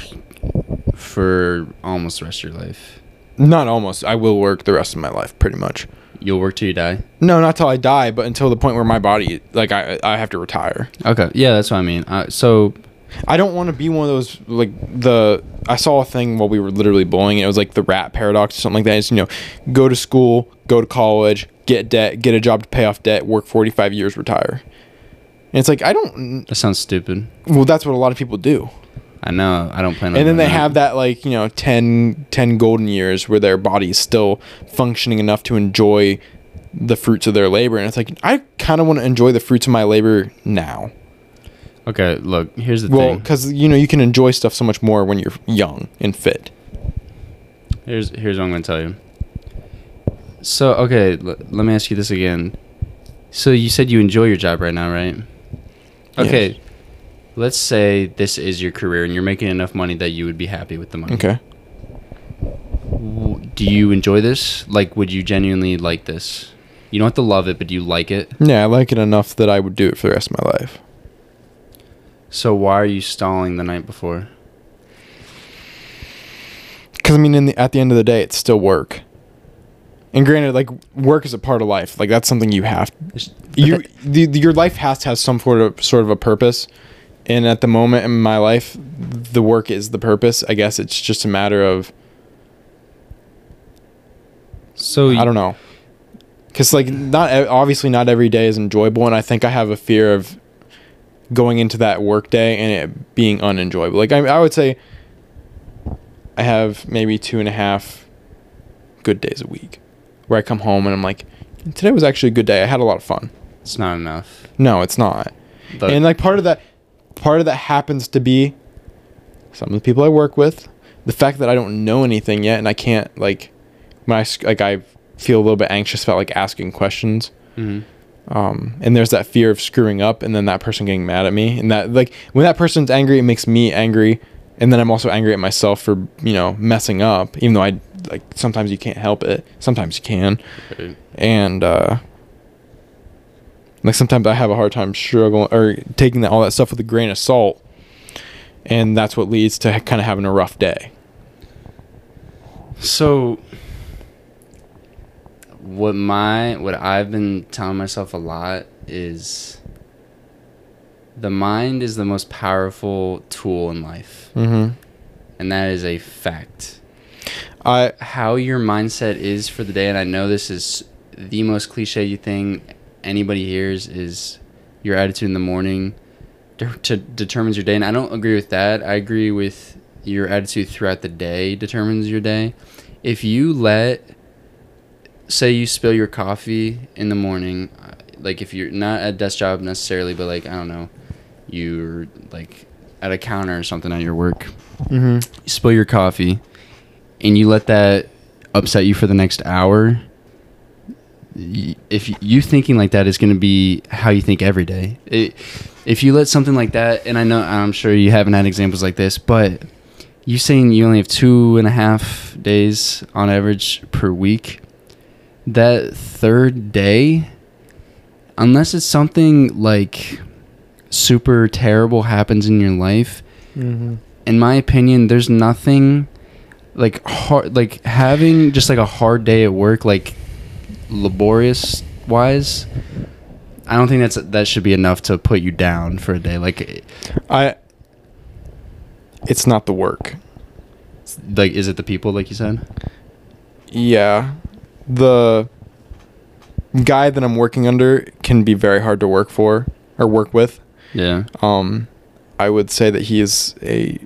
for almost the rest of your life. Not almost. I will work the rest of my life, pretty much. You'll work till you die. No, not till I die, but until the point where my body, like, I, I have to retire. Okay. Yeah, that's what I mean. Uh, so I don't want to be one of those like the I saw a thing while we were literally bowling. It was like the rat paradox or something like that. It's you know, go to school, go to college, get debt, get a job to pay off debt, work forty five years, retire. And it's like I don't. that sounds stupid. Well, that's what a lot of people do. I know. I don't plan on And then they doing have that. that like you know 10, 10 golden years where their body is still functioning enough to enjoy the fruits of their labor. And it's like I kind of want to enjoy the fruits of my labor now. Okay, look, here's the Well, thing. because you know you can enjoy stuff so much more when you're young and fit. Here's here's what I'm gonna tell you. So okay, l- let me ask you this again. So you said you enjoy your job right now, right? Okay. Let's say this is your career and you're making enough money that you would be happy with the money. Okay. W- Do you enjoy this? Like, would you genuinely like this? You don't have to love it, but do you like it? Yeah, I like it enough that I would do it for the rest of my life. So why are you stalling the night before? Because I mean, in the, at the end of the day, it's still work. And granted, like work is a part of life. Like that's something you have. You the, the- your life has to have some sort of sort of a purpose. And at the moment in my life, the work is the purpose. I guess it's just a matter of So I don't know. Because like not e- obviously not every day is enjoyable, and I think I have a fear of going into that work day and it being unenjoyable. Like I, I would say I have maybe two and a half good days a week where I come home and I'm like, today was actually a good day. I had a lot of fun. it's not enough. No, it's not. But- and like part of that, part of that happens to be some of the people I work with, the fact that I don't know anything yet, and I can't like, when I s- like I feel a little bit anxious about like asking questions. Mhm. Um, and there's that fear of screwing up, and then that person getting mad at me, and that like when that person's angry, it makes me angry, and then I'm also angry at myself for you know messing up, even though I like sometimes you can't help it, sometimes you can Right. and uh like sometimes I have a hard time struggling or taking that all that stuff with a grain of salt, and that's what leads to kind of having a rough day. So what my what I've been telling myself a lot is the mind is the most powerful tool in life, Mm-hmm. and that is a fact. I How your mindset is for the day, and I know this is the most cliche thing anybody hears is your attitude in the morning de- to determines your day. And I don't agree with that. I agree with your attitude throughout the day determines your day. If you let say you spill your coffee in the morning, uh, like if you're not at a desk job necessarily, but like I don't know, you're like at a counter or something at your work, Mhm. you spill your coffee, and you let that upset you for the next hour. y- If y- you thinking like that is going to be how you think every day, it, if you let something like that, and I know I'm sure you haven't had examples like this, but you saying you only have two and a half days on average per week, that third day, unless it's something like super terrible happens in your life, in my opinion, there's nothing like hard, like having just like a hard day at work, like laborious wise. I don't think that's that should be enough to put you down for a day. Like, I it's not the work. like is it the people like you said? Yeah. The guy that I'm working under can be very hard to work for or work with. Yeah. Um I would say that he is a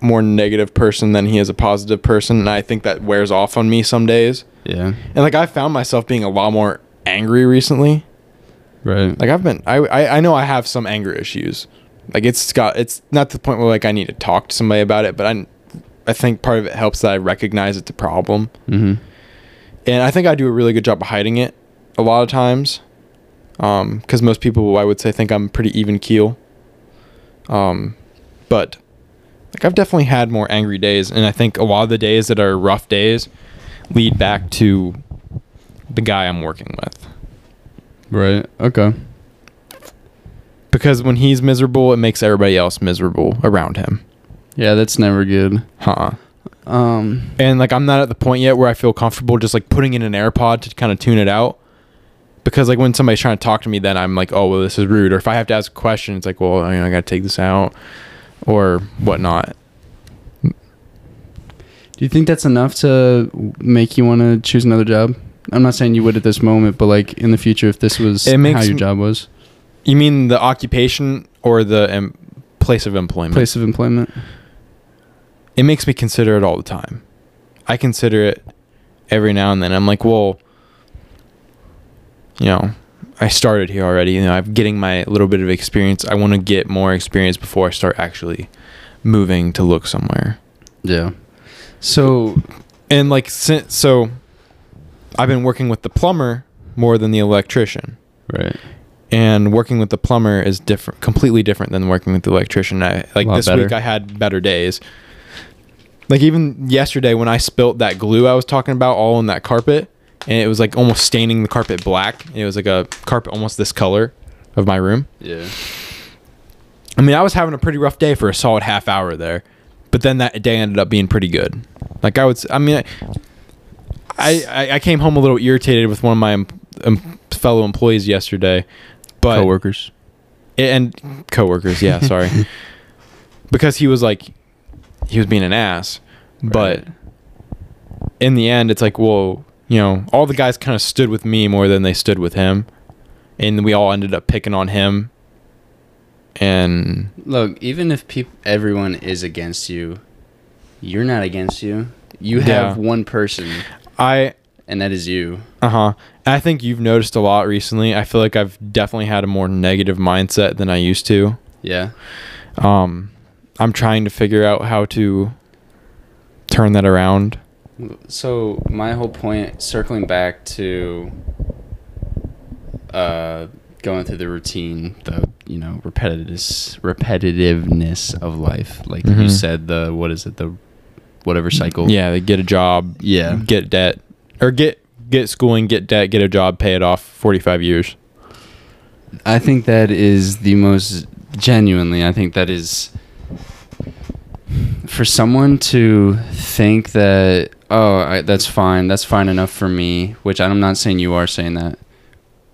more negative person than he is a positive person and I think that wears off on me some days. Yeah. And like I found myself being a lot more angry recently. Right. Like I've been I I, I know I have some anger issues. Like it's got it's not to the point where like I need to talk to somebody about it, but I I think part of it helps that I recognize it's a problem. Mm-hmm. and I think I do a really good job of hiding it a lot of times. Um, 'cause because most people I would say think I'm pretty even keel. Um, but like I've definitely had more angry days, and I think a lot of the days that are rough days lead back to the guy I'm working with. Right. Okay. Because when he's miserable, it makes everybody else miserable around him. Yeah, that's never good. Huh. Um. And like I'm not at the point yet where I feel comfortable just like putting in an AirPod to kind of tune it out. Because like when somebody's trying to talk to me, then I'm like, oh well, this is rude. Or if I have to ask a question, it's like, well, I, I gotta take this out, or whatnot. Do you think that's enough to make you want to choose another job? I'm not saying you would at this moment, but like in the future, if this was It makes how your m- job was, You mean the occupation or the em- place of employment? place of employment. It makes me consider it all the time. I consider it every now and then. I'm like, well, you know, I started here already. You know, I'm getting my little bit of experience. I want to get more experience before I start actually moving to look somewhere. Yeah. So And like, since so, I've been working with the plumber more than the electrician. right. And working with the plumber is different, completely different than working with the electrician. I like Lot this better. week. I had better days. Like even yesterday when I spilt that glue I was talking about all on that carpet, and it was like almost staining the carpet black. And it was like a carpet almost this color of my room. Yeah. I mean, I was having a pretty rough day for a solid half hour there, but then that day ended up being pretty good. Like I would, s- I mean, I I, I came home a little irritated with one of my em, em, fellow employees yesterday, but Coworkers. and coworkers, yeah, sorry, because he was like, he was being an ass, but in the end, it's like, well, you know, all the guys kind of stood with me more than they stood with him, and we all ended up picking on him, and. Look, even if peop- everyone is against you, you're not against you. You Yeah. have one person, I and that is you. uh huh. I think you've noticed a lot recently. I feel like I've definitely had a more negative mindset than I used to. Yeah. Um, I'm trying to figure out how to turn that around. So my whole point, circling back to uh, going through the routine, the you know repetitiveness, repetitiveness of life. Like you Mhm. said, the what is it, the whatever cycle. Yeah, to get a job. Yeah. get debt or get get schooling, get debt, get a job, pay it off. Forty five years. I think that is the most genuinely. I think that is for someone to think that oh I, that's fine, that's fine enough for me. Which I'm not saying you are saying that,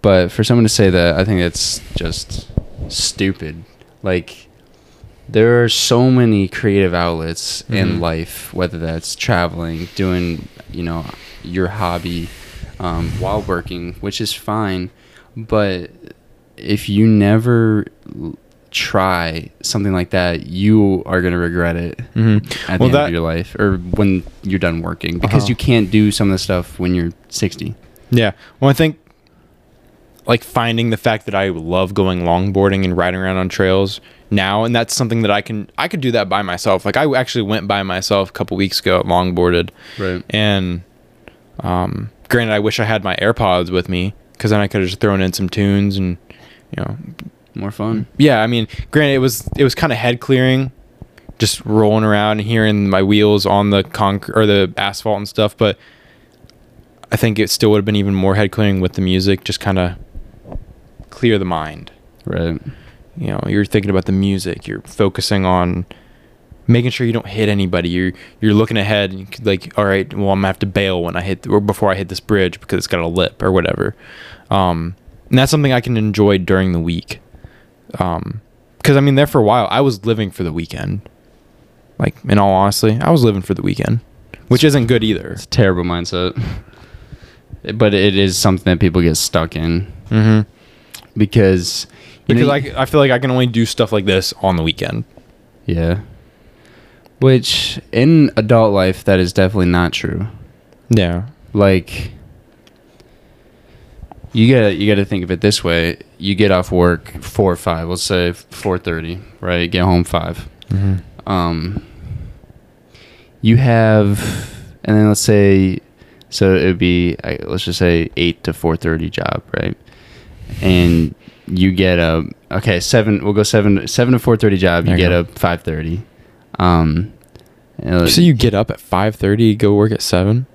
but for someone to say that, I think that's just stupid. Like, there are so many creative outlets Mm-hmm. in life, whether that's traveling, doing, you know, your hobby um, while working, which is fine. But if you never l- try something like that, you are going to regret it at Mm-hmm. Well, the end that- of your life or when you're done working because Uh-huh. you can't do some of the stuff when you're 60. Yeah. Well, I think like finding the fact that I love going longboarding and riding around on trails now, and that's something that I can I could do that by myself. Like I actually went by myself a couple weeks ago, longboarded, Right. and um, granted, I wish I had my AirPods with me because then I could have just thrown in some tunes and you know, More fun. yeah. I mean, granted, it was it was kind of head clearing, just rolling around and hearing my wheels on the conc or the asphalt and stuff, but I think it still would have been even more head clearing with the music, just kind of clear the mind. Right. You know, you're thinking about the music, you're focusing on making sure you don't hit anybody. You're you're looking ahead and you could, like, all right, well, I'm gonna have to bail when I hit or before I hit this bridge because it's got a lip or whatever. Um, and that's something I can enjoy during the week. Um, because I mean, there for a while, I was living for the weekend. Like, in all honesty, I was living for the weekend, which isn't good either. It's a terrible mindset. But it is something that people get stuck in Mm-hmm. because you know, Because I, I feel like I can only do stuff like this on the weekend. yeah. Which in adult life that is definitely not true. Yeah. Like you gotta you gotta think of it this way. You get off work four or five, let's say four thirty, right? Get home five. Mm-hmm. Um you have and then let's say so it would be I- let's just say 8 to 4.30 job right and you get a okay 7 we'll go 7 7 to 4.30 job you There you get go. a 5.30 um uh, So you get up at five thirty, go work at seven.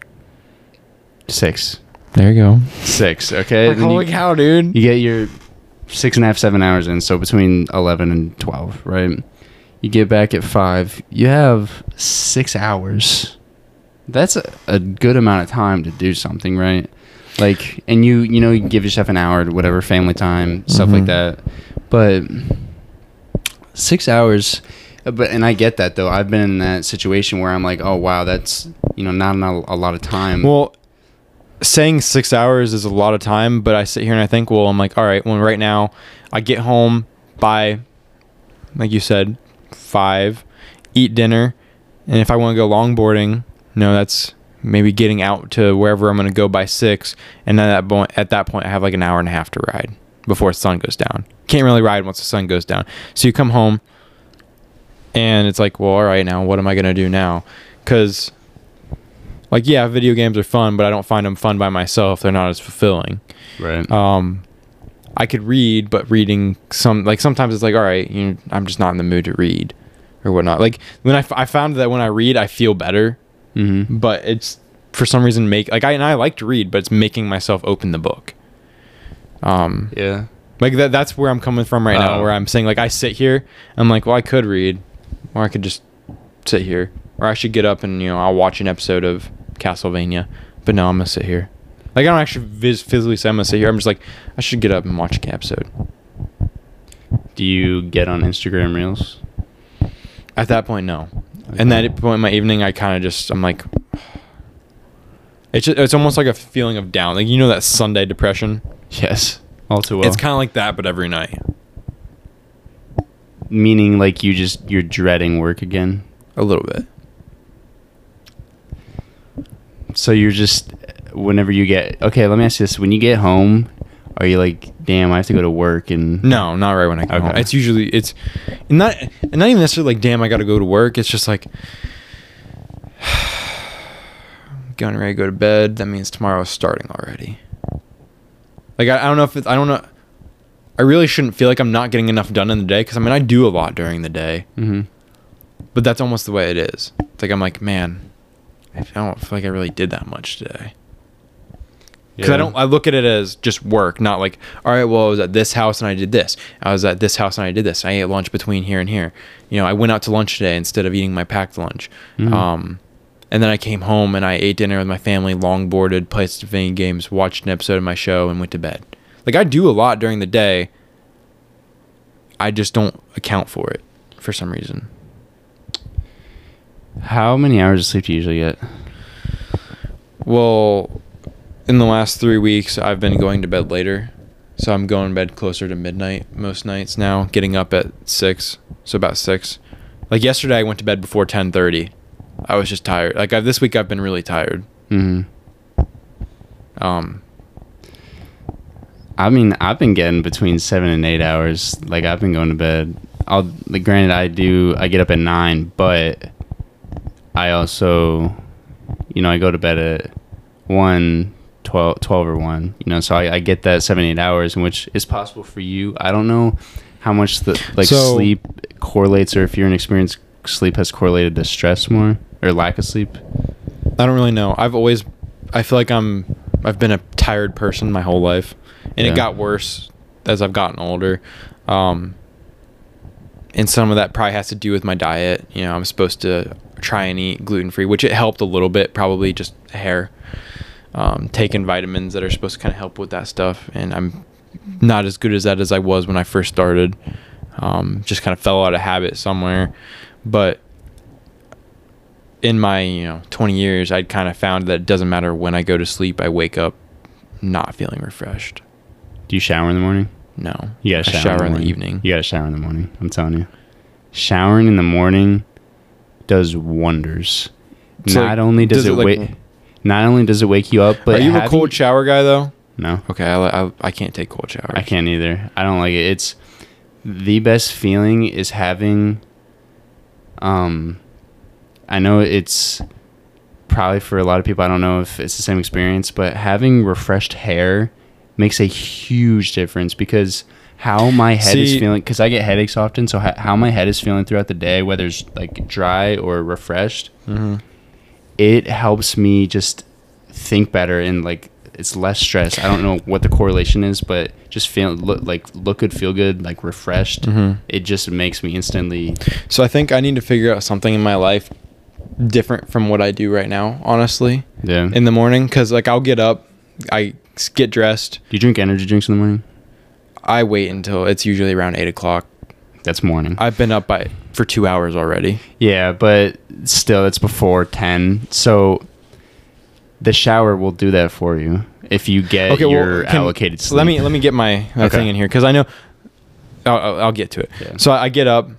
6 There you go. 6 okay Then you- cow, dude! you get your six and a half seven hours in so between 11 and 12 right you get back at five you have six hours that's a, a good amount of time to do something right like and you you know you give yourself an hour to whatever family time stuff like Mhm. that but six hours uh, but and i get that though i've been in that situation where i'm like oh wow that's you know not, not a lot of time Well, saying six hours is a lot of time, but I sit here and I think, well, I'm like, all right, well, right now, I get home by, like you said, five, eat dinner, and if I want to go longboarding, no, that's maybe getting out to wherever I'm going to go by six, and then at that point, at that point, I have like an hour and a half to ride before the sun goes down. Can't really ride once the sun goes down, so you come home. And it's like, well, all right, now what am I gonna do now? Because like yeah video games are fun but i don't find them fun by myself they're not as fulfilling right um i could read but reading some like sometimes it's like all right you i'm just not in the mood to read or whatnot like when I f- I found that when i read i feel better mm-hmm. but it's for some reason make like i and i like to read but it's making myself open the book um yeah like that that's where i'm coming from right now Oh. where i'm saying like i sit here i'm like well i could read or i could just sit here or i should get up and you know i'll watch an episode of castlevania but no i'm gonna sit here like i don't actually vis- physically say i'm gonna sit here i'm just like i should get up and watch an episode do you get on instagram reels at that point no and that point in my evening i kind of just i'm like it's just, it's almost like a feeling of down like you know that sunday depression yes all too well it's kind of like that but every night meaning like you just you're dreading work again a little bit so you're just whenever you get okay let me ask you this when you get home are you like damn i have to go to work and No, not right when I come Okay. home. It's usually it's and not and not even necessarily like damn I got to go to work. It's just like getting ready to go to bed. That means tomorrow's starting already. Like I, I don't know if it's, I don't know. I really shouldn't feel like I'm not getting enough done in the day because I mean I do a lot during the day, mm-hmm. but that's almost the way it is. It's like I'm like man, I don't feel like I really did that much today. Because I don't, I look at it as just work, not like, all right, well, I was at this house and I did this. I was at this house and I did this. I ate lunch between here and here. You know, I went out to lunch today instead of eating my packed lunch. Um, and then I came home and I ate dinner with my family, longboarded, played some video games, watched an episode of my show, and went to bed. Like I do a lot during the day. I just don't account for it for some reason. How many hours of sleep do you usually get? Well, in the last three weeks, I've been going to bed later, so I'm going to bed closer to midnight most nights now. Getting up at six, so about six. Like yesterday, I went to bed before ten thirty. I was just tired. Like i this week, I've been really tired. hmm Um, I mean, I've been getting between seven and eight hours. Like I've been going to bed. I'll like, granted I do. I get up at nine, but I also, you know, I go to bed at one. 12, 12 or 1 you know so I, I get that 7 8 hours in which is possible for you i don't know how much the like So- sleep correlates or if you're an experienced sleep has correlated to stress more or lack of sleep I don't really know. I've always, I feel like I'm, I've been a tired person my whole life, and Yeah. it got worse as I've gotten older. Um, and some of that probably has to do with my diet. You know, I'm supposed to try and eat gluten free, which it helped a little bit, probably just a hair. Um, taking vitamins that are supposed to kind of help with that stuff, and I'm not as good as that as I was when I first started. Um, just kind of fell out of habit somewhere, but in my you know 20 years i'd kind of found that it doesn't matter when i go to sleep i wake up not feeling refreshed do you shower in the morning no You I gotta shower, shower, in the morning. evening You gotta shower in the morning. I'm telling you, showering in the morning does wonders. So, not only does, does it, it, like- wake, not only does it wake you up, but are you a having- cold shower guy though No, okay i, I, I can't take cold showers I can't either. I don't like it. It's the best feeling is having. Um, I know it's probably for a lot of people. I don't know if it's the same experience, but having refreshed hair makes a huge difference because how my head is See- feeling. Because I get headaches often, so ho- how my head is feeling throughout the day, whether it's like dry or refreshed, Mm-hmm. it helps me just think better and like it's less stress. I don't know what the correlation is, but just feel look like look good, feel good, like refreshed. Mm-hmm. It just makes me instantly. so i think i need to figure out something in my life different from what i do right now honestly Yeah. in the morning because like i'll get up i s- get dressed Do you drink energy drinks in the morning? i wait until it's usually around eight o'clock That's morning. i've been up by for two hours already yeah, but still, it's before ten. So the shower will do that for you if you get your can- allocated sleep. Let me let me get my, my Okay. thing in here because I know I'll, I'll, I'll get to it. Yeah. So I, I get up,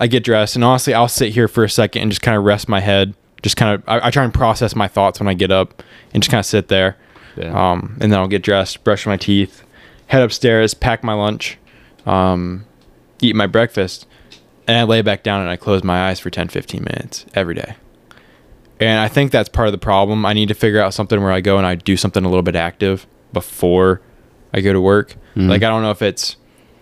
I get dressed, and honestly, I'll sit here for a second and just kind of rest my head. Just kind of, I, I try and process my thoughts when I get up, and just kind of sit there. Yeah. Um, and then I'll get dressed, brush my teeth, head upstairs, pack my lunch, um, eat my breakfast, and I lay back down and I close my eyes for 10, 15 minutes every day. And I think that's part of the problem. I need to figure out something where I go and I do something a little bit active before I go to work. Mhm. Like I don't know if it's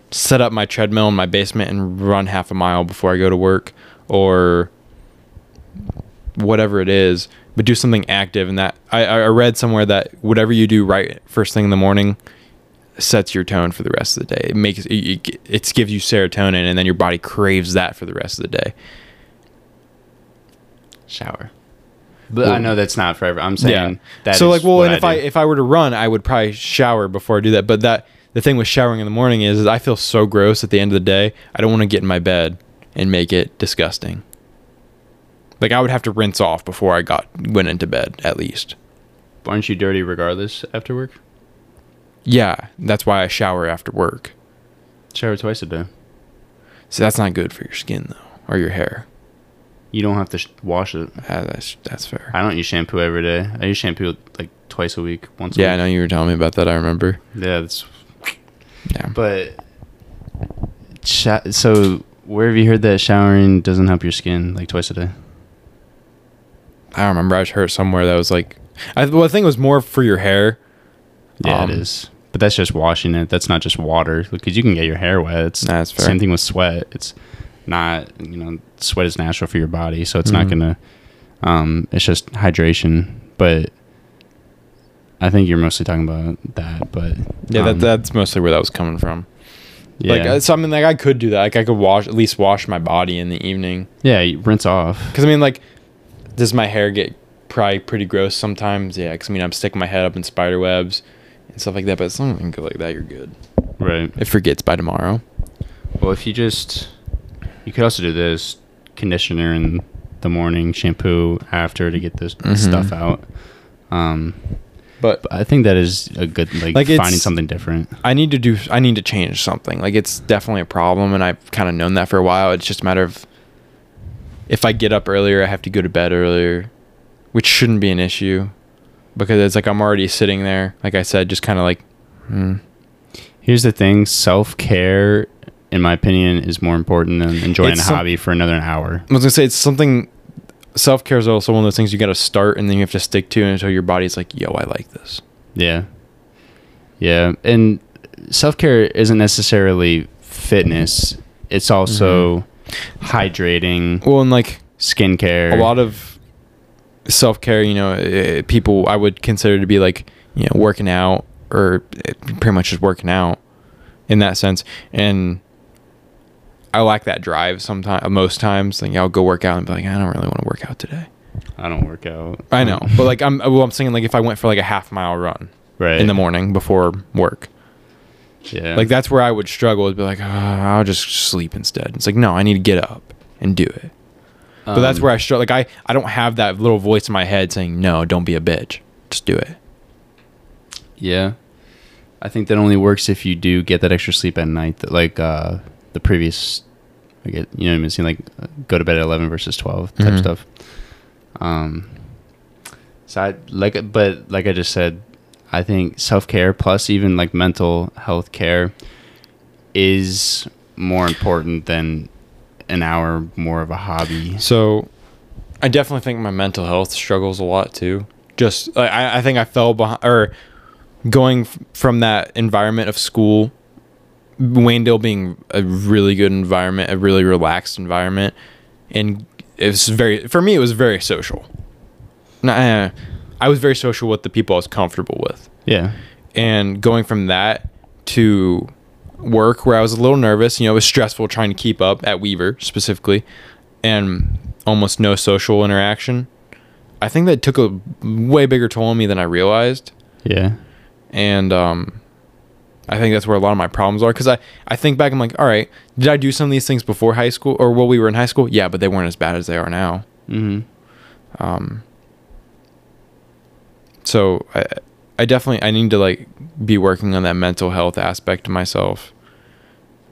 set up my treadmill in my basement and run half a mile before I go to work or whatever it is, but do something active. And that I, I I read somewhere that whatever you do right first thing in the morning sets your tone for the rest of the day. It makes it, it, it gives you serotonin, and then your body craves that for the rest of the day. shower. But I know that's not forever. I'm saying Yeah. that so is like, well, what and if I do. if I were to run, I would probably shower before I do that. But that the thing with showering in the morning is, is I feel so gross at the end of the day. I don't want to get in my bed and make it disgusting. Like I would have to rinse off before I got went into bed at least. aren't you dirty regardless after work? Yeah, that's why I shower after work. Shower twice a day. So that's not good for your skin though, or your hair. You don't have to sh- wash it. Ah, that's that's fair. I don't use shampoo every day. I use shampoo like twice a week, once. yeah, I a know you were telling me about that. I remember. week. yeah. That's Yeah, but. Sho- so where have you heard that showering doesn't help your skin like twice a day? I don't remember. I was hurt somewhere that was like, I well, I think it was more for your hair. Yeah, Um, it is. But that's just washing it. That's not just water because you can get your hair wet. It's Nah, that's fair. same thing with sweat. It's not you know sweat is natural for your body, so it's Mm-hmm. not gonna. Um, it's just hydration, but. I think you're mostly talking about that, but Yeah, um, that that's mostly where that was coming from. yeah. Like uh, so, I mean, like I could do that. Like I could wash at least wash my body in the evening. Yeah, you rinse off. Because I mean, like, does my hair get probably pretty gross sometimes? Yeah. Because I mean, I'm sticking my head up in spider webs and stuff like that. But as long as I can go like that, you're good. Right. It forgets by tomorrow. Well, if you just, you could also do this conditioner in the morning, shampoo after to get this Mm-hmm. stuff out. Um, But but I think that is a good like, Like, it's- finding something different. I need to do I need to change something. Like it's definitely a problem and I've kind of known that for a while. It's just a matter of if I get up earlier, I have to go to bed earlier, which shouldn't be an issue because it's like I'm already sitting there, like I said, just kind of like mm, Here's the thing: self care, in my opinion, is more important than enjoying It's a some- hobby for another hour. I was going to say it's something self-care is also one of those things you got to start and then you have to stick to until your body's like, "Yo, I like this." Yeah. Yeah. And self care isn't necessarily fitness, it's also hydrating, Mm-hmm. Well, and like skincare. a lot of self care, you know, uh, people I would consider to be like, you know, working out or uh, pretty much just working out in that sense. And I lack that drive sometimes, most times. Like, I'll go work out and be like, I don't really want to work out today. I don't work out. I know, but like, I'm, well, I'm saying like if I went for like a half mile run Right. in the morning before work, Yeah. like that's where I would struggle. I'd be like, "Ah, I'll just sleep instead. It's like, no, I need to get up and do it. But that's Um, where I struggle. Like I, I don't have that little voice in my head saying, "No, don't be a bitch. Just do it." Yeah. I think that only works if you do get that extra sleep at night. That, like uh, the previous, I get you know what I'm saying. Like uh, go to bed at eleven versus twelve type Mhm. stuff. Um. So I like, but like I just said, I think self care plus even like mental health care is more important than an hour more of a hobby. So, I definitely think my mental health struggles a lot too. Just I- I, I think I fell behind or going f- from that environment of school, Wayndale being a really good environment, a really relaxed environment, and it was very for me. It was very social. Nah, I was very social with the people I was comfortable with. Yeah. and going from that to work where I was a little nervous, you know, it was stressful trying to keep up at Weaver specifically and almost no social interaction. I think that took a way bigger toll on me than I realized Yeah. and um I think that's where a lot of my problems are because I, I think back I'm like all right did I do some of these things before high school or while we were in high school yeah but they weren't as bad as they are now Mm-hmm. um so i i definitely i need to like be working on that mental health aspect of myself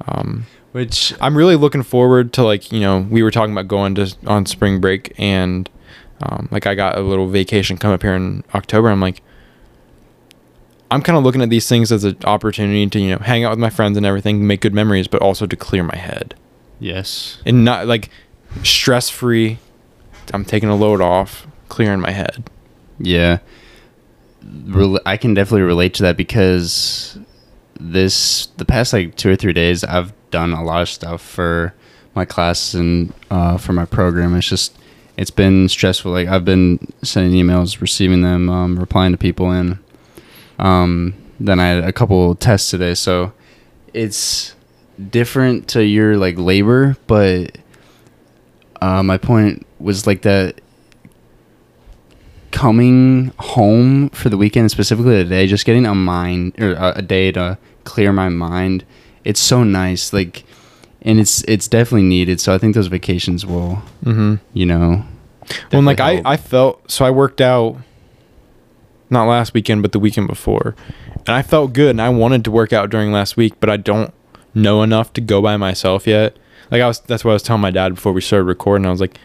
um Which i'm really looking forward to like you know we were talking about going to on spring break and um like i got a little vacation come up here in october i'm like i'm kind of looking at these things as an opportunity to you know hang out with my friends and everything make good memories but also to clear my head yes. and not like stress free i'm taking a load off clearing my head Yeah. Rel- I can definitely relate to that because this the past like two or three days I've done a lot of stuff for my class and uh, for my program. It's just it's been stressful. Like I've been sending emails, receiving them, um, replying to people, and um, then I had a couple tests today. So it's different to your like labor, but uh, my point was like that coming home for the weekend specifically today just getting a mind or a, a day to clear my mind it's so nice like and it's it's definitely needed so i think those vacations will mm-hmm you know well and, like definitely help. I, I felt so i worked out not last weekend but the weekend before and i felt good and i wanted to work out during last week but i don't know enough to go by myself yet like i was that's what i was telling my dad before we started recording i was like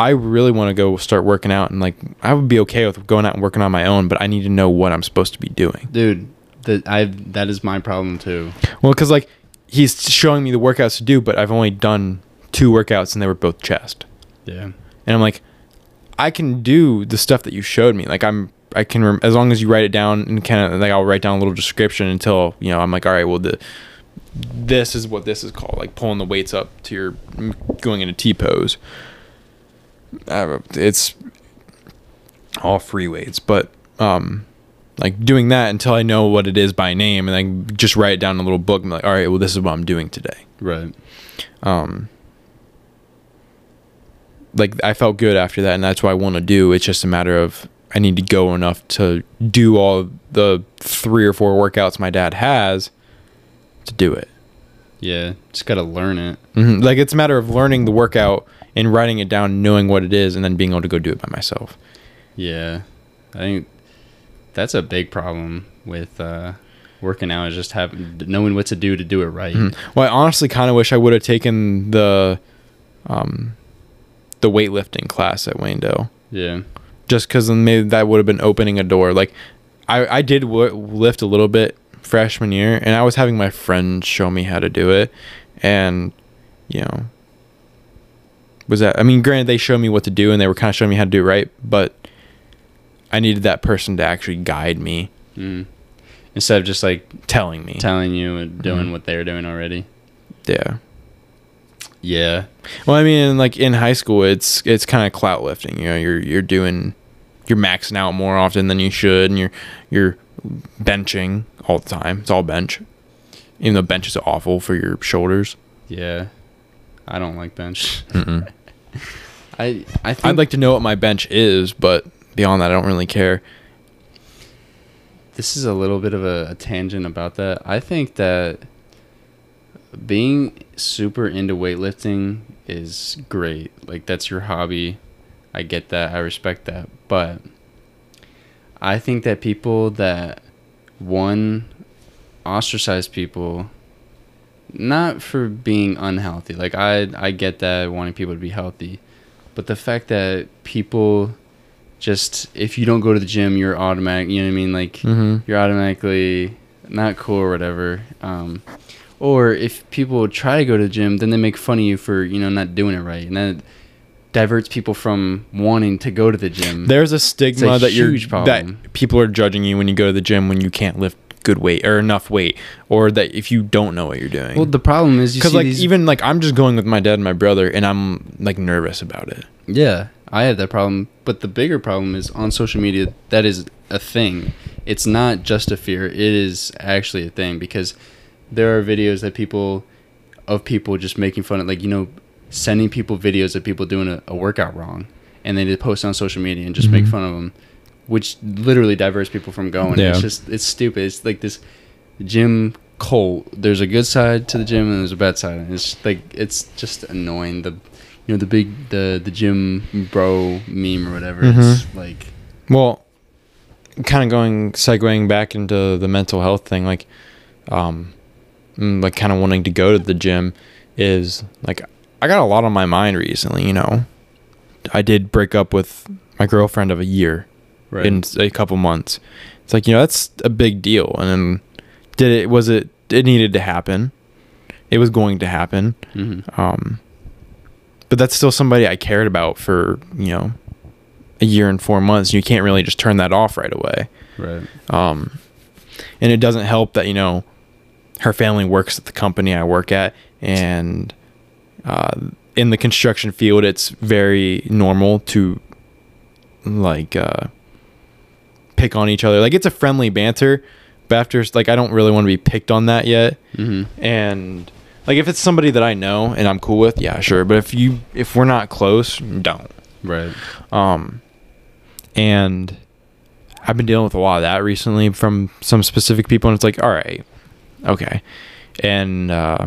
i really want to go start working out and like i would be okay with going out and working on my own but i need to know what i'm supposed to be doing dude that i that is my problem too Well, because like he's showing me the workouts to do, but I've only done two workouts and they were both chest. yeah And I'm like, I can do the stuff that you showed me. Like I'm, I can rem- as long as you write it down and kind of like I'll write down a little description until you know I'm like, all right, well the this is what this is called, like pulling the weights up to your m- going into T pose. Uh, it's all free weights, but um, like doing that until I know what it is by name, and I can just write it down in a little book. And be like, all right, well this is what I'm doing today right um like I felt good after that and that's what I want to do it's just a matter of I need to go enough to do all the three or four workouts my dad has to do it Yeah, just gotta learn it. hmm Like it's a matter of learning the workout and writing it down, knowing what it is, and then being able to go do it by myself. Yeah, I think that's a big problem with uh, working out is just having knowing what to do to do it right. Well, I honestly kind of wish I would have taken the, um, the weightlifting class at Wayndale, Yeah, just because then maybe that would have been opening a door. Like, I I did w- lift a little bit freshman year, and I was having my friends show me how to do it, and you know, was that? I mean, granted, they showed me what to do, and they were kind of showing me how to do it right, but I needed that person to actually guide me, mm. instead of just like telling me. telling you Mm-hmm. and doing what they're doing already. yeah. Yeah, Well, I mean, like in high school, it's it's kind of clout lifting. You know, you're you're doing, you're maxing out more often than you should, and you're you're benching all the time. It's all bench, even though bench is awful for your shoulders. yeah. I don't like bench. Mm-mm. I I think I'd like to know what my bench is, but beyond that, I don't really care. this is a little bit of a, a tangent about that. I think that being super into weightlifting is great. Like that's your hobby. I get that. I respect that. But I think that people that one ostracize people not for being unhealthy. Like I I get that wanting people to be healthy. But the fact that people just if you don't go to the gym you're automatic you know what I mean? Like Mm-hmm. you're automatically not cool or whatever. Um, or if people try to go to the gym, then they make fun of you for you know not doing it right, and that diverts people from wanting to go to the gym. There's a stigma that you're huge problem. that people are judging you when you go to the gym when you can't lift good weight or enough weight, or that if you don't know what you're doing. well, the problem is you because see like these. even like I'm just going with my dad and my brother, and I'm like nervous about it. yeah, I have that problem, but the bigger problem is on social media. That is a thing. It's not just a fear. It is actually a thing because there are videos that people of people just making fun of like you know sending people videos of people doing a, a workout wrong and they just post on social media and just make fun of them which literally diverts people from going Yeah. it's just it's stupid it's like this gym cult there's a good side to the gym and there's a bad side and it's like it's just annoying the you know the big the the gym bro meme or whatever it's Mm-hmm. like Well, kind of going segueing back into the mental health thing, like, um, mm, like kind of wanting to go to the gym is like I got a lot on my mind recently. You know, I did break up with my girlfriend of a year in a couple months. It's like you know that's a big deal, and then did it was it it needed to happen. It was going to happen. Mhm. Um, but that's still somebody I cared about for you know a year and four months. You can't really just turn that off right away. right Um, and it doesn't help that you know her family works at the company I work at, and uh, in the construction field, it's very normal to like uh, pick on each other. Like it's a friendly banter, but after like I don't really want to be picked on that yet hmm and like if it's somebody that I know and I'm cool with, yeah, sure. But if you if we're not close, don't. right Um, and I've been dealing with a lot of that recently from some specific people, and it's like, all right, okay, and uh,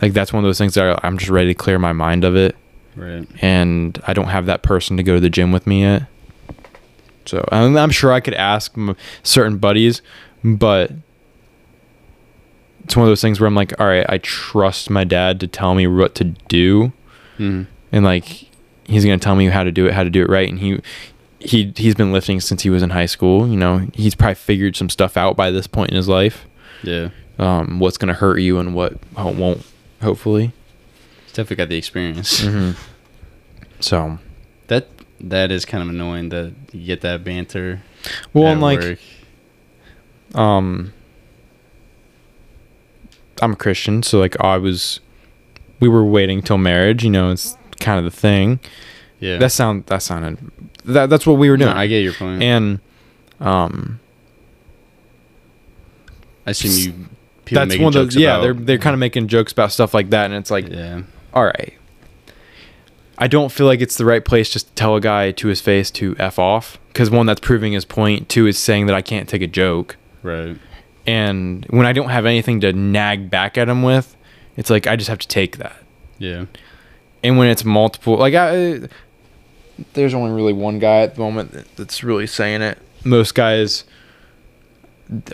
like that's one of those things that I, I'm just ready to clear my mind of it, right and I don't have that person to go to the gym with me yet. So I'm, I'm sure I could ask m- certain buddies, but it's one of those things where I'm like, all right, I trust my dad to tell me what to do, Mhm. and like he's gonna tell me how to do it, how to do it right, and he he he's been lifting since he was in high school. You know, he's probably figured some stuff out by this point in his life. yeah Um, what's gonna hurt you and what what won't, hopefully. He's definitely got the experience Mm-hmm. So That that is kind of annoying that you get that banter. well, at and like. work. um I'm a Christian, so like I was we were waiting till marriage, you know, it's kind of the thing. yeah, That sound that sounded that that's what we were no, doing. I get your point. and um I assume you people that's making one of jokes the yeah, about- they're they're kind of making jokes about stuff like that and it's like yeah, all right. I don't feel like it's the right place just to tell a guy to his face to f off cuz one that's proving his point, two is saying that I can't take a joke. right. and when I don't have anything to nag back at him with, it's like I just have to take that. Yeah. And when it's multiple, like I, there's only really one guy at the moment that- that's really saying it. Most guys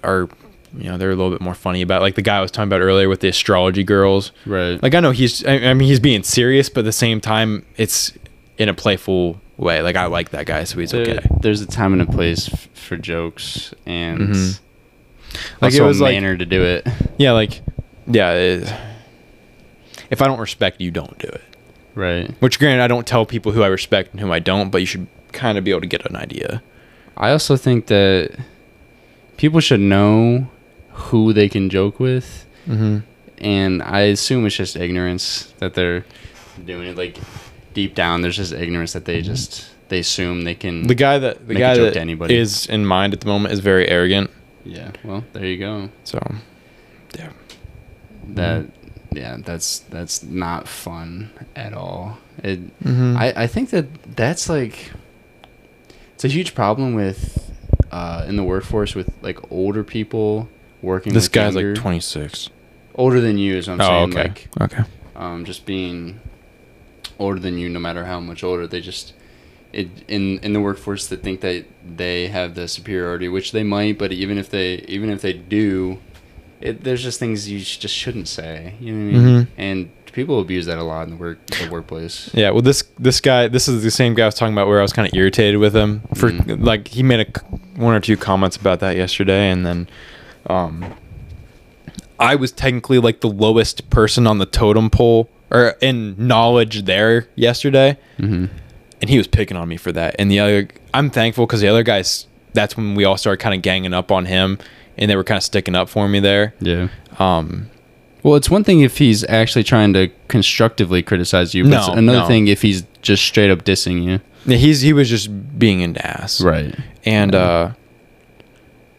are, you know, they're a little bit more funny about. it. Like the guy I was talking about earlier with the astrology girls. Right. Like I know he's, I, I mean, he's being serious, but at the same time, it's in a playful way. Like I like that guy, so he's There- okay. There's a time and a place f- for jokes and Mhm. Like, like it also was a like- manner to do it. Yeah, like, yeah. It, if I don't respect you, don't do it. Right. Which, granted, I don't tell people who I respect and who I don't, but you should kind of be able to get an idea. I also think that people should know who they can joke with, Mm-hmm. and I assume it's just ignorance that they're doing it. Like deep down, there's just ignorance that they just they assume they can. The guy that the Make a guy joke that to anybody. is in mind at the moment is very arrogant. yeah. Well, there you go. So, That yeah, that's that's not fun at all. It mm-hmm. I, I think that that's like it's a huge problem with uh, in the workforce with like older people working. this with guy's younger- like 26. older than you is what I'm Oh, saying. okay. Like okay. um, just being older than you, no matter how much older, they just it in in the workforce that think that they have the superiority, which they might, but even if they even if they do, it there's just things you sh- just shouldn't say. You know what I mean? Mhm. And people abuse that a lot in the work the workplace. Yeah. Well, this this guy, this is the same guy I was talking about where I was kind of irritated with him for Mm. like he made a c- one or two comments about that yesterday, and then, um, I was technically like the lowest person on the totem pole or in knowledge there yesterday. Mm-hmm. and he was picking on me for that. And the other, I'm thankful because the other guys, that's when we all started kind of ganging up on him, and they were kind of sticking up for me there. Yeah. Um, Well, it's one thing if he's actually trying to constructively criticize you, but it's No, another no. thing if he's just straight up dissing you. yeah, he's he was just being an ass, Right. And uh,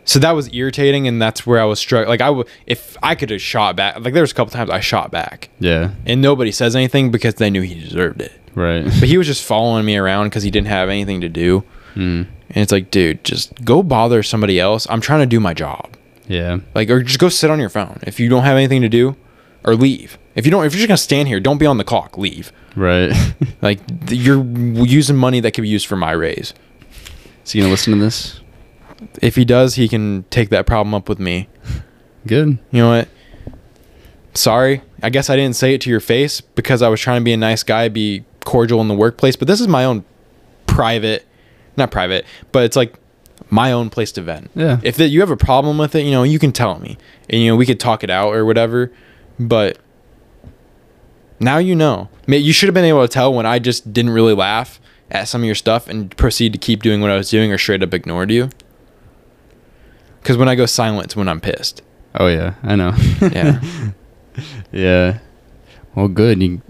so that was irritating, and that's where I was struck. Like I would, if I could have shot back, like there was a couple times I shot back, Yeah. and nobody says anything because they knew he deserved it. Right. But he was just following me around because he didn't have anything to do. mm. And it's like, dude, just go bother somebody else. I'm trying to do my job. Yeah. Like, or just go sit on your phone if you don't have anything to do, or leave. If you don't, if you're just gonna stand here, don't be on the clock. Leave. Right. Like th- you're using money that could be used for my raise. Is he gonna listen to this? If he does, he can take that problem up with me. Good. You know what? Sorry, I guess I didn't say it to your face because I was trying to be a nice guy, be cordial in the workplace. But this is my own private, not private, but it's like my own place to vent. Yeah. If that you have a problem with it, you know, you can tell me, and you know, we could talk it out or whatever. But now you know. Ma- You should have been able to tell when I just didn't really laugh at some of your stuff and proceed to keep doing what I was doing, or straight up ignored you. Because when I go silent, it's when I'm pissed. Oh yeah, I know. Yeah. yeah. Well, good. You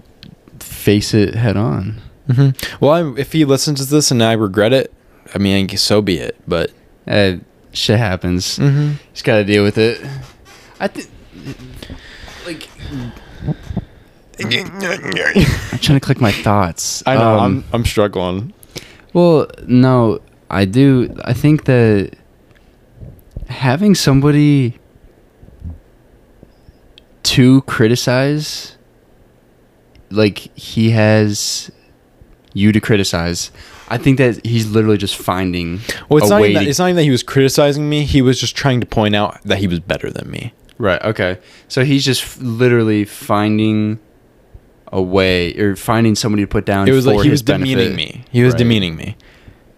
face it head on. hmm Well, I, if he listens to this and I regret it, I mean, so be it. But Eh, shit happens. Mm-hmm. Just gotta deal with it. I think. Like. I'm trying to click my thoughts. I know Um, I'm I'm struggling. Well, no, I do. I think that having somebody to criticize, like he has you to criticize, I think that he's literally just finding Well, it's a not way. even that, to- it's not even that he was criticizing me. He was just trying to point out that he was better than me. right. Okay. So he's just f- literally finding a way or finding somebody to put down. It was like for he his was demeaning benefit. me. He was Right. demeaning me.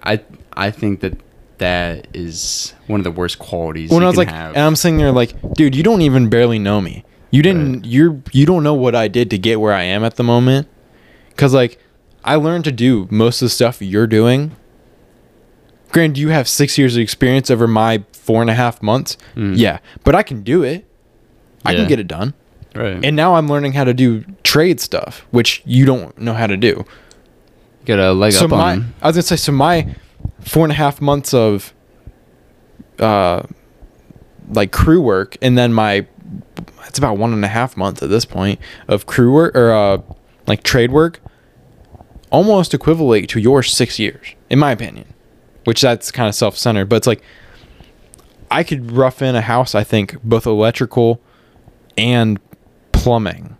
I I think that that is one of the worst qualities. When you I was can like, um, have. and I'm sitting there like, dude, you don't even barely know me. You didn't. Right. You're. You don't know what I did to get where I am at the moment. Cause like, I learned to do most of the stuff you're doing. Granted, you have six years of experience over my four and a half months. Mm. Yeah, but I can do it. I Yeah. can get it done. Right. And now I'm learning how to do trade stuff, which you don't know how to do. got a leg so up my, on. I was gonna say, so my four and a half months of, uh, like crew work, and then my, it's about one and a half months at this point of crew work or uh, like trade work, almost equivalent to your six years, in my opinion, which that's kind of self centered, but it's like. I could rough in a house. I think both electrical and plumbing,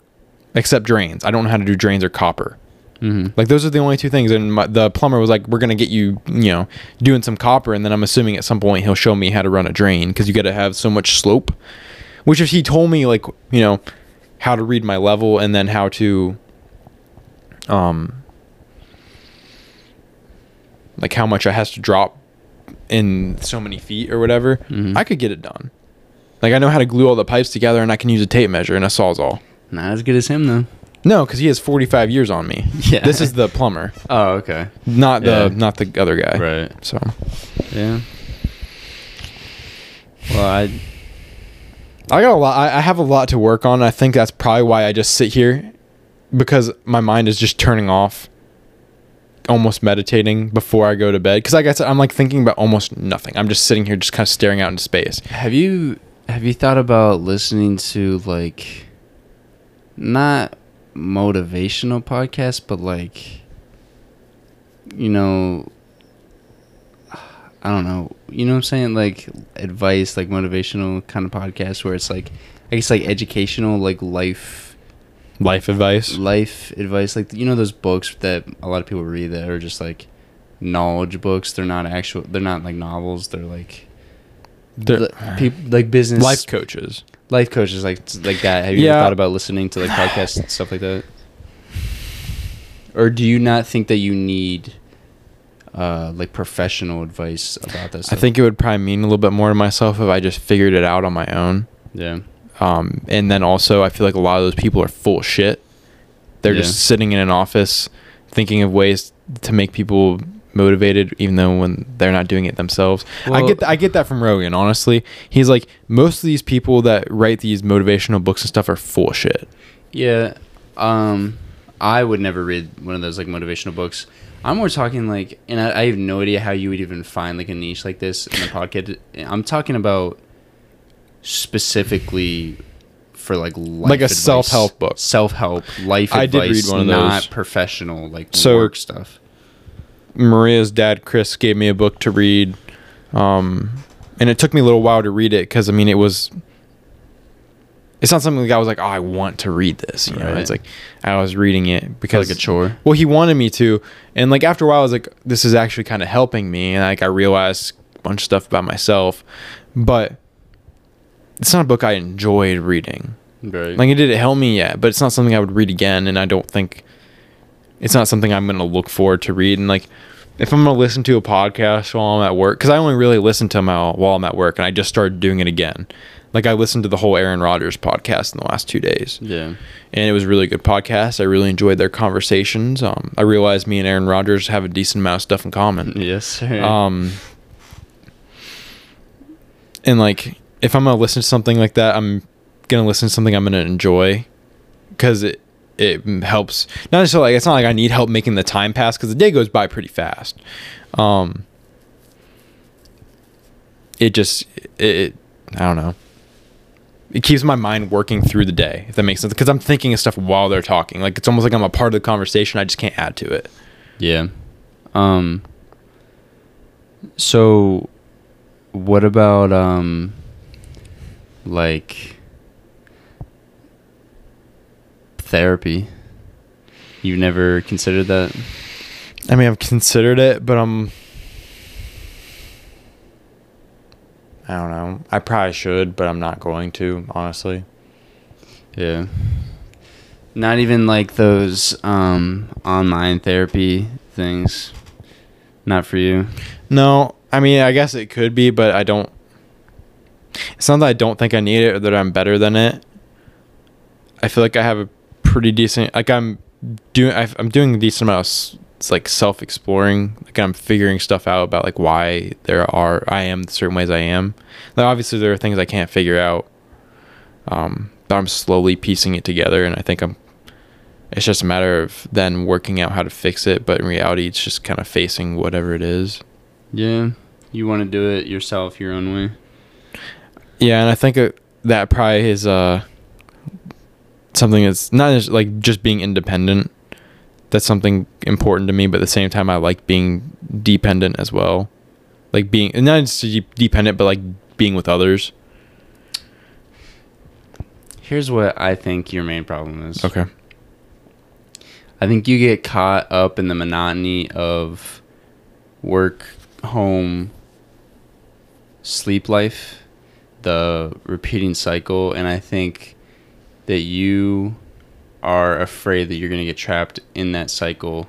except drains. I don't know how to do drains or copper. Mm-hmm. Like those are the only two things. And my, the plumber was like, "We're gonna get you, you know, doing some copper." And then I'm assuming at some point he'll show me how to run a drain because you got to have so much slope. Which if he told me like you know how to read my level and then how to um like how much I has to drop in so many feet or whatever, Mhm. I could get it done. Like I know how to glue all the pipes together and I can use a tape measure and a sawzall. Not as good as him though. No, because he has 45 years on me. Yeah. This is the plumber, Oh, okay. not the Yeah. not the other guy. Right. So Yeah. Well, I I got a lot. I, I have a lot to work on. I think that's probably why I just sit here because my mind is just turning off, almost meditating before I go to bed. Because like I said, I'm like thinking about almost nothing. I'm just sitting here, just kind of staring out into space. Have you have you thought about listening to like not motivational podcasts, but like you know I don't know. You know what I'm saying? Like advice, like motivational kind of podcasts where it's like I guess like educational, like life Life advice. life advice. Like you know those books that a lot of people read that are just like knowledge books. They're not actual they're not like novels, they're like They're- li- peop- like business life coaches. life coaches like like that. Have you Yeah. ever thought about listening to like podcasts and stuff like that? Or do you not think that you need uh, like professional advice about this? I think it would probably mean a little bit more to myself if I just figured it out on my own. yeah, Um, and then also, I feel like a lot of those people are full of shit. They're Yeah. just sitting in an office thinking of ways to make people motivated, even though when they're not doing it themselves. I Well- get th- I get that from Rogan. Honestly, he's like most of these people that write these motivational books and stuff are full of shit. yeah. Um, I would never read one of those like motivational books. I'm more talking like, and I, I have no idea how you would even find like a niche like this in the podcast. I'm talking about specifically for like life Like a self-help book. self help life. I did advice, read one of those. not professional like So- work stuff. Maria's dad, Chris, gave me a book to read, um, and it took me a little while to read it because I mean it was. It's not something like I was like, oh, I want to read this. You know, Right. it's like I was reading it because Like a chore. Well, he wanted me to, and like after a while, I was like, this is actually kind of helping me, and like I realized a bunch of stuff about myself, but it's not a book I enjoyed reading. Right. Like it didn't help me yet, but it's not something I would read again, and I don't think it's not something I'm gonna look forward to read. And like, if I'm gonna listen to a podcast while I'm at work, because I only really listen to them out while I'm at work, and I just started doing it again. Like I listened to the whole Aaron Rodgers podcast in the last two days, yeah. and it was a really good podcast. I really enjoyed their conversations. Um, I realized me and Aaron Rodgers have a decent amount of stuff in common. Yes, sir. Um, and like, if I'm gonna listen to something like that, I'm gonna listen to something I'm gonna enjoy, because it it m- helps. Not necessarily. Like, it's not like I need help making the time pass because the day goes by pretty fast. Um, it just it, it I don't know. It keeps my mind working through the day, if that makes sense. Because I'm thinking of stuff while they're talking. Like it's almost like I'm a part of the conversation. I just can't add to it. yeah. Um. So, what about um, like therapy? You never considered that? I mean, I've considered it, but I'm. I don't know. I probably should, but I'm not going to, honestly. Yeah. Not even like those um online therapy things. Not for you. No, I mean, I guess it could be, but I don't. It's not that I don't think I need it or that I'm better than it. I feel like I have a pretty decent, like I'm doing, I've- I'm doing a decent amount of s- it's like self exploring. Like I'm figuring stuff out about like why there are I am certain ways I am. Now, obviously, there are things I can't figure out, um, but I'm slowly piecing it together, and I think I'm. It's just a matter of then working out how to fix it, but in reality, it's just kind of facing whatever it is. Yeah. You want to do it yourself, your own way. Yeah, and I think uh, that probably is uh something that's not just like just being independent. That's something important to me, but at the same time, I like being dependent as well. Like being not just de- dependent, but like being with others. Here's what I think your main problem is. Okay. I think you get caught up in the monotony of work, home, sleep life, the repeating cycle, and I think that you are afraid that you're going to get trapped in that cycle.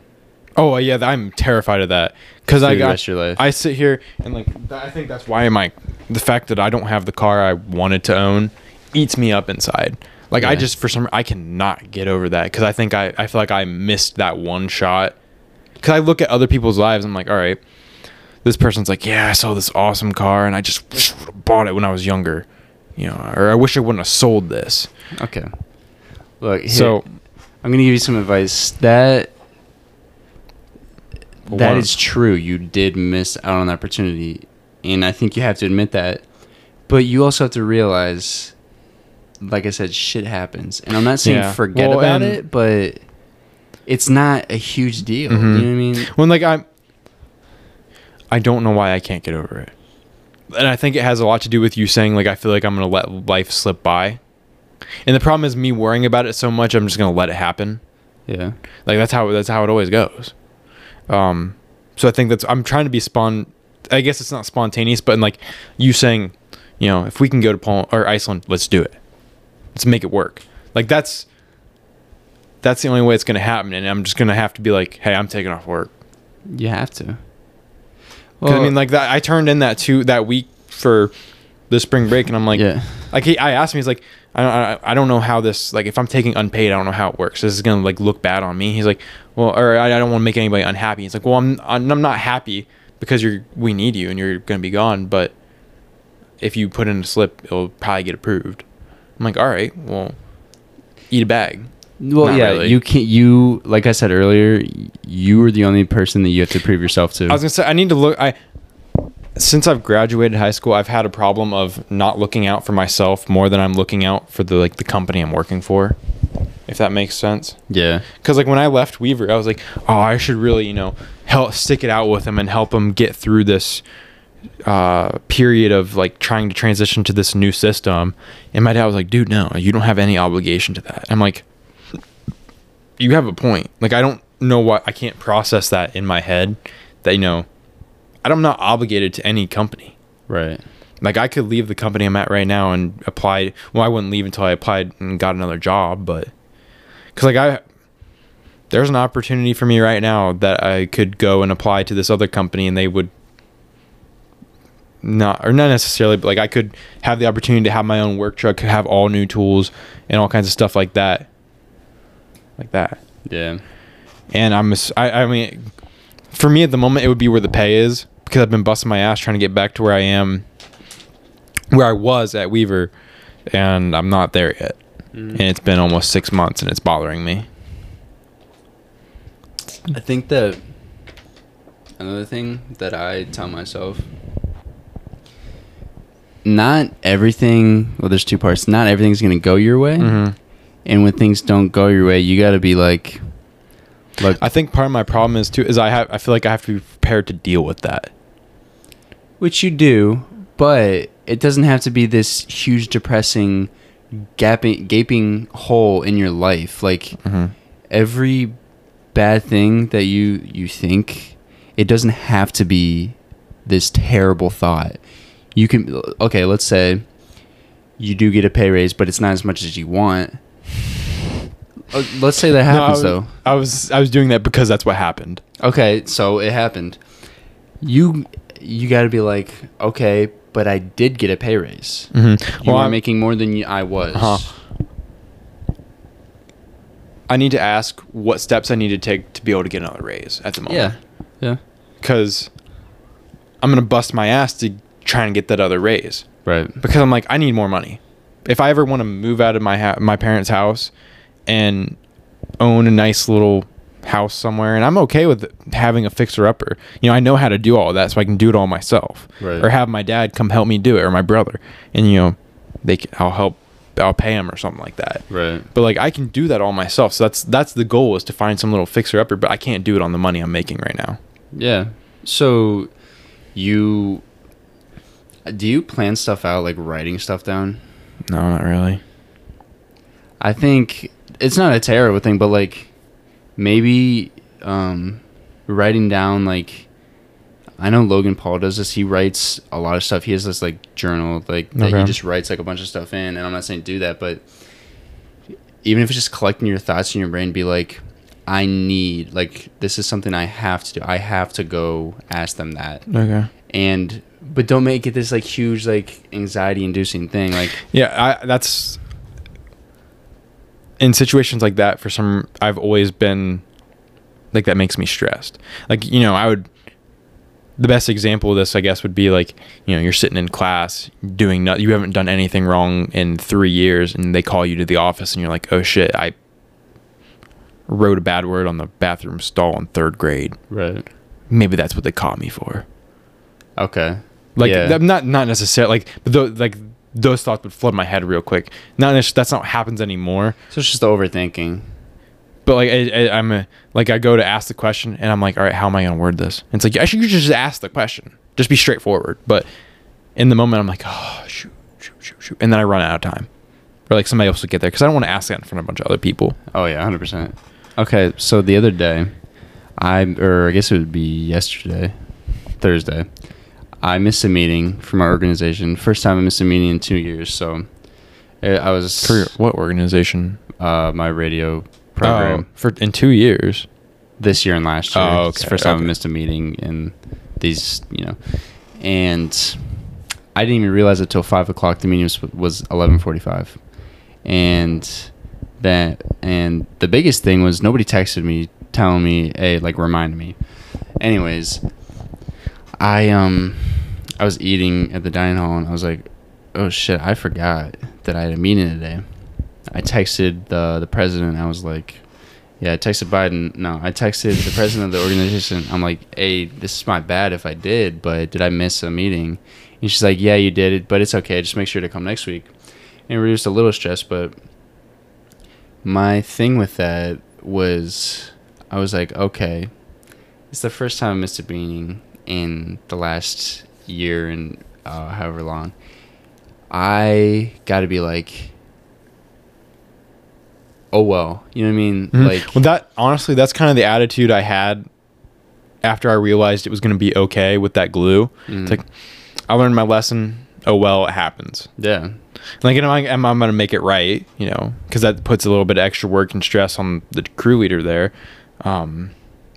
Oh yeah, th- I'm terrified of that because I Through the got rest of your life. I sit here and like th- I think that's why my the fact that I don't have the car I wanted to own eats me up inside. Like I Yeah. just for some I cannot get over that because I think I I feel like I missed that one shot because I look at other people's lives. I'm like, all right, this person's like, yeah, I saw this awesome car and I just wish I would've bought it when I was younger, you know, or I wish I wouldn't have sold this. Okay. Look, here- So I'm going to give you some advice. That that One- is true. You did miss out on the opportunity, and I think you have to admit that. But you also have to realize, like I said, shit happens, and I'm not saying Yeah. forget Well, about and- it, but it's not a huge deal. Mhm. You know what I mean? When like I'm, I don't know why I can't get over it, and I think it has a lot to do with you saying like I feel like I'm gonna let life slip by, and the problem is me worrying about it so much I'm just gonna let it happen. Yeah. Like that's how that's how it always goes. Um, so I think that's I'm trying to be spon. I guess it's not spontaneous, but in like you saying, you know, if we can go to Poland or Iceland, let's do it. Let's make it work. Like that's that's the only way it's gonna happen, and I'm just gonna have to be like, hey, I'm taking off work. You have to. 'Cause, I mean, like that. I turned in that two that week for the spring break, and I'm like, Yeah. Like he, I asked him, he's like, I don't, I, I don't know how this. Like, if I'm taking unpaid, I don't know how it works. This is gonna like look bad on me. He's like, well, or I, I don't want to make anybody unhappy. He's like, well, I'm, I'm, I'm not happy because you're, we need you, and you're gonna be gone. But if you put in a slip, it'll probably get approved. I'm like, all right, well, eat a bag. well, not yeah. really. You can't. You like I said earlier. y- You are the only person that you have to prove yourself to. I was gonna say I need to look. I since I've graduated high school, I've had a problem of not looking out for myself more than I'm looking out for the like the company I'm working for. If that makes sense, yeah. because like when I left Weaver, I was like, oh, I should really you know help stick it out with him and help him get through this uh period of like trying to transition to this new system and my dad was like dude no you don't have any obligation to that i'm like you have a point. Like I don't know what I can't process that in my head that you know I'm not obligated to any company. Right. Like I could leave the company I'm at right now and apply. Well, I wouldn't leave until I applied and got another job, but because like I there's an opportunity for me right now that I could go and apply to this other company and they would not or not necessarily, but like I could have the opportunity to have my own work truck, have all new tools and all kinds of stuff like that, like that Yeah. and I'm ass- I, I mean for me at the moment it would be where the pay is because I've been busting my ass trying to get back to where I am where I was at Weaver and I'm not there yet and it's been almost 6 months and it's bothering me I think that another thing that I tell myself not everything well there's two parts not everything's gonna go your way and when things don't go your way you gotta be like look I think part of my problem is too is I have I feel like I have to be prepared to deal with that which you do but it doesn't have to be this huge depressing gaping gaping hole in your life like every bad thing that you you think it doesn't have to be this terrible thought you can okay let's say you do get a pay raise but it's not as much as you want Uh, let's say that No, happens I, was, I was I was doing that because that's what happened though okay so it happened you you got to be like okay but i did get a pay raise mm-hmm. you well are I'm, making more than you, i was Uh-huh. I need to ask what steps I need to take to be able to get another raise at the moment yeah yeah because I'm gonna bust my ass to try and get that other raise right because I'm like I need more money. If I ever want to move out of my ha- my parents' house and own a nice little house somewhere, and I'm okay with having a fixer upper. You know, I know how to do all that, so I can do it all myself, Right. or have my dad come help me do it, or my brother, and you know, they can, I'll help, I'll pay him or something like that. right But like I can do that all myself. So that's that's the goal is to find some little fixer upper, but I can't do it on the money I'm making right now. Yeah. So you Do you plan stuff out like writing stuff down? No, not really. I think it's not a terrible thing, but like maybe um, writing down like I know Logan Paul does this. He writes a lot of stuff. He has this like journal like that he Okay. just writes like a bunch of stuff in. And I'm not saying do that, but even if it's just collecting your thoughts in your brain, be like, I need like this is something I have to do. I have to go ask them that. Okay. And but don't make it this like huge like anxiety inducing thing. Like Yeah, I, that's in situations like that. For some, I've always been like that makes me stressed. Like you know, I would. The best example of this, I guess, would be like you know you're sitting in class doing not you haven't done anything wrong in three years, and they call you to the office, and you're like, oh shit, I wrote a bad word on the bathroom stall in third grade. right. Maybe that's what they caught me for Okay. like Yeah. th- not not necessarily like but tho- like those thoughts would flood my head real quick not nec- that's not what happens anymore So it's just the overthinking. but like I, I, i'm a, like i go to ask the question and i'm like all right how am i gonna word this and it's like i should just ask the question just be straightforward but in the moment i'm like oh shoot shoot shoot shoot and then i run out of time or like somebody else will get there because i don't want to ask that in front of a bunch of other people Oh yeah, hundred percent. Okay, so the other day, I or I guess it would be yesterday, Thursday. I missed a meeting from our organization. First time I missed a meeting in two years. So, I I was for what organization uh, my radio program Oh, for in two years this year and last year. Oh, It's the okay, first time okay. I missed a meeting and these, you know, and I didn't even realize it till five o'clock. The meeting was, was eleven forty-five, and that and the biggest thing was nobody texted me telling me, hey, like remind me. Anyways, I um, I was eating at the dining hall and I was like, oh shit, I forgot that I had a meeting today. I texted the the president. I was like, yeah, I texted Biden. No, I texted the president of the organization. I'm like, hey, this is my bad if I did, but did I miss a meeting? And she's like, yeah, you did it, but it's okay. Just make sure to come next week. And it reduced a little stress, but my thing with that was I was like, okay, it's the first time I missed a meeting in the last year and uh, however long. I got to be like, oh well, you know what I mean? Mhm. Like, well that honestly that's kind of the attitude i had after i realized it was going to be okay with that glue Mm. it's like i learned my lesson oh well it happens yeah, like am i am i going to make it right you know because that puts a little bit of extra work and stress on the crew leader there um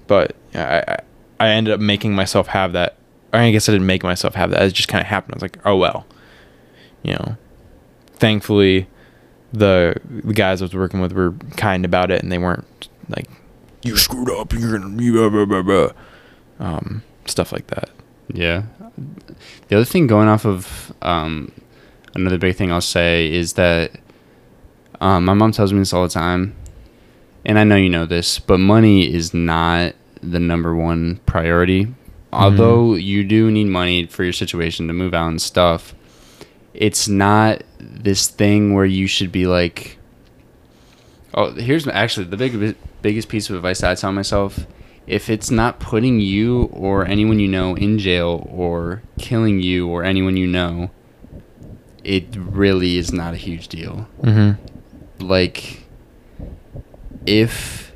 but i i I ended up making myself have that i guess i didn't make myself have that it just kind of happened i was like oh well you know thankfully the the guys i was working with were kind about it and they weren't like you screwed up you're gonna be blah blah blah blah um stuff like that yeah. The other thing, going off of um, another big thing I'll say is that um, my mom tells me this all the time, and I know you know this, but money is not the number one priority. Although you do need money for your situation to move out and stuff, it's not this thing where you should be like, oh, here's actually the big, biggest piece of advice that I tell myself. If it's not putting you or anyone you know in jail or killing you or anyone you know, it really is not a huge deal mm-hmm like if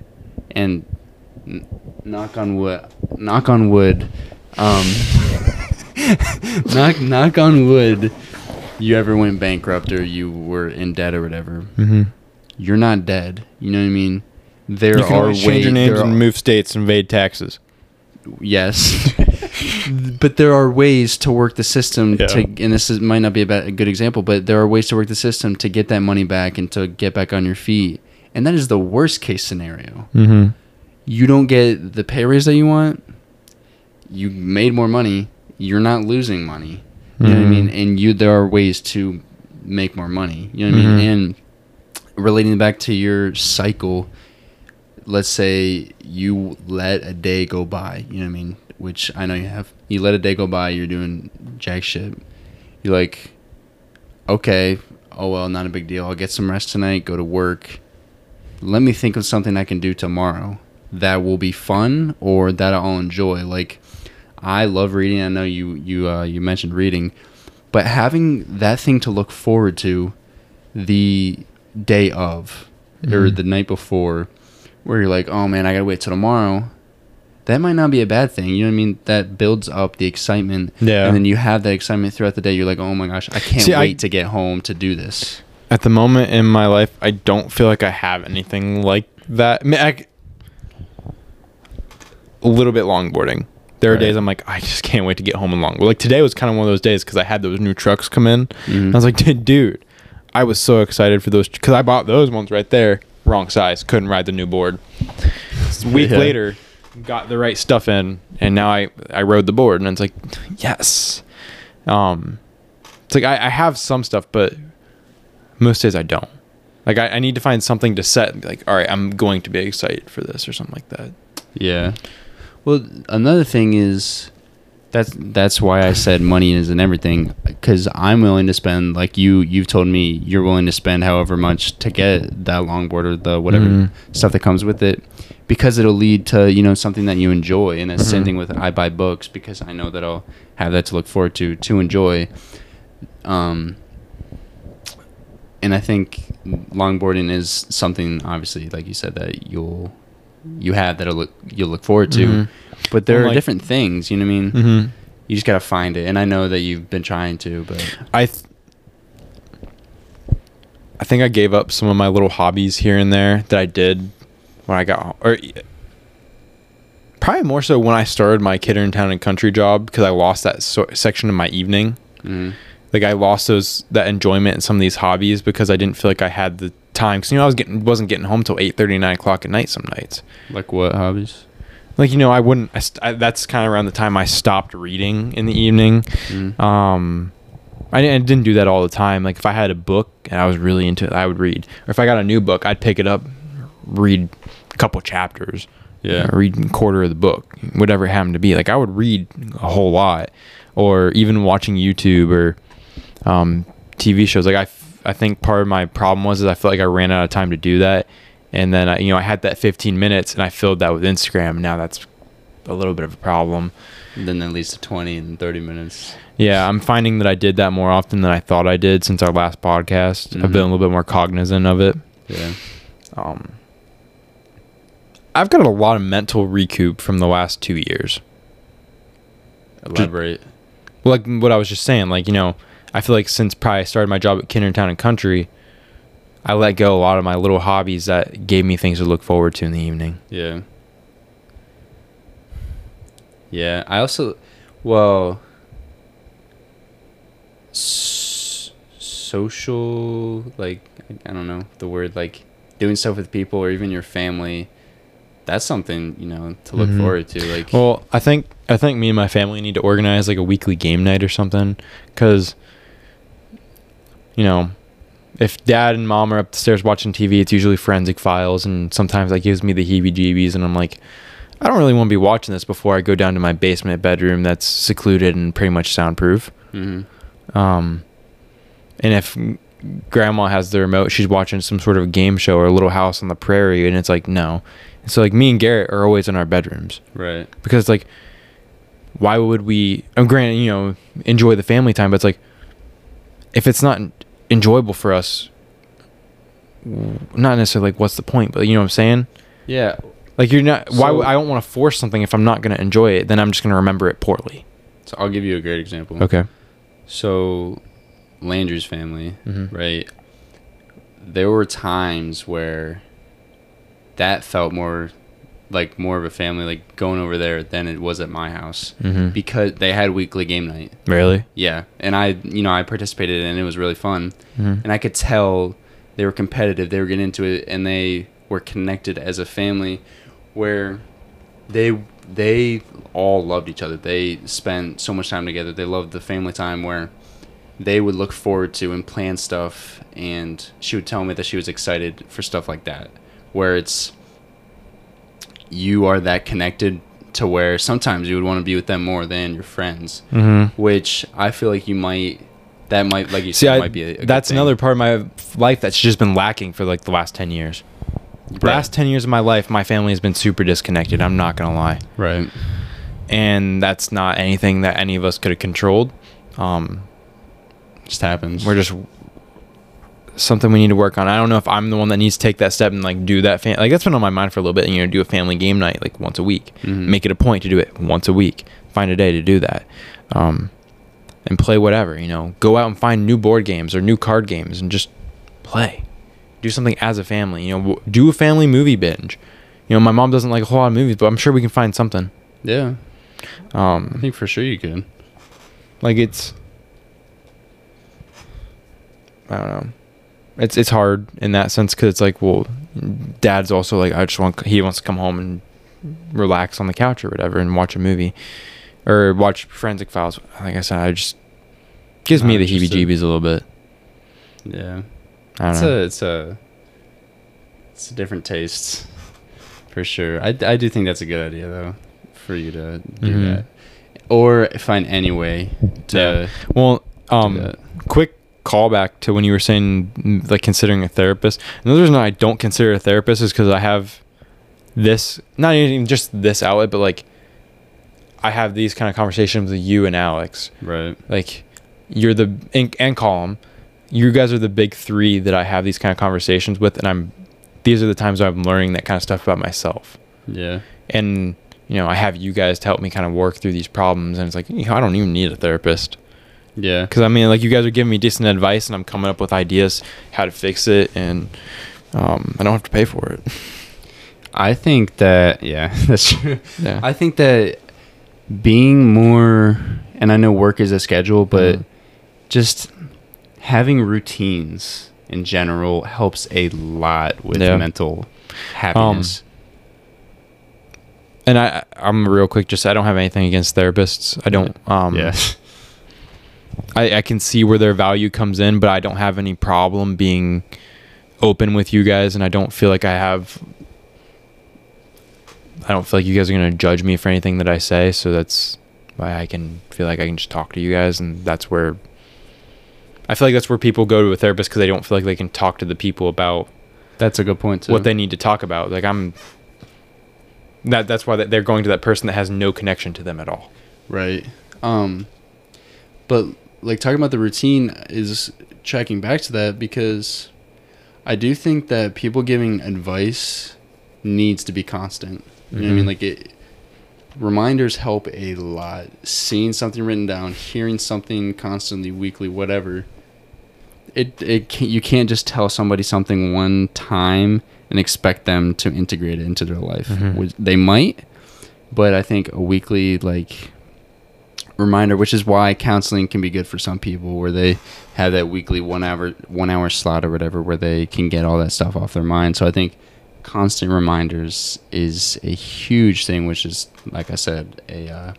and n- knock on wood knock on wood um knock knock on wood you ever went bankrupt or you were in debt or whatever mm-hmm you're not dead you know what i mean there you can are always change ways your names and move states and evade taxes. yes but there are ways to work the system Yeah. to and this is, might not be a, ba- a good example but there are ways to work the system to get that money back and to get back on your feet and that is the worst case scenario Mm-hmm. you don't get the pay raise that you want you made more money you're not losing money you know what i Mhm. mean and you there are ways to make more money you know what i Mhm. mean and relating back to your cycle let's say you let a day go by you know what i mean which i know you have you let a day go by you're doing jack shit you're like okay oh well not a big deal i'll get some rest tonight go to work let me think of something i can do tomorrow that will be fun or that I'll enjoy. Like I love reading. I know you you uh, you mentioned reading, But having that thing to look forward to the day of or Mm-hmm. the night before, where you're like, oh man, I gotta wait till tomorrow, that might not be a bad thing. You know what I mean? That builds up the excitement. Yeah. And then you have that excitement throughout the day. You're like, oh my gosh, I can't See, I- wait to get home to do this. At the moment in my life, I don't feel like I have anything like that. I mean, I c- a little bit longboarding. There are Right. days I'm like, I just can't wait to get home and longboard. Like today was kind of one of those days because I had those new trucks come in. Mm-hmm. I was like, dude, dude, I was so excited for those because I bought those ones right there. Wrong size, couldn't ride the new board. S- Week Yeah. later, got the right stuff in, and now I I rode the board, and it's like, yes. Um, it's like I, I have some stuff, but most days I don't. Like I, I need to find something to set. and be Like, all right, I'm going to be excited for this or something like that. Yeah. Well, another thing is that's that's why I said money isn't everything because I'm willing to spend like you you've told me you're willing to spend however much to get that longboard or the whatever Mhm. stuff that comes with it because it'll lead to you know something that you enjoy and it's same thing with I buy books because I know that I'll have that to look forward to to enjoy. Um, and I think longboarding is something obviously like you said that you'll you have that'll look you'll look forward to. Mhm. But there And, are like- different things, you know what I mean? Mm-hmm. You just gotta find it. And I know that you've been trying to, but I th- I think I gave up some of my little hobbies here and there that I did when I got or e, probably more so when I started my kid in town and country job because I lost that so- section of my evening. mm, Like I lost those that enjoyment in some of these hobbies because I didn't feel like I had the time because you know I was getting wasn't getting home till 8 9 o'clock at night some nights like what hobbies? like you know i wouldn't I, st- I- that's kind of around the time i stopped reading in the evening Mm. um I didn't, I didn't do that all the time like if i had a book and i was really into it i would read or if i got a new book i'd pick it up read a couple chapters Yeah. or read a quarter of the book whatever it happened to be like i would read a whole lot or even watching youtube or um tv shows like i f- i think part of my problem was is i felt like i ran out of time to do that and then I, you know i had that 15 minutes and i filled that with instagram now that's a little bit of a problem then that leads to twenty and thirty minutes. yeah, I'm finding that I did that more often than I thought I did since our last podcast. I've been a little bit more cognizant of it. Yeah. Um, I've got a lot of mental recoup from the last two years. Elaborate. Like what I was just saying, like, you know, I feel like since probably I started my job at Kinder Town and Country, I let go a lot of my little hobbies that gave me things to look forward to in the evening. Yeah. Yeah. I also, well, s- social, like, I don't know the word, like doing stuff with people or even your family. That's something, you know, to look Mhm. forward to. Like, Well, I think I think me and my family need to organize like a weekly game night or something, because you know, if Dad and Mom are upstairs watching TV, it's usually Forensic Files, and sometimes that gives me the heebie-jeebies, and I'm like, I don't really want to be watching this before I go down to my basement bedroom that's secluded and pretty much soundproof. mhm. Um, and if grandma has the remote, she's watching some sort of game show or Little House on the Prairie, and it's like no. So like me and Garrett are always in our bedrooms right. because like why would we i'm granted you know enjoy the family time but it's like if it's not enjoyable for us w- not necessarily like what's the point but you know what i'm saying Yeah. like you're not why So- would- i don't want to force something if i'm not going to enjoy it then i'm just going to remember it poorly So I'll give you a great example. okay So, Landry's family, Mhm. right? There were times where that felt more like more of a family, like going over there than it was at my house Mhm. because they had weekly game night. really Yeah, and I, you know, I participated and it was really fun, Mhm. and I could tell they were competitive. They were getting into it, and they were connected as a family, where they they all loved each other. They spent so much time together. They loved the family time where they would look forward to and plan stuff. And she would tell me that she was excited for stuff like that, where it's you are that connected to where sometimes you would want to be with them more than your friends, Mhm. which I feel like you might. That might, like you see said, I, might be. A, a good that's thing. another part of my life that's just been lacking for like the last 10 years last 10 years of my life my family has been super disconnected i'm not going to lie right. and that's not anything that any of us could have controlled. Um, just happens. We're just something we need to work on. I don't know if I'm the one that needs to take that step and like do that. Fam- like that's been on my mind for a little bit. And, you know, do a family game night like once a week. Mhm. Make it a point to do it once a week. Find a day to do that, um, and play whatever. You know, go out and find new board games or new card games and just play. Do something as a family. You know, w- do a family movie binge. You know, my mom doesn't like a whole lot of movies, but I'm sure we can find something. yeah, I Um, think for sure you could. like it's, I don't know. It's it's hard in that sense because it's like, well, dad's also like, I just want he wants to come home and relax on the couch or whatever and watch a movie, or watch Forensic Files. Like I said, I just gives me Not the interested. heebie-jeebies a little bit. Yeah, I uh, it's don't know. a it's a it's a different tastes for sure. I I do think that's a good idea though for you to do Mhm. that or find any way to Well, um, that. quick callback to when you were saying mm, like considering a therapist. Another reason I don't consider a therapist is because I have this, not even just this outlet, but like I have these kind of conversations with you and Alex. right. Like you're the and, and Colm, you guys are the big three that I have these kind of conversations with, and I'm these are the times I'm learning that kind of stuff about myself Yeah. and you know i have you guys to help me kind of work through these problems and it's like you know, i don't even need a therapist Yeah. because i mean like you guys are giving me decent advice and i'm coming up with ideas how to fix it and um, i don't have to pay for it I think that yeah, that's true. Yeah. I think that being more and I know work is a schedule, but Mhm. just having routines in general helps a lot with Yeah. mental happiness. and i i'm real quick just i don't have anything against therapists i don't um yeah. I, I can see where their value comes in, but I don't have any problem being open with you guys, and I don't feel like I have. I don't feel like you guys are gonna judge me for anything that I say, so that's why I can feel like I can just talk to you guys, and that's where. I feel like that's where people go to a therapist because they don't feel like they can talk to the people about That's a good point too. what they need to talk about. Like I'm. That that's why they're going to that person that has no connection to them at all. Right. Um but like talking about the routine is tracking back to that because I do think that people giving advice needs to be constant. You know what I mean? Mhm. Like it reminders help a lot. Seeing something written down, hearing something constantly, weekly, whatever. It it can, you can't just tell somebody something one time and expect them to integrate it into their life. Mhm. Which they might, but I think a weekly like reminder, which is why counseling can be good for some people, where they have that weekly one hour one hour slot or whatever, where they can get all that stuff off their mind. So I think constant reminders is a huge thing, which is like I said, a uh,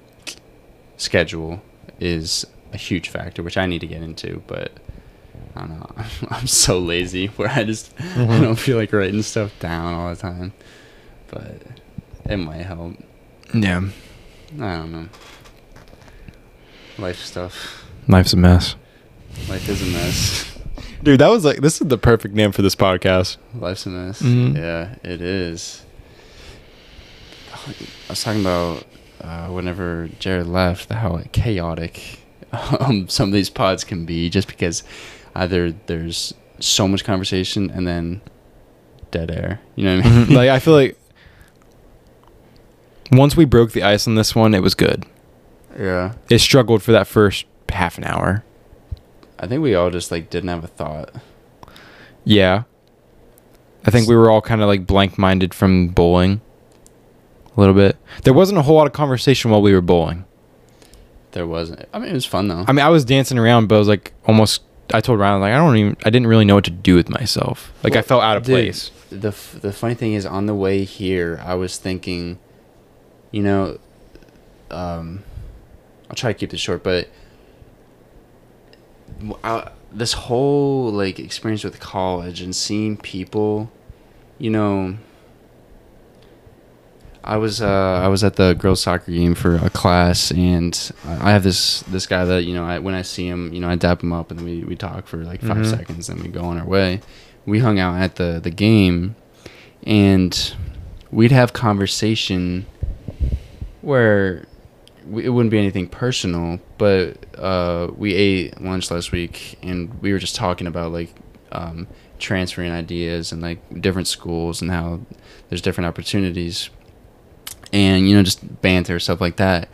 schedule is a huge factor, which I need to get into, but. I don't know. I'm so lazy where I just I don't feel like writing stuff down all the time, but it might help. Yeah, I don't know. Life stuff. life's a mess. Life is a mess. Dude, that was like this is the perfect name for this podcast. Life's a mess. Mhm. Yeah, it is. I was talking about uh, whenever Jared left, how chaotic um, some of these pods can be, just because either there's so much conversation and then dead air. You know what I mean? Mm-hmm. like I feel like once we broke the ice on this one, it was good. yeah. It struggled for that first half an hour. I think we all just like didn't have a thought. Yeah. I think we were all kind of like blank minded from bowling a little bit. There wasn't a whole lot of conversation while we were bowling. There wasn't. I mean, it was fun though. I mean, I was dancing around, but I was like almost. I told Ryan like I don't even. I didn't really know what to do with myself. Like I Well, felt out of dude, place. The f- the funny thing is, on the way here, I was thinking, you know, um, I'll try to keep this short, but w- I, this whole like experience with college and seeing people, you know. I was uh, I was at the girls soccer game for a class, and I I have this this guy that you know I, when I see him, you know I dap him up, and then we, we talk for like 5 Mhm. seconds, and we go on our way. We hung out at the the game, and we'd have conversation where we, it wouldn't be anything personal, but uh, we ate lunch last week and we were just talking about like um, transferring ideas and like different schools and how there's different opportunities and you know just banter stuff like that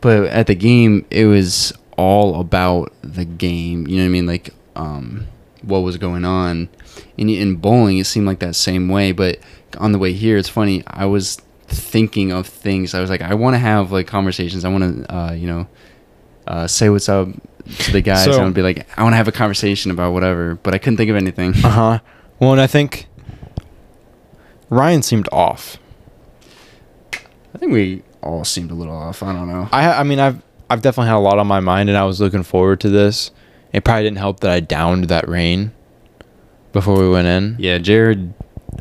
but at the game it was all about the game you know what i mean like um, what was going on and in bowling it seemed like that same way but on the way here it's funny i was thinking of things i was like i want to have like conversations i want to uh, you know uh, say what's up to the guys So- i want to be like i want to have a conversation about whatever but i couldn't think of anything Uh huh. Well, and I think Ryan seemed off. i think we all seemed a little off i don't know I ha- I mean I've I've definitely had a lot on my mind and I was looking forward to this. It probably didn't help that I downed that rain before we went in yeah jared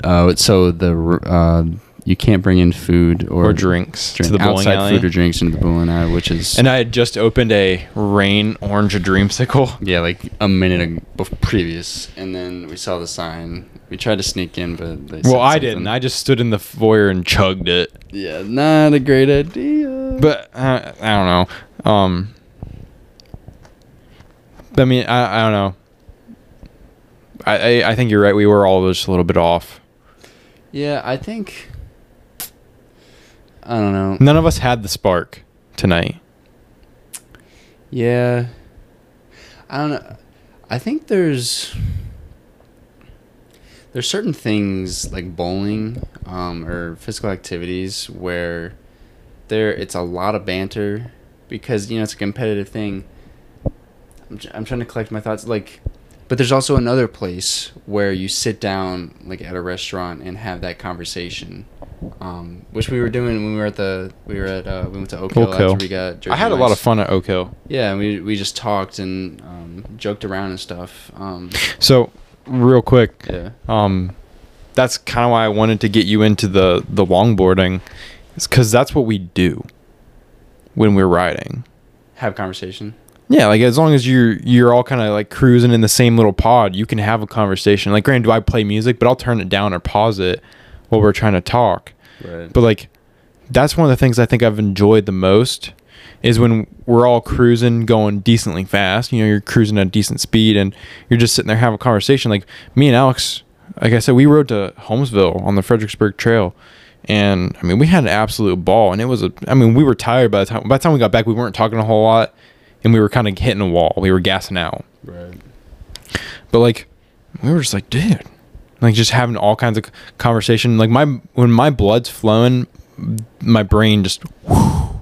uh, so the r- uh, you can't bring in food or, or drinks drink- to the bowling outside alley. food or drinks into the bowling alley which is and I had just opened a rain orange dreamsicle. Yeah, like a minute ag- bef- previous, and then we saw the sign. We tried to sneak in, but they said Well, I something. didn't. I just stood in the foyer and chugged it. yeah, not a great idea. But uh, I don't know. Um, I mean, I, I don't know. I, I I think you're right. We were all just a little bit off. yeah, I think I don't know. None of us had the spark tonight. Yeah. I don't know. I think there's there's certain things like bowling um, or physical activities where there it's a lot of banter because you know it's a competitive thing. I'm, tr- I'm trying to collect my thoughts like but there's also another place where you sit down like at a restaurant and have that conversation um, which we were doing when we were at the we were at uh, we went to Oak Hill Oak Hill. after we got I jerky had a lot rice. of fun at Oak Hill. Yeah, and we we just talked and um, joked around and stuff. Um, So, real quick, yeah, um, that's kind of why I wanted to get you into the the longboarding, is because that's what we do when we're riding. have conversation. Yeah, like as long as you're you're all kind of like cruising in the same little pod, you can have a conversation. Like, granted, do I play music? But I'll turn it down or pause it while we're trying to talk. Right. But like, that's one of the things I think I've enjoyed the most is when we're all cruising, going decently fast. You know, you're cruising at a decent speed, and you're just sitting there having a conversation. Like me and Alex, like I said, we rode to Holmesville on the Fredericksburg Trail, and I mean, we had an absolute ball. And it was a, I mean, we were tired by the time by the time we got back, we weren't talking a whole lot, and we were kind of hitting a wall. We were gassing out. Right. But like, we were just like, dude, like just having all kinds of c- conversation. Like my when my blood's flowing, m- my brain just whew,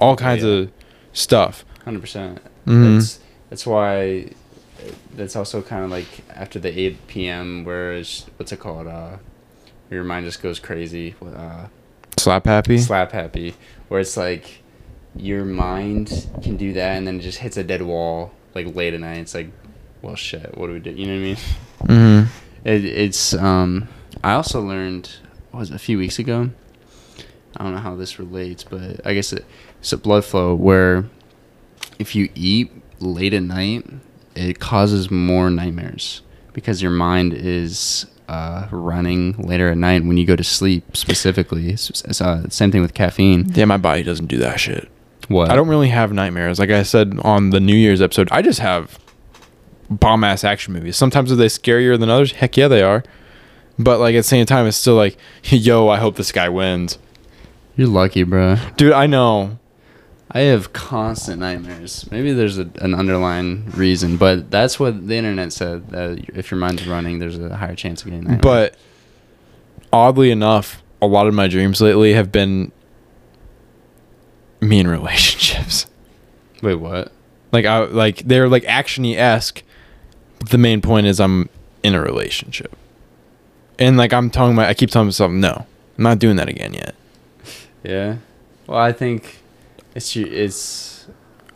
all kinds yeah. of stuff. Hundred percent. Mhm. That's that's why. That's also kind of like after the eight p.m. where it's what's it called? Uh, your mind just goes crazy. Uh, Slap happy. slap happy, where it's like your mind can do that, and then it just hits a dead wall like late at night. It's like, well, shit. What do we do? You know what I mean? hmm It, it's um I also learned what was it, a few weeks ago. I don't know how this relates, but I guess it, it's a blood flow where if you eat late at night, it causes more nightmares because your mind is uh, running later at night when you go to sleep specifically. It's, it's, uh, same thing with caffeine. Yeah, my body doesn't do that shit. What? I don't really have nightmares. Like I said on the New Year's episode, I just have bomb ass action movies. Sometimes are they scarier than others? Heck yeah, they are. But like at the same time, it's still like, yo, I hope this guy wins, You're lucky, bro. dude. I know. I have constant nightmares. Maybe there's a, an underlying reason, but that's what the internet said. That if your mind's running, there's a higher chance of getting nightmares. But oddly enough, a lot of my dreams lately have been me in relationships. wait, what? Like I like they're like actiony esque. The main point is I'm in a relationship, and like I'm telling my I keep telling myself no, I'm not doing that again yet. Yeah. Well, I think it's you- it's.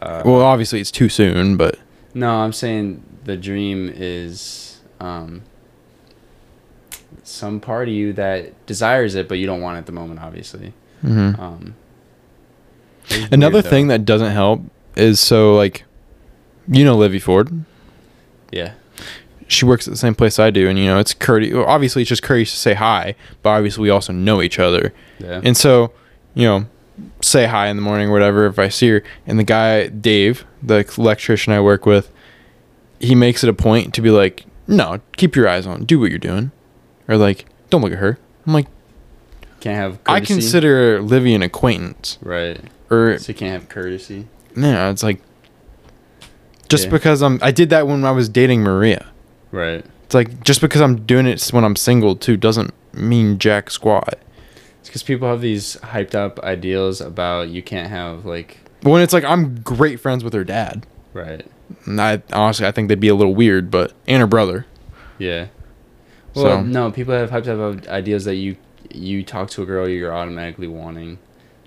Uh, Well, obviously it's too soon, but no, I'm saying the dream is um, some part of you that desires it, but you don't want it at the moment, obviously. Um, it's Mm-hmm. another weird, though. thing that doesn't help is so like, you know, Livy Ford. Yeah. she works at the same place I do, and you know, it's courteous. Obviously, it's just courteous to say hi, but obviously, we also know each other, Yeah. and so you know, say hi in the morning or whatever if I see her. And the guy, Dave, the electrician I work with, he makes it a point to be like, no, keep your eyes on, do what you're doing. Or like, don't look at her. I'm like, Can't have. I courtesy. consider Livy an acquaintance. Right. Or, So you can't have courtesy. no, it's like, just Yeah. because I'm, I did that when I was dating Maria. Right. It's like, just because I'm doing it when I'm single too doesn't mean jack squat. It's because people have these hyped up ideals about you can't have like. When it's like, I'm great friends with her dad. Right. And I honestly, I think they'd be a little weird, but and her brother. Yeah. Well, So- no, people have hyped up ideas that you you talk to a girl, you're automatically wanting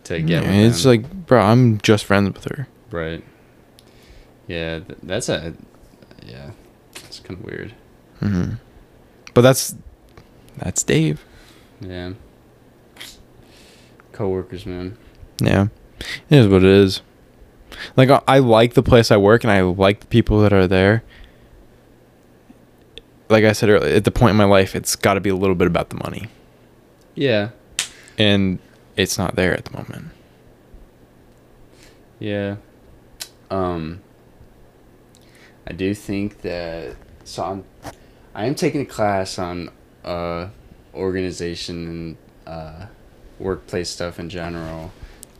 to get. with Yeah, Mm, it's them. like, bro, I'm just friends with her. right. Yeah, th- that's a. Yeah, it's kind of weird. Mm-hmm. But that's that's Dave. Yeah. Coworkers, man. Yeah, it is what it is. Like I, I like the place I work, and I like the people that are there. Like I said earlier, at the point in my life, it's got to be a little bit about the money, Yeah. and it's not there at the moment. Yeah. Um I do think that so I'm I am taking a class on uh organization and uh workplace stuff in general.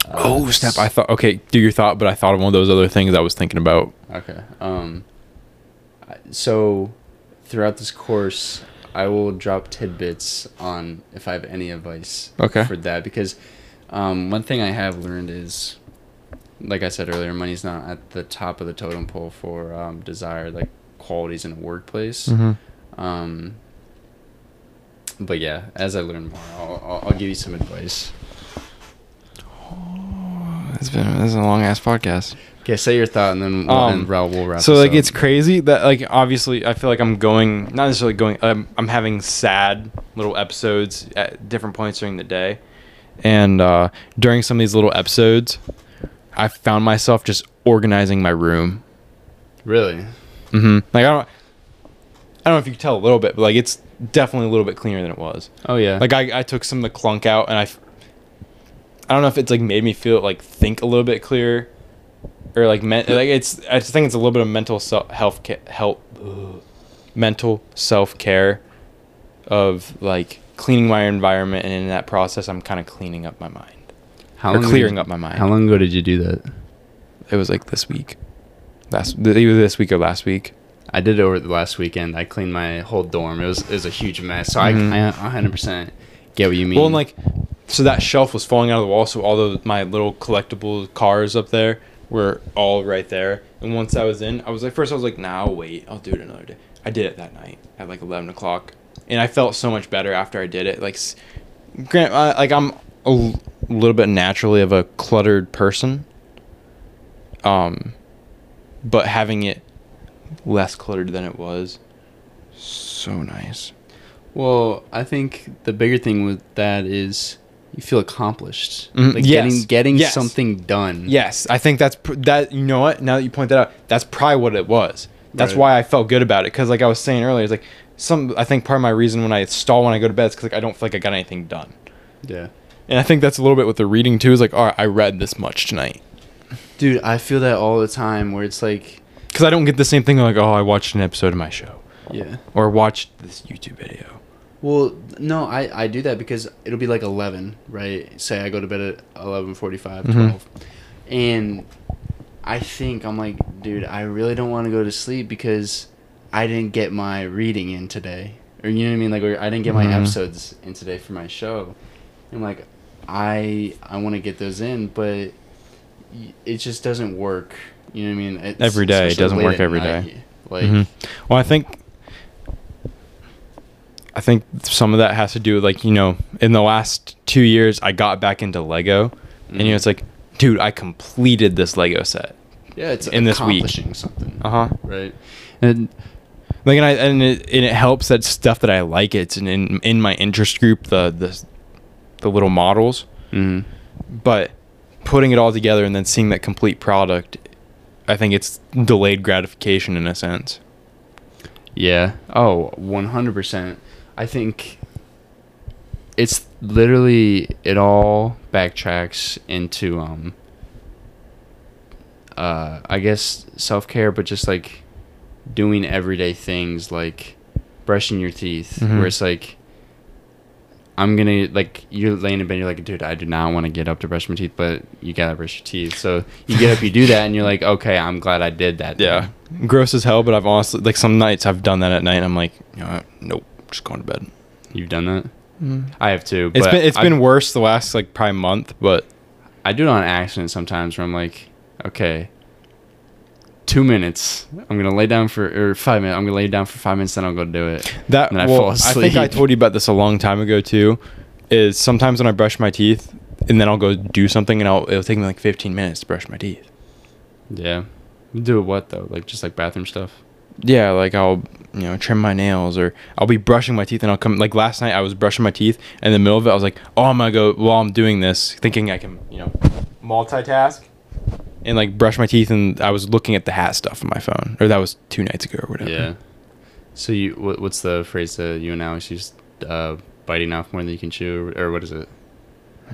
Uh, oh snap! I thought okay, do your thought, but I thought of one of those other things I was thinking about. Okay. Um I- so throughout this course I will drop tidbits on if I have any advice Okay. for that because um one thing I have learned is like I said earlier money's not at the top of the totem pole for um desired like qualities in a workplace. Mm-hmm. Um but yeah, as I learn more, I'll, I'll, I'll give you some advice. That's been that's a long ass podcast. Okay, say your thought, and then we'll, Um, and Raul will wrap. so this like up. it's crazy that like obviously i feel like i'm going not necessarily going i'm, I'm having sad little episodes at different points during the day and uh, during some of these little episodes i found myself just organizing my room really hmm like i don't i don't know if you can tell a little bit but like it's definitely a little bit cleaner than it was oh yeah like I, I took some of the clunk out and I f- I don't know if it's like made me feel like think a little bit clearer or like men- like it's I just think it's a little bit of mental self health ca- help mental self-care of like cleaning my environment and in that process I'm kind of cleaning up my mind. how or long did clearing you- up my mind. How long ago did you do that? It was like this week. Last th- either this week or last week. I did it over the last weekend. I cleaned my whole dorm. It was it was a huge mess. So Mhm. I I 100 percent get what you mean. Well, and like, so that shelf was falling out of the wall, so all the my little collectible cars up there were all right there. And once I was in, I was like, first I was like, nah, I'll wait, I'll do it another day. I did it that night at like eleven o'clock, and I felt so much better after I did it. Like, s- grant, uh, like I'm a l- little bit naturally of a cluttered person. Um, but having it less cluttered than it was, so nice. well, I think the bigger thing with that is you feel accomplished. Mhm. Like Yes. getting getting Yes. something done. Yes, I think that's pr- that. You know what? Now that you point that out, that's probably what it was. That's Right. why I felt good about it because, like I was saying earlier, it's like some. I think part of my reason when I stall when I go to bed is because like I don't feel like I got anything done, Yeah. and I think that's a little bit with the reading too. Is like, all right, I read this much tonight Dude, I feel that all the time. Where it's like, because I don't get the same thing like, oh, I watched an episode of my show yeah. or watched this YouTube video. Well, no, I, I do that because it'll be like 11, right? Say I go to bed at 11:45, Mm-hmm. 12. And I think I'm like, dude, I really don't want to go to sleep because I didn't get my reading in today. Or you know what I mean? Like or I didn't get my Mm-hmm. episodes in today for my show. And like I I want to get those in, but y- it just doesn't work. You know what I mean? It's, Every day, it especially doesn't late work at every night. day. Like Mhm. Well, I think I think some of that has to do with like you know in the last two years I got back into Lego, and you know it's like, dude, I completed this Lego set. yeah, it's In this week. Uh-huh. accomplishing something. huh. Right. And Like and I and it, and it helps that stuff that I like. It's in in, in my interest group the the the little models, mm but putting it all together and then seeing that complete product, I think it's delayed gratification in a sense. Yeah. Oh, 100%. I think it's literally it all backtracks into um uh I guess self-care but just like doing everyday things like brushing your teeth Mhm. where it's like I'm gonna like you're laying in bed. You're like, dude, I do not want to get up to brush my teeth, but you gotta brush your teeth. So you get up, you do that, and you're like, okay, I'm glad I did that. Yeah, gross as hell. But I've honestly like some nights I've done that at night. and I'm like, you know, what? nope, just going to bed. you've done that. I have too. It's but been it's I- been worse the last like probably month, but I do it on accident sometimes where I'm like, okay, two minutes. I'm gonna lay down for or five minutes. I'm gonna lay down for five minutes, then I'll go do it. that And I well, fall I think I asleep. told you about this a long time ago too. Is sometimes when I brush my teeth and then I'll go do something and I'll it'll take me like 15 minutes to brush my teeth. Yeah. Do what though? Like just like bathroom stuff. Yeah, like I'll you know trim my nails or I'll be brushing my teeth and I'll come like last night I was brushing my teeth and in the middle of it I was like, oh I'm gonna go while I'm doing this thinking I can you know multitask and like brush my teeth and I was looking at the hat stuff on my phone or that was two nights ago or whatever. Yeah. So you what, what's the phrase that you and Alex used? Uh, biting off more than you can chew, or, or what is it?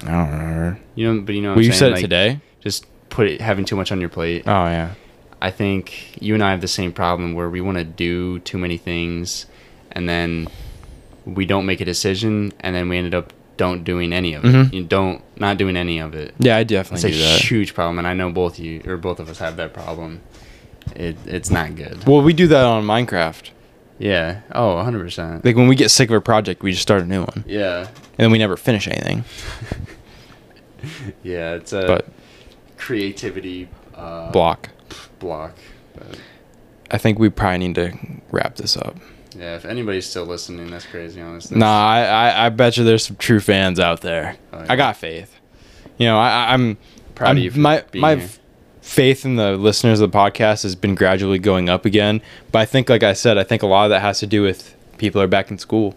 I don't remember. You know, but you know. What Well, I'm you saying? said it like, today. Just put it, having too much on your plate. Oh yeah. I think you and I have the same problem where we want to do too many things and then we don't make a decision and then we ended up don't doing any of it. Mhm. You don't not doing any of it. Yeah, I It's definitely a do that. huge problem and I know both you or both of us have that problem. It it's not good. Well, we do that on Minecraft. Yeah. Oh, 100%. Like when we get sick of a project, we just start a new one, and Yeah. then we never finish anything. Yeah, it's a But creativity uh, block. block. But, I think we probably need to wrap this up. yeah, if anybody's still listening, that's crazy, honestly. Nah, I, I, I bet you there's some true fans out there. Oh, I yeah. got faith. You know, I, I- I'm Proud I'm- of you for my being my here. f- faith in the listeners of the podcast has been gradually going up again. But I think, like I said, I think a lot of that has to do with people are back in school.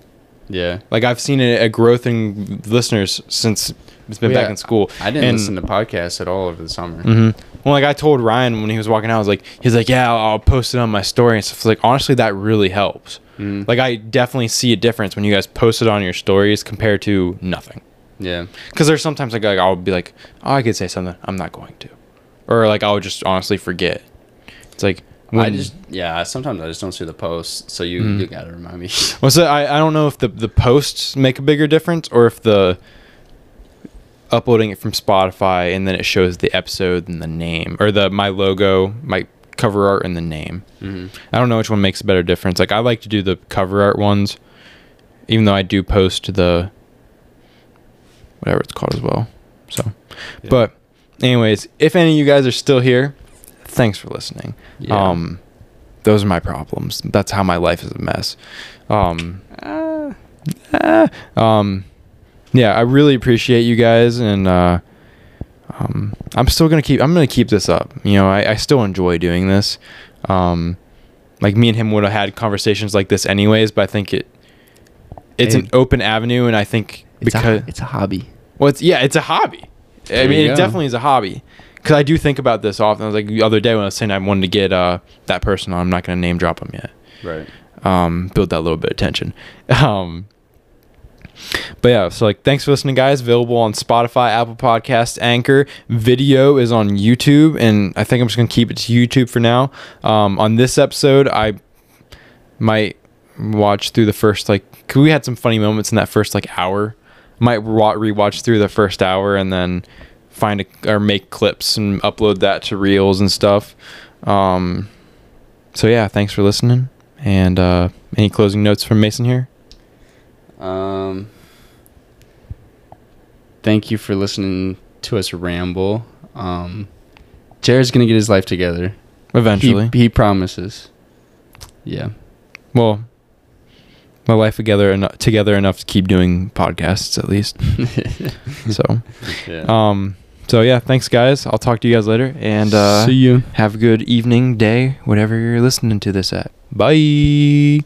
Yeah. Like I've seen a, a growth in listeners since it's been Well, back yeah, in school. I didn't And- listen to podcasts at all over the summer. Mhm. Well, like I told Ryan when he was walking out, I was like, he's like, yeah, I'll, I'll post it on my story and stuff. Like honestly, that really helps. Mm. Like I definitely see a difference when you guys post it on your stories compared to nothing. Yeah. Because there's sometimes like, like I'll be like, oh, I could say something, I'm not going to, or like I'll just honestly forget. It's like I just yeah. Sometimes I just don't see the posts, so you Mm-hmm. you gotta remind me. Well, so I, I don't know if the, the posts make a bigger difference or if the uploading it from Spotify and then it shows the episode and the name or the my logo, my cover art and the name. I don't know which one makes a better difference. Like I like to do the cover art ones, even though I do post the whatever it's called as well. So, but anyways, if any of you guys are still here, thanks for listening. Yeah. Um, those are my problems. That's how my life is a mess. Um, Uh. ah, um, yeah, I really appreciate you guys, and uh, um, I'm still gonna keep. I'm gonna keep this up. You know, I, I still enjoy doing this. Um, like me and him would have had conversations like this anyways, but I think it it's an Hey. open avenue, and I think because it's a hobby. well, it's, yeah, it's a hobby. I There mean, you it go. definitely is a hobby. Because I do think about this often. I was like the other day when I was saying I wanted to get uh, that person on. I'm not going to name drop him yet. Right. Um, build that little bit of tension. Um, but yeah, so like, thanks for listening, guys. Available on Spotify, Apple Podcast, Anchor. Video is on YouTube, and I think I'm just going to keep it to YouTube for now. Um, on this episode, I might watch through the first like 'cause we had some funny moments in that first like hour might wa- rewatch through the first hour and then find a, or make clips and upload that to reels and stuff um so yeah thanks for listening and uh any closing notes from mason here Um. Thank you for listening to us ramble. Um, Jared's gonna get his life together. eventually he, he promises. Yeah. well my life together enough together enough to keep doing podcasts at least so yeah. um so yeah thanks guys i'll talk to you guys later and uh see you. Have a good evening, day, whatever you're listening to this at. Bye.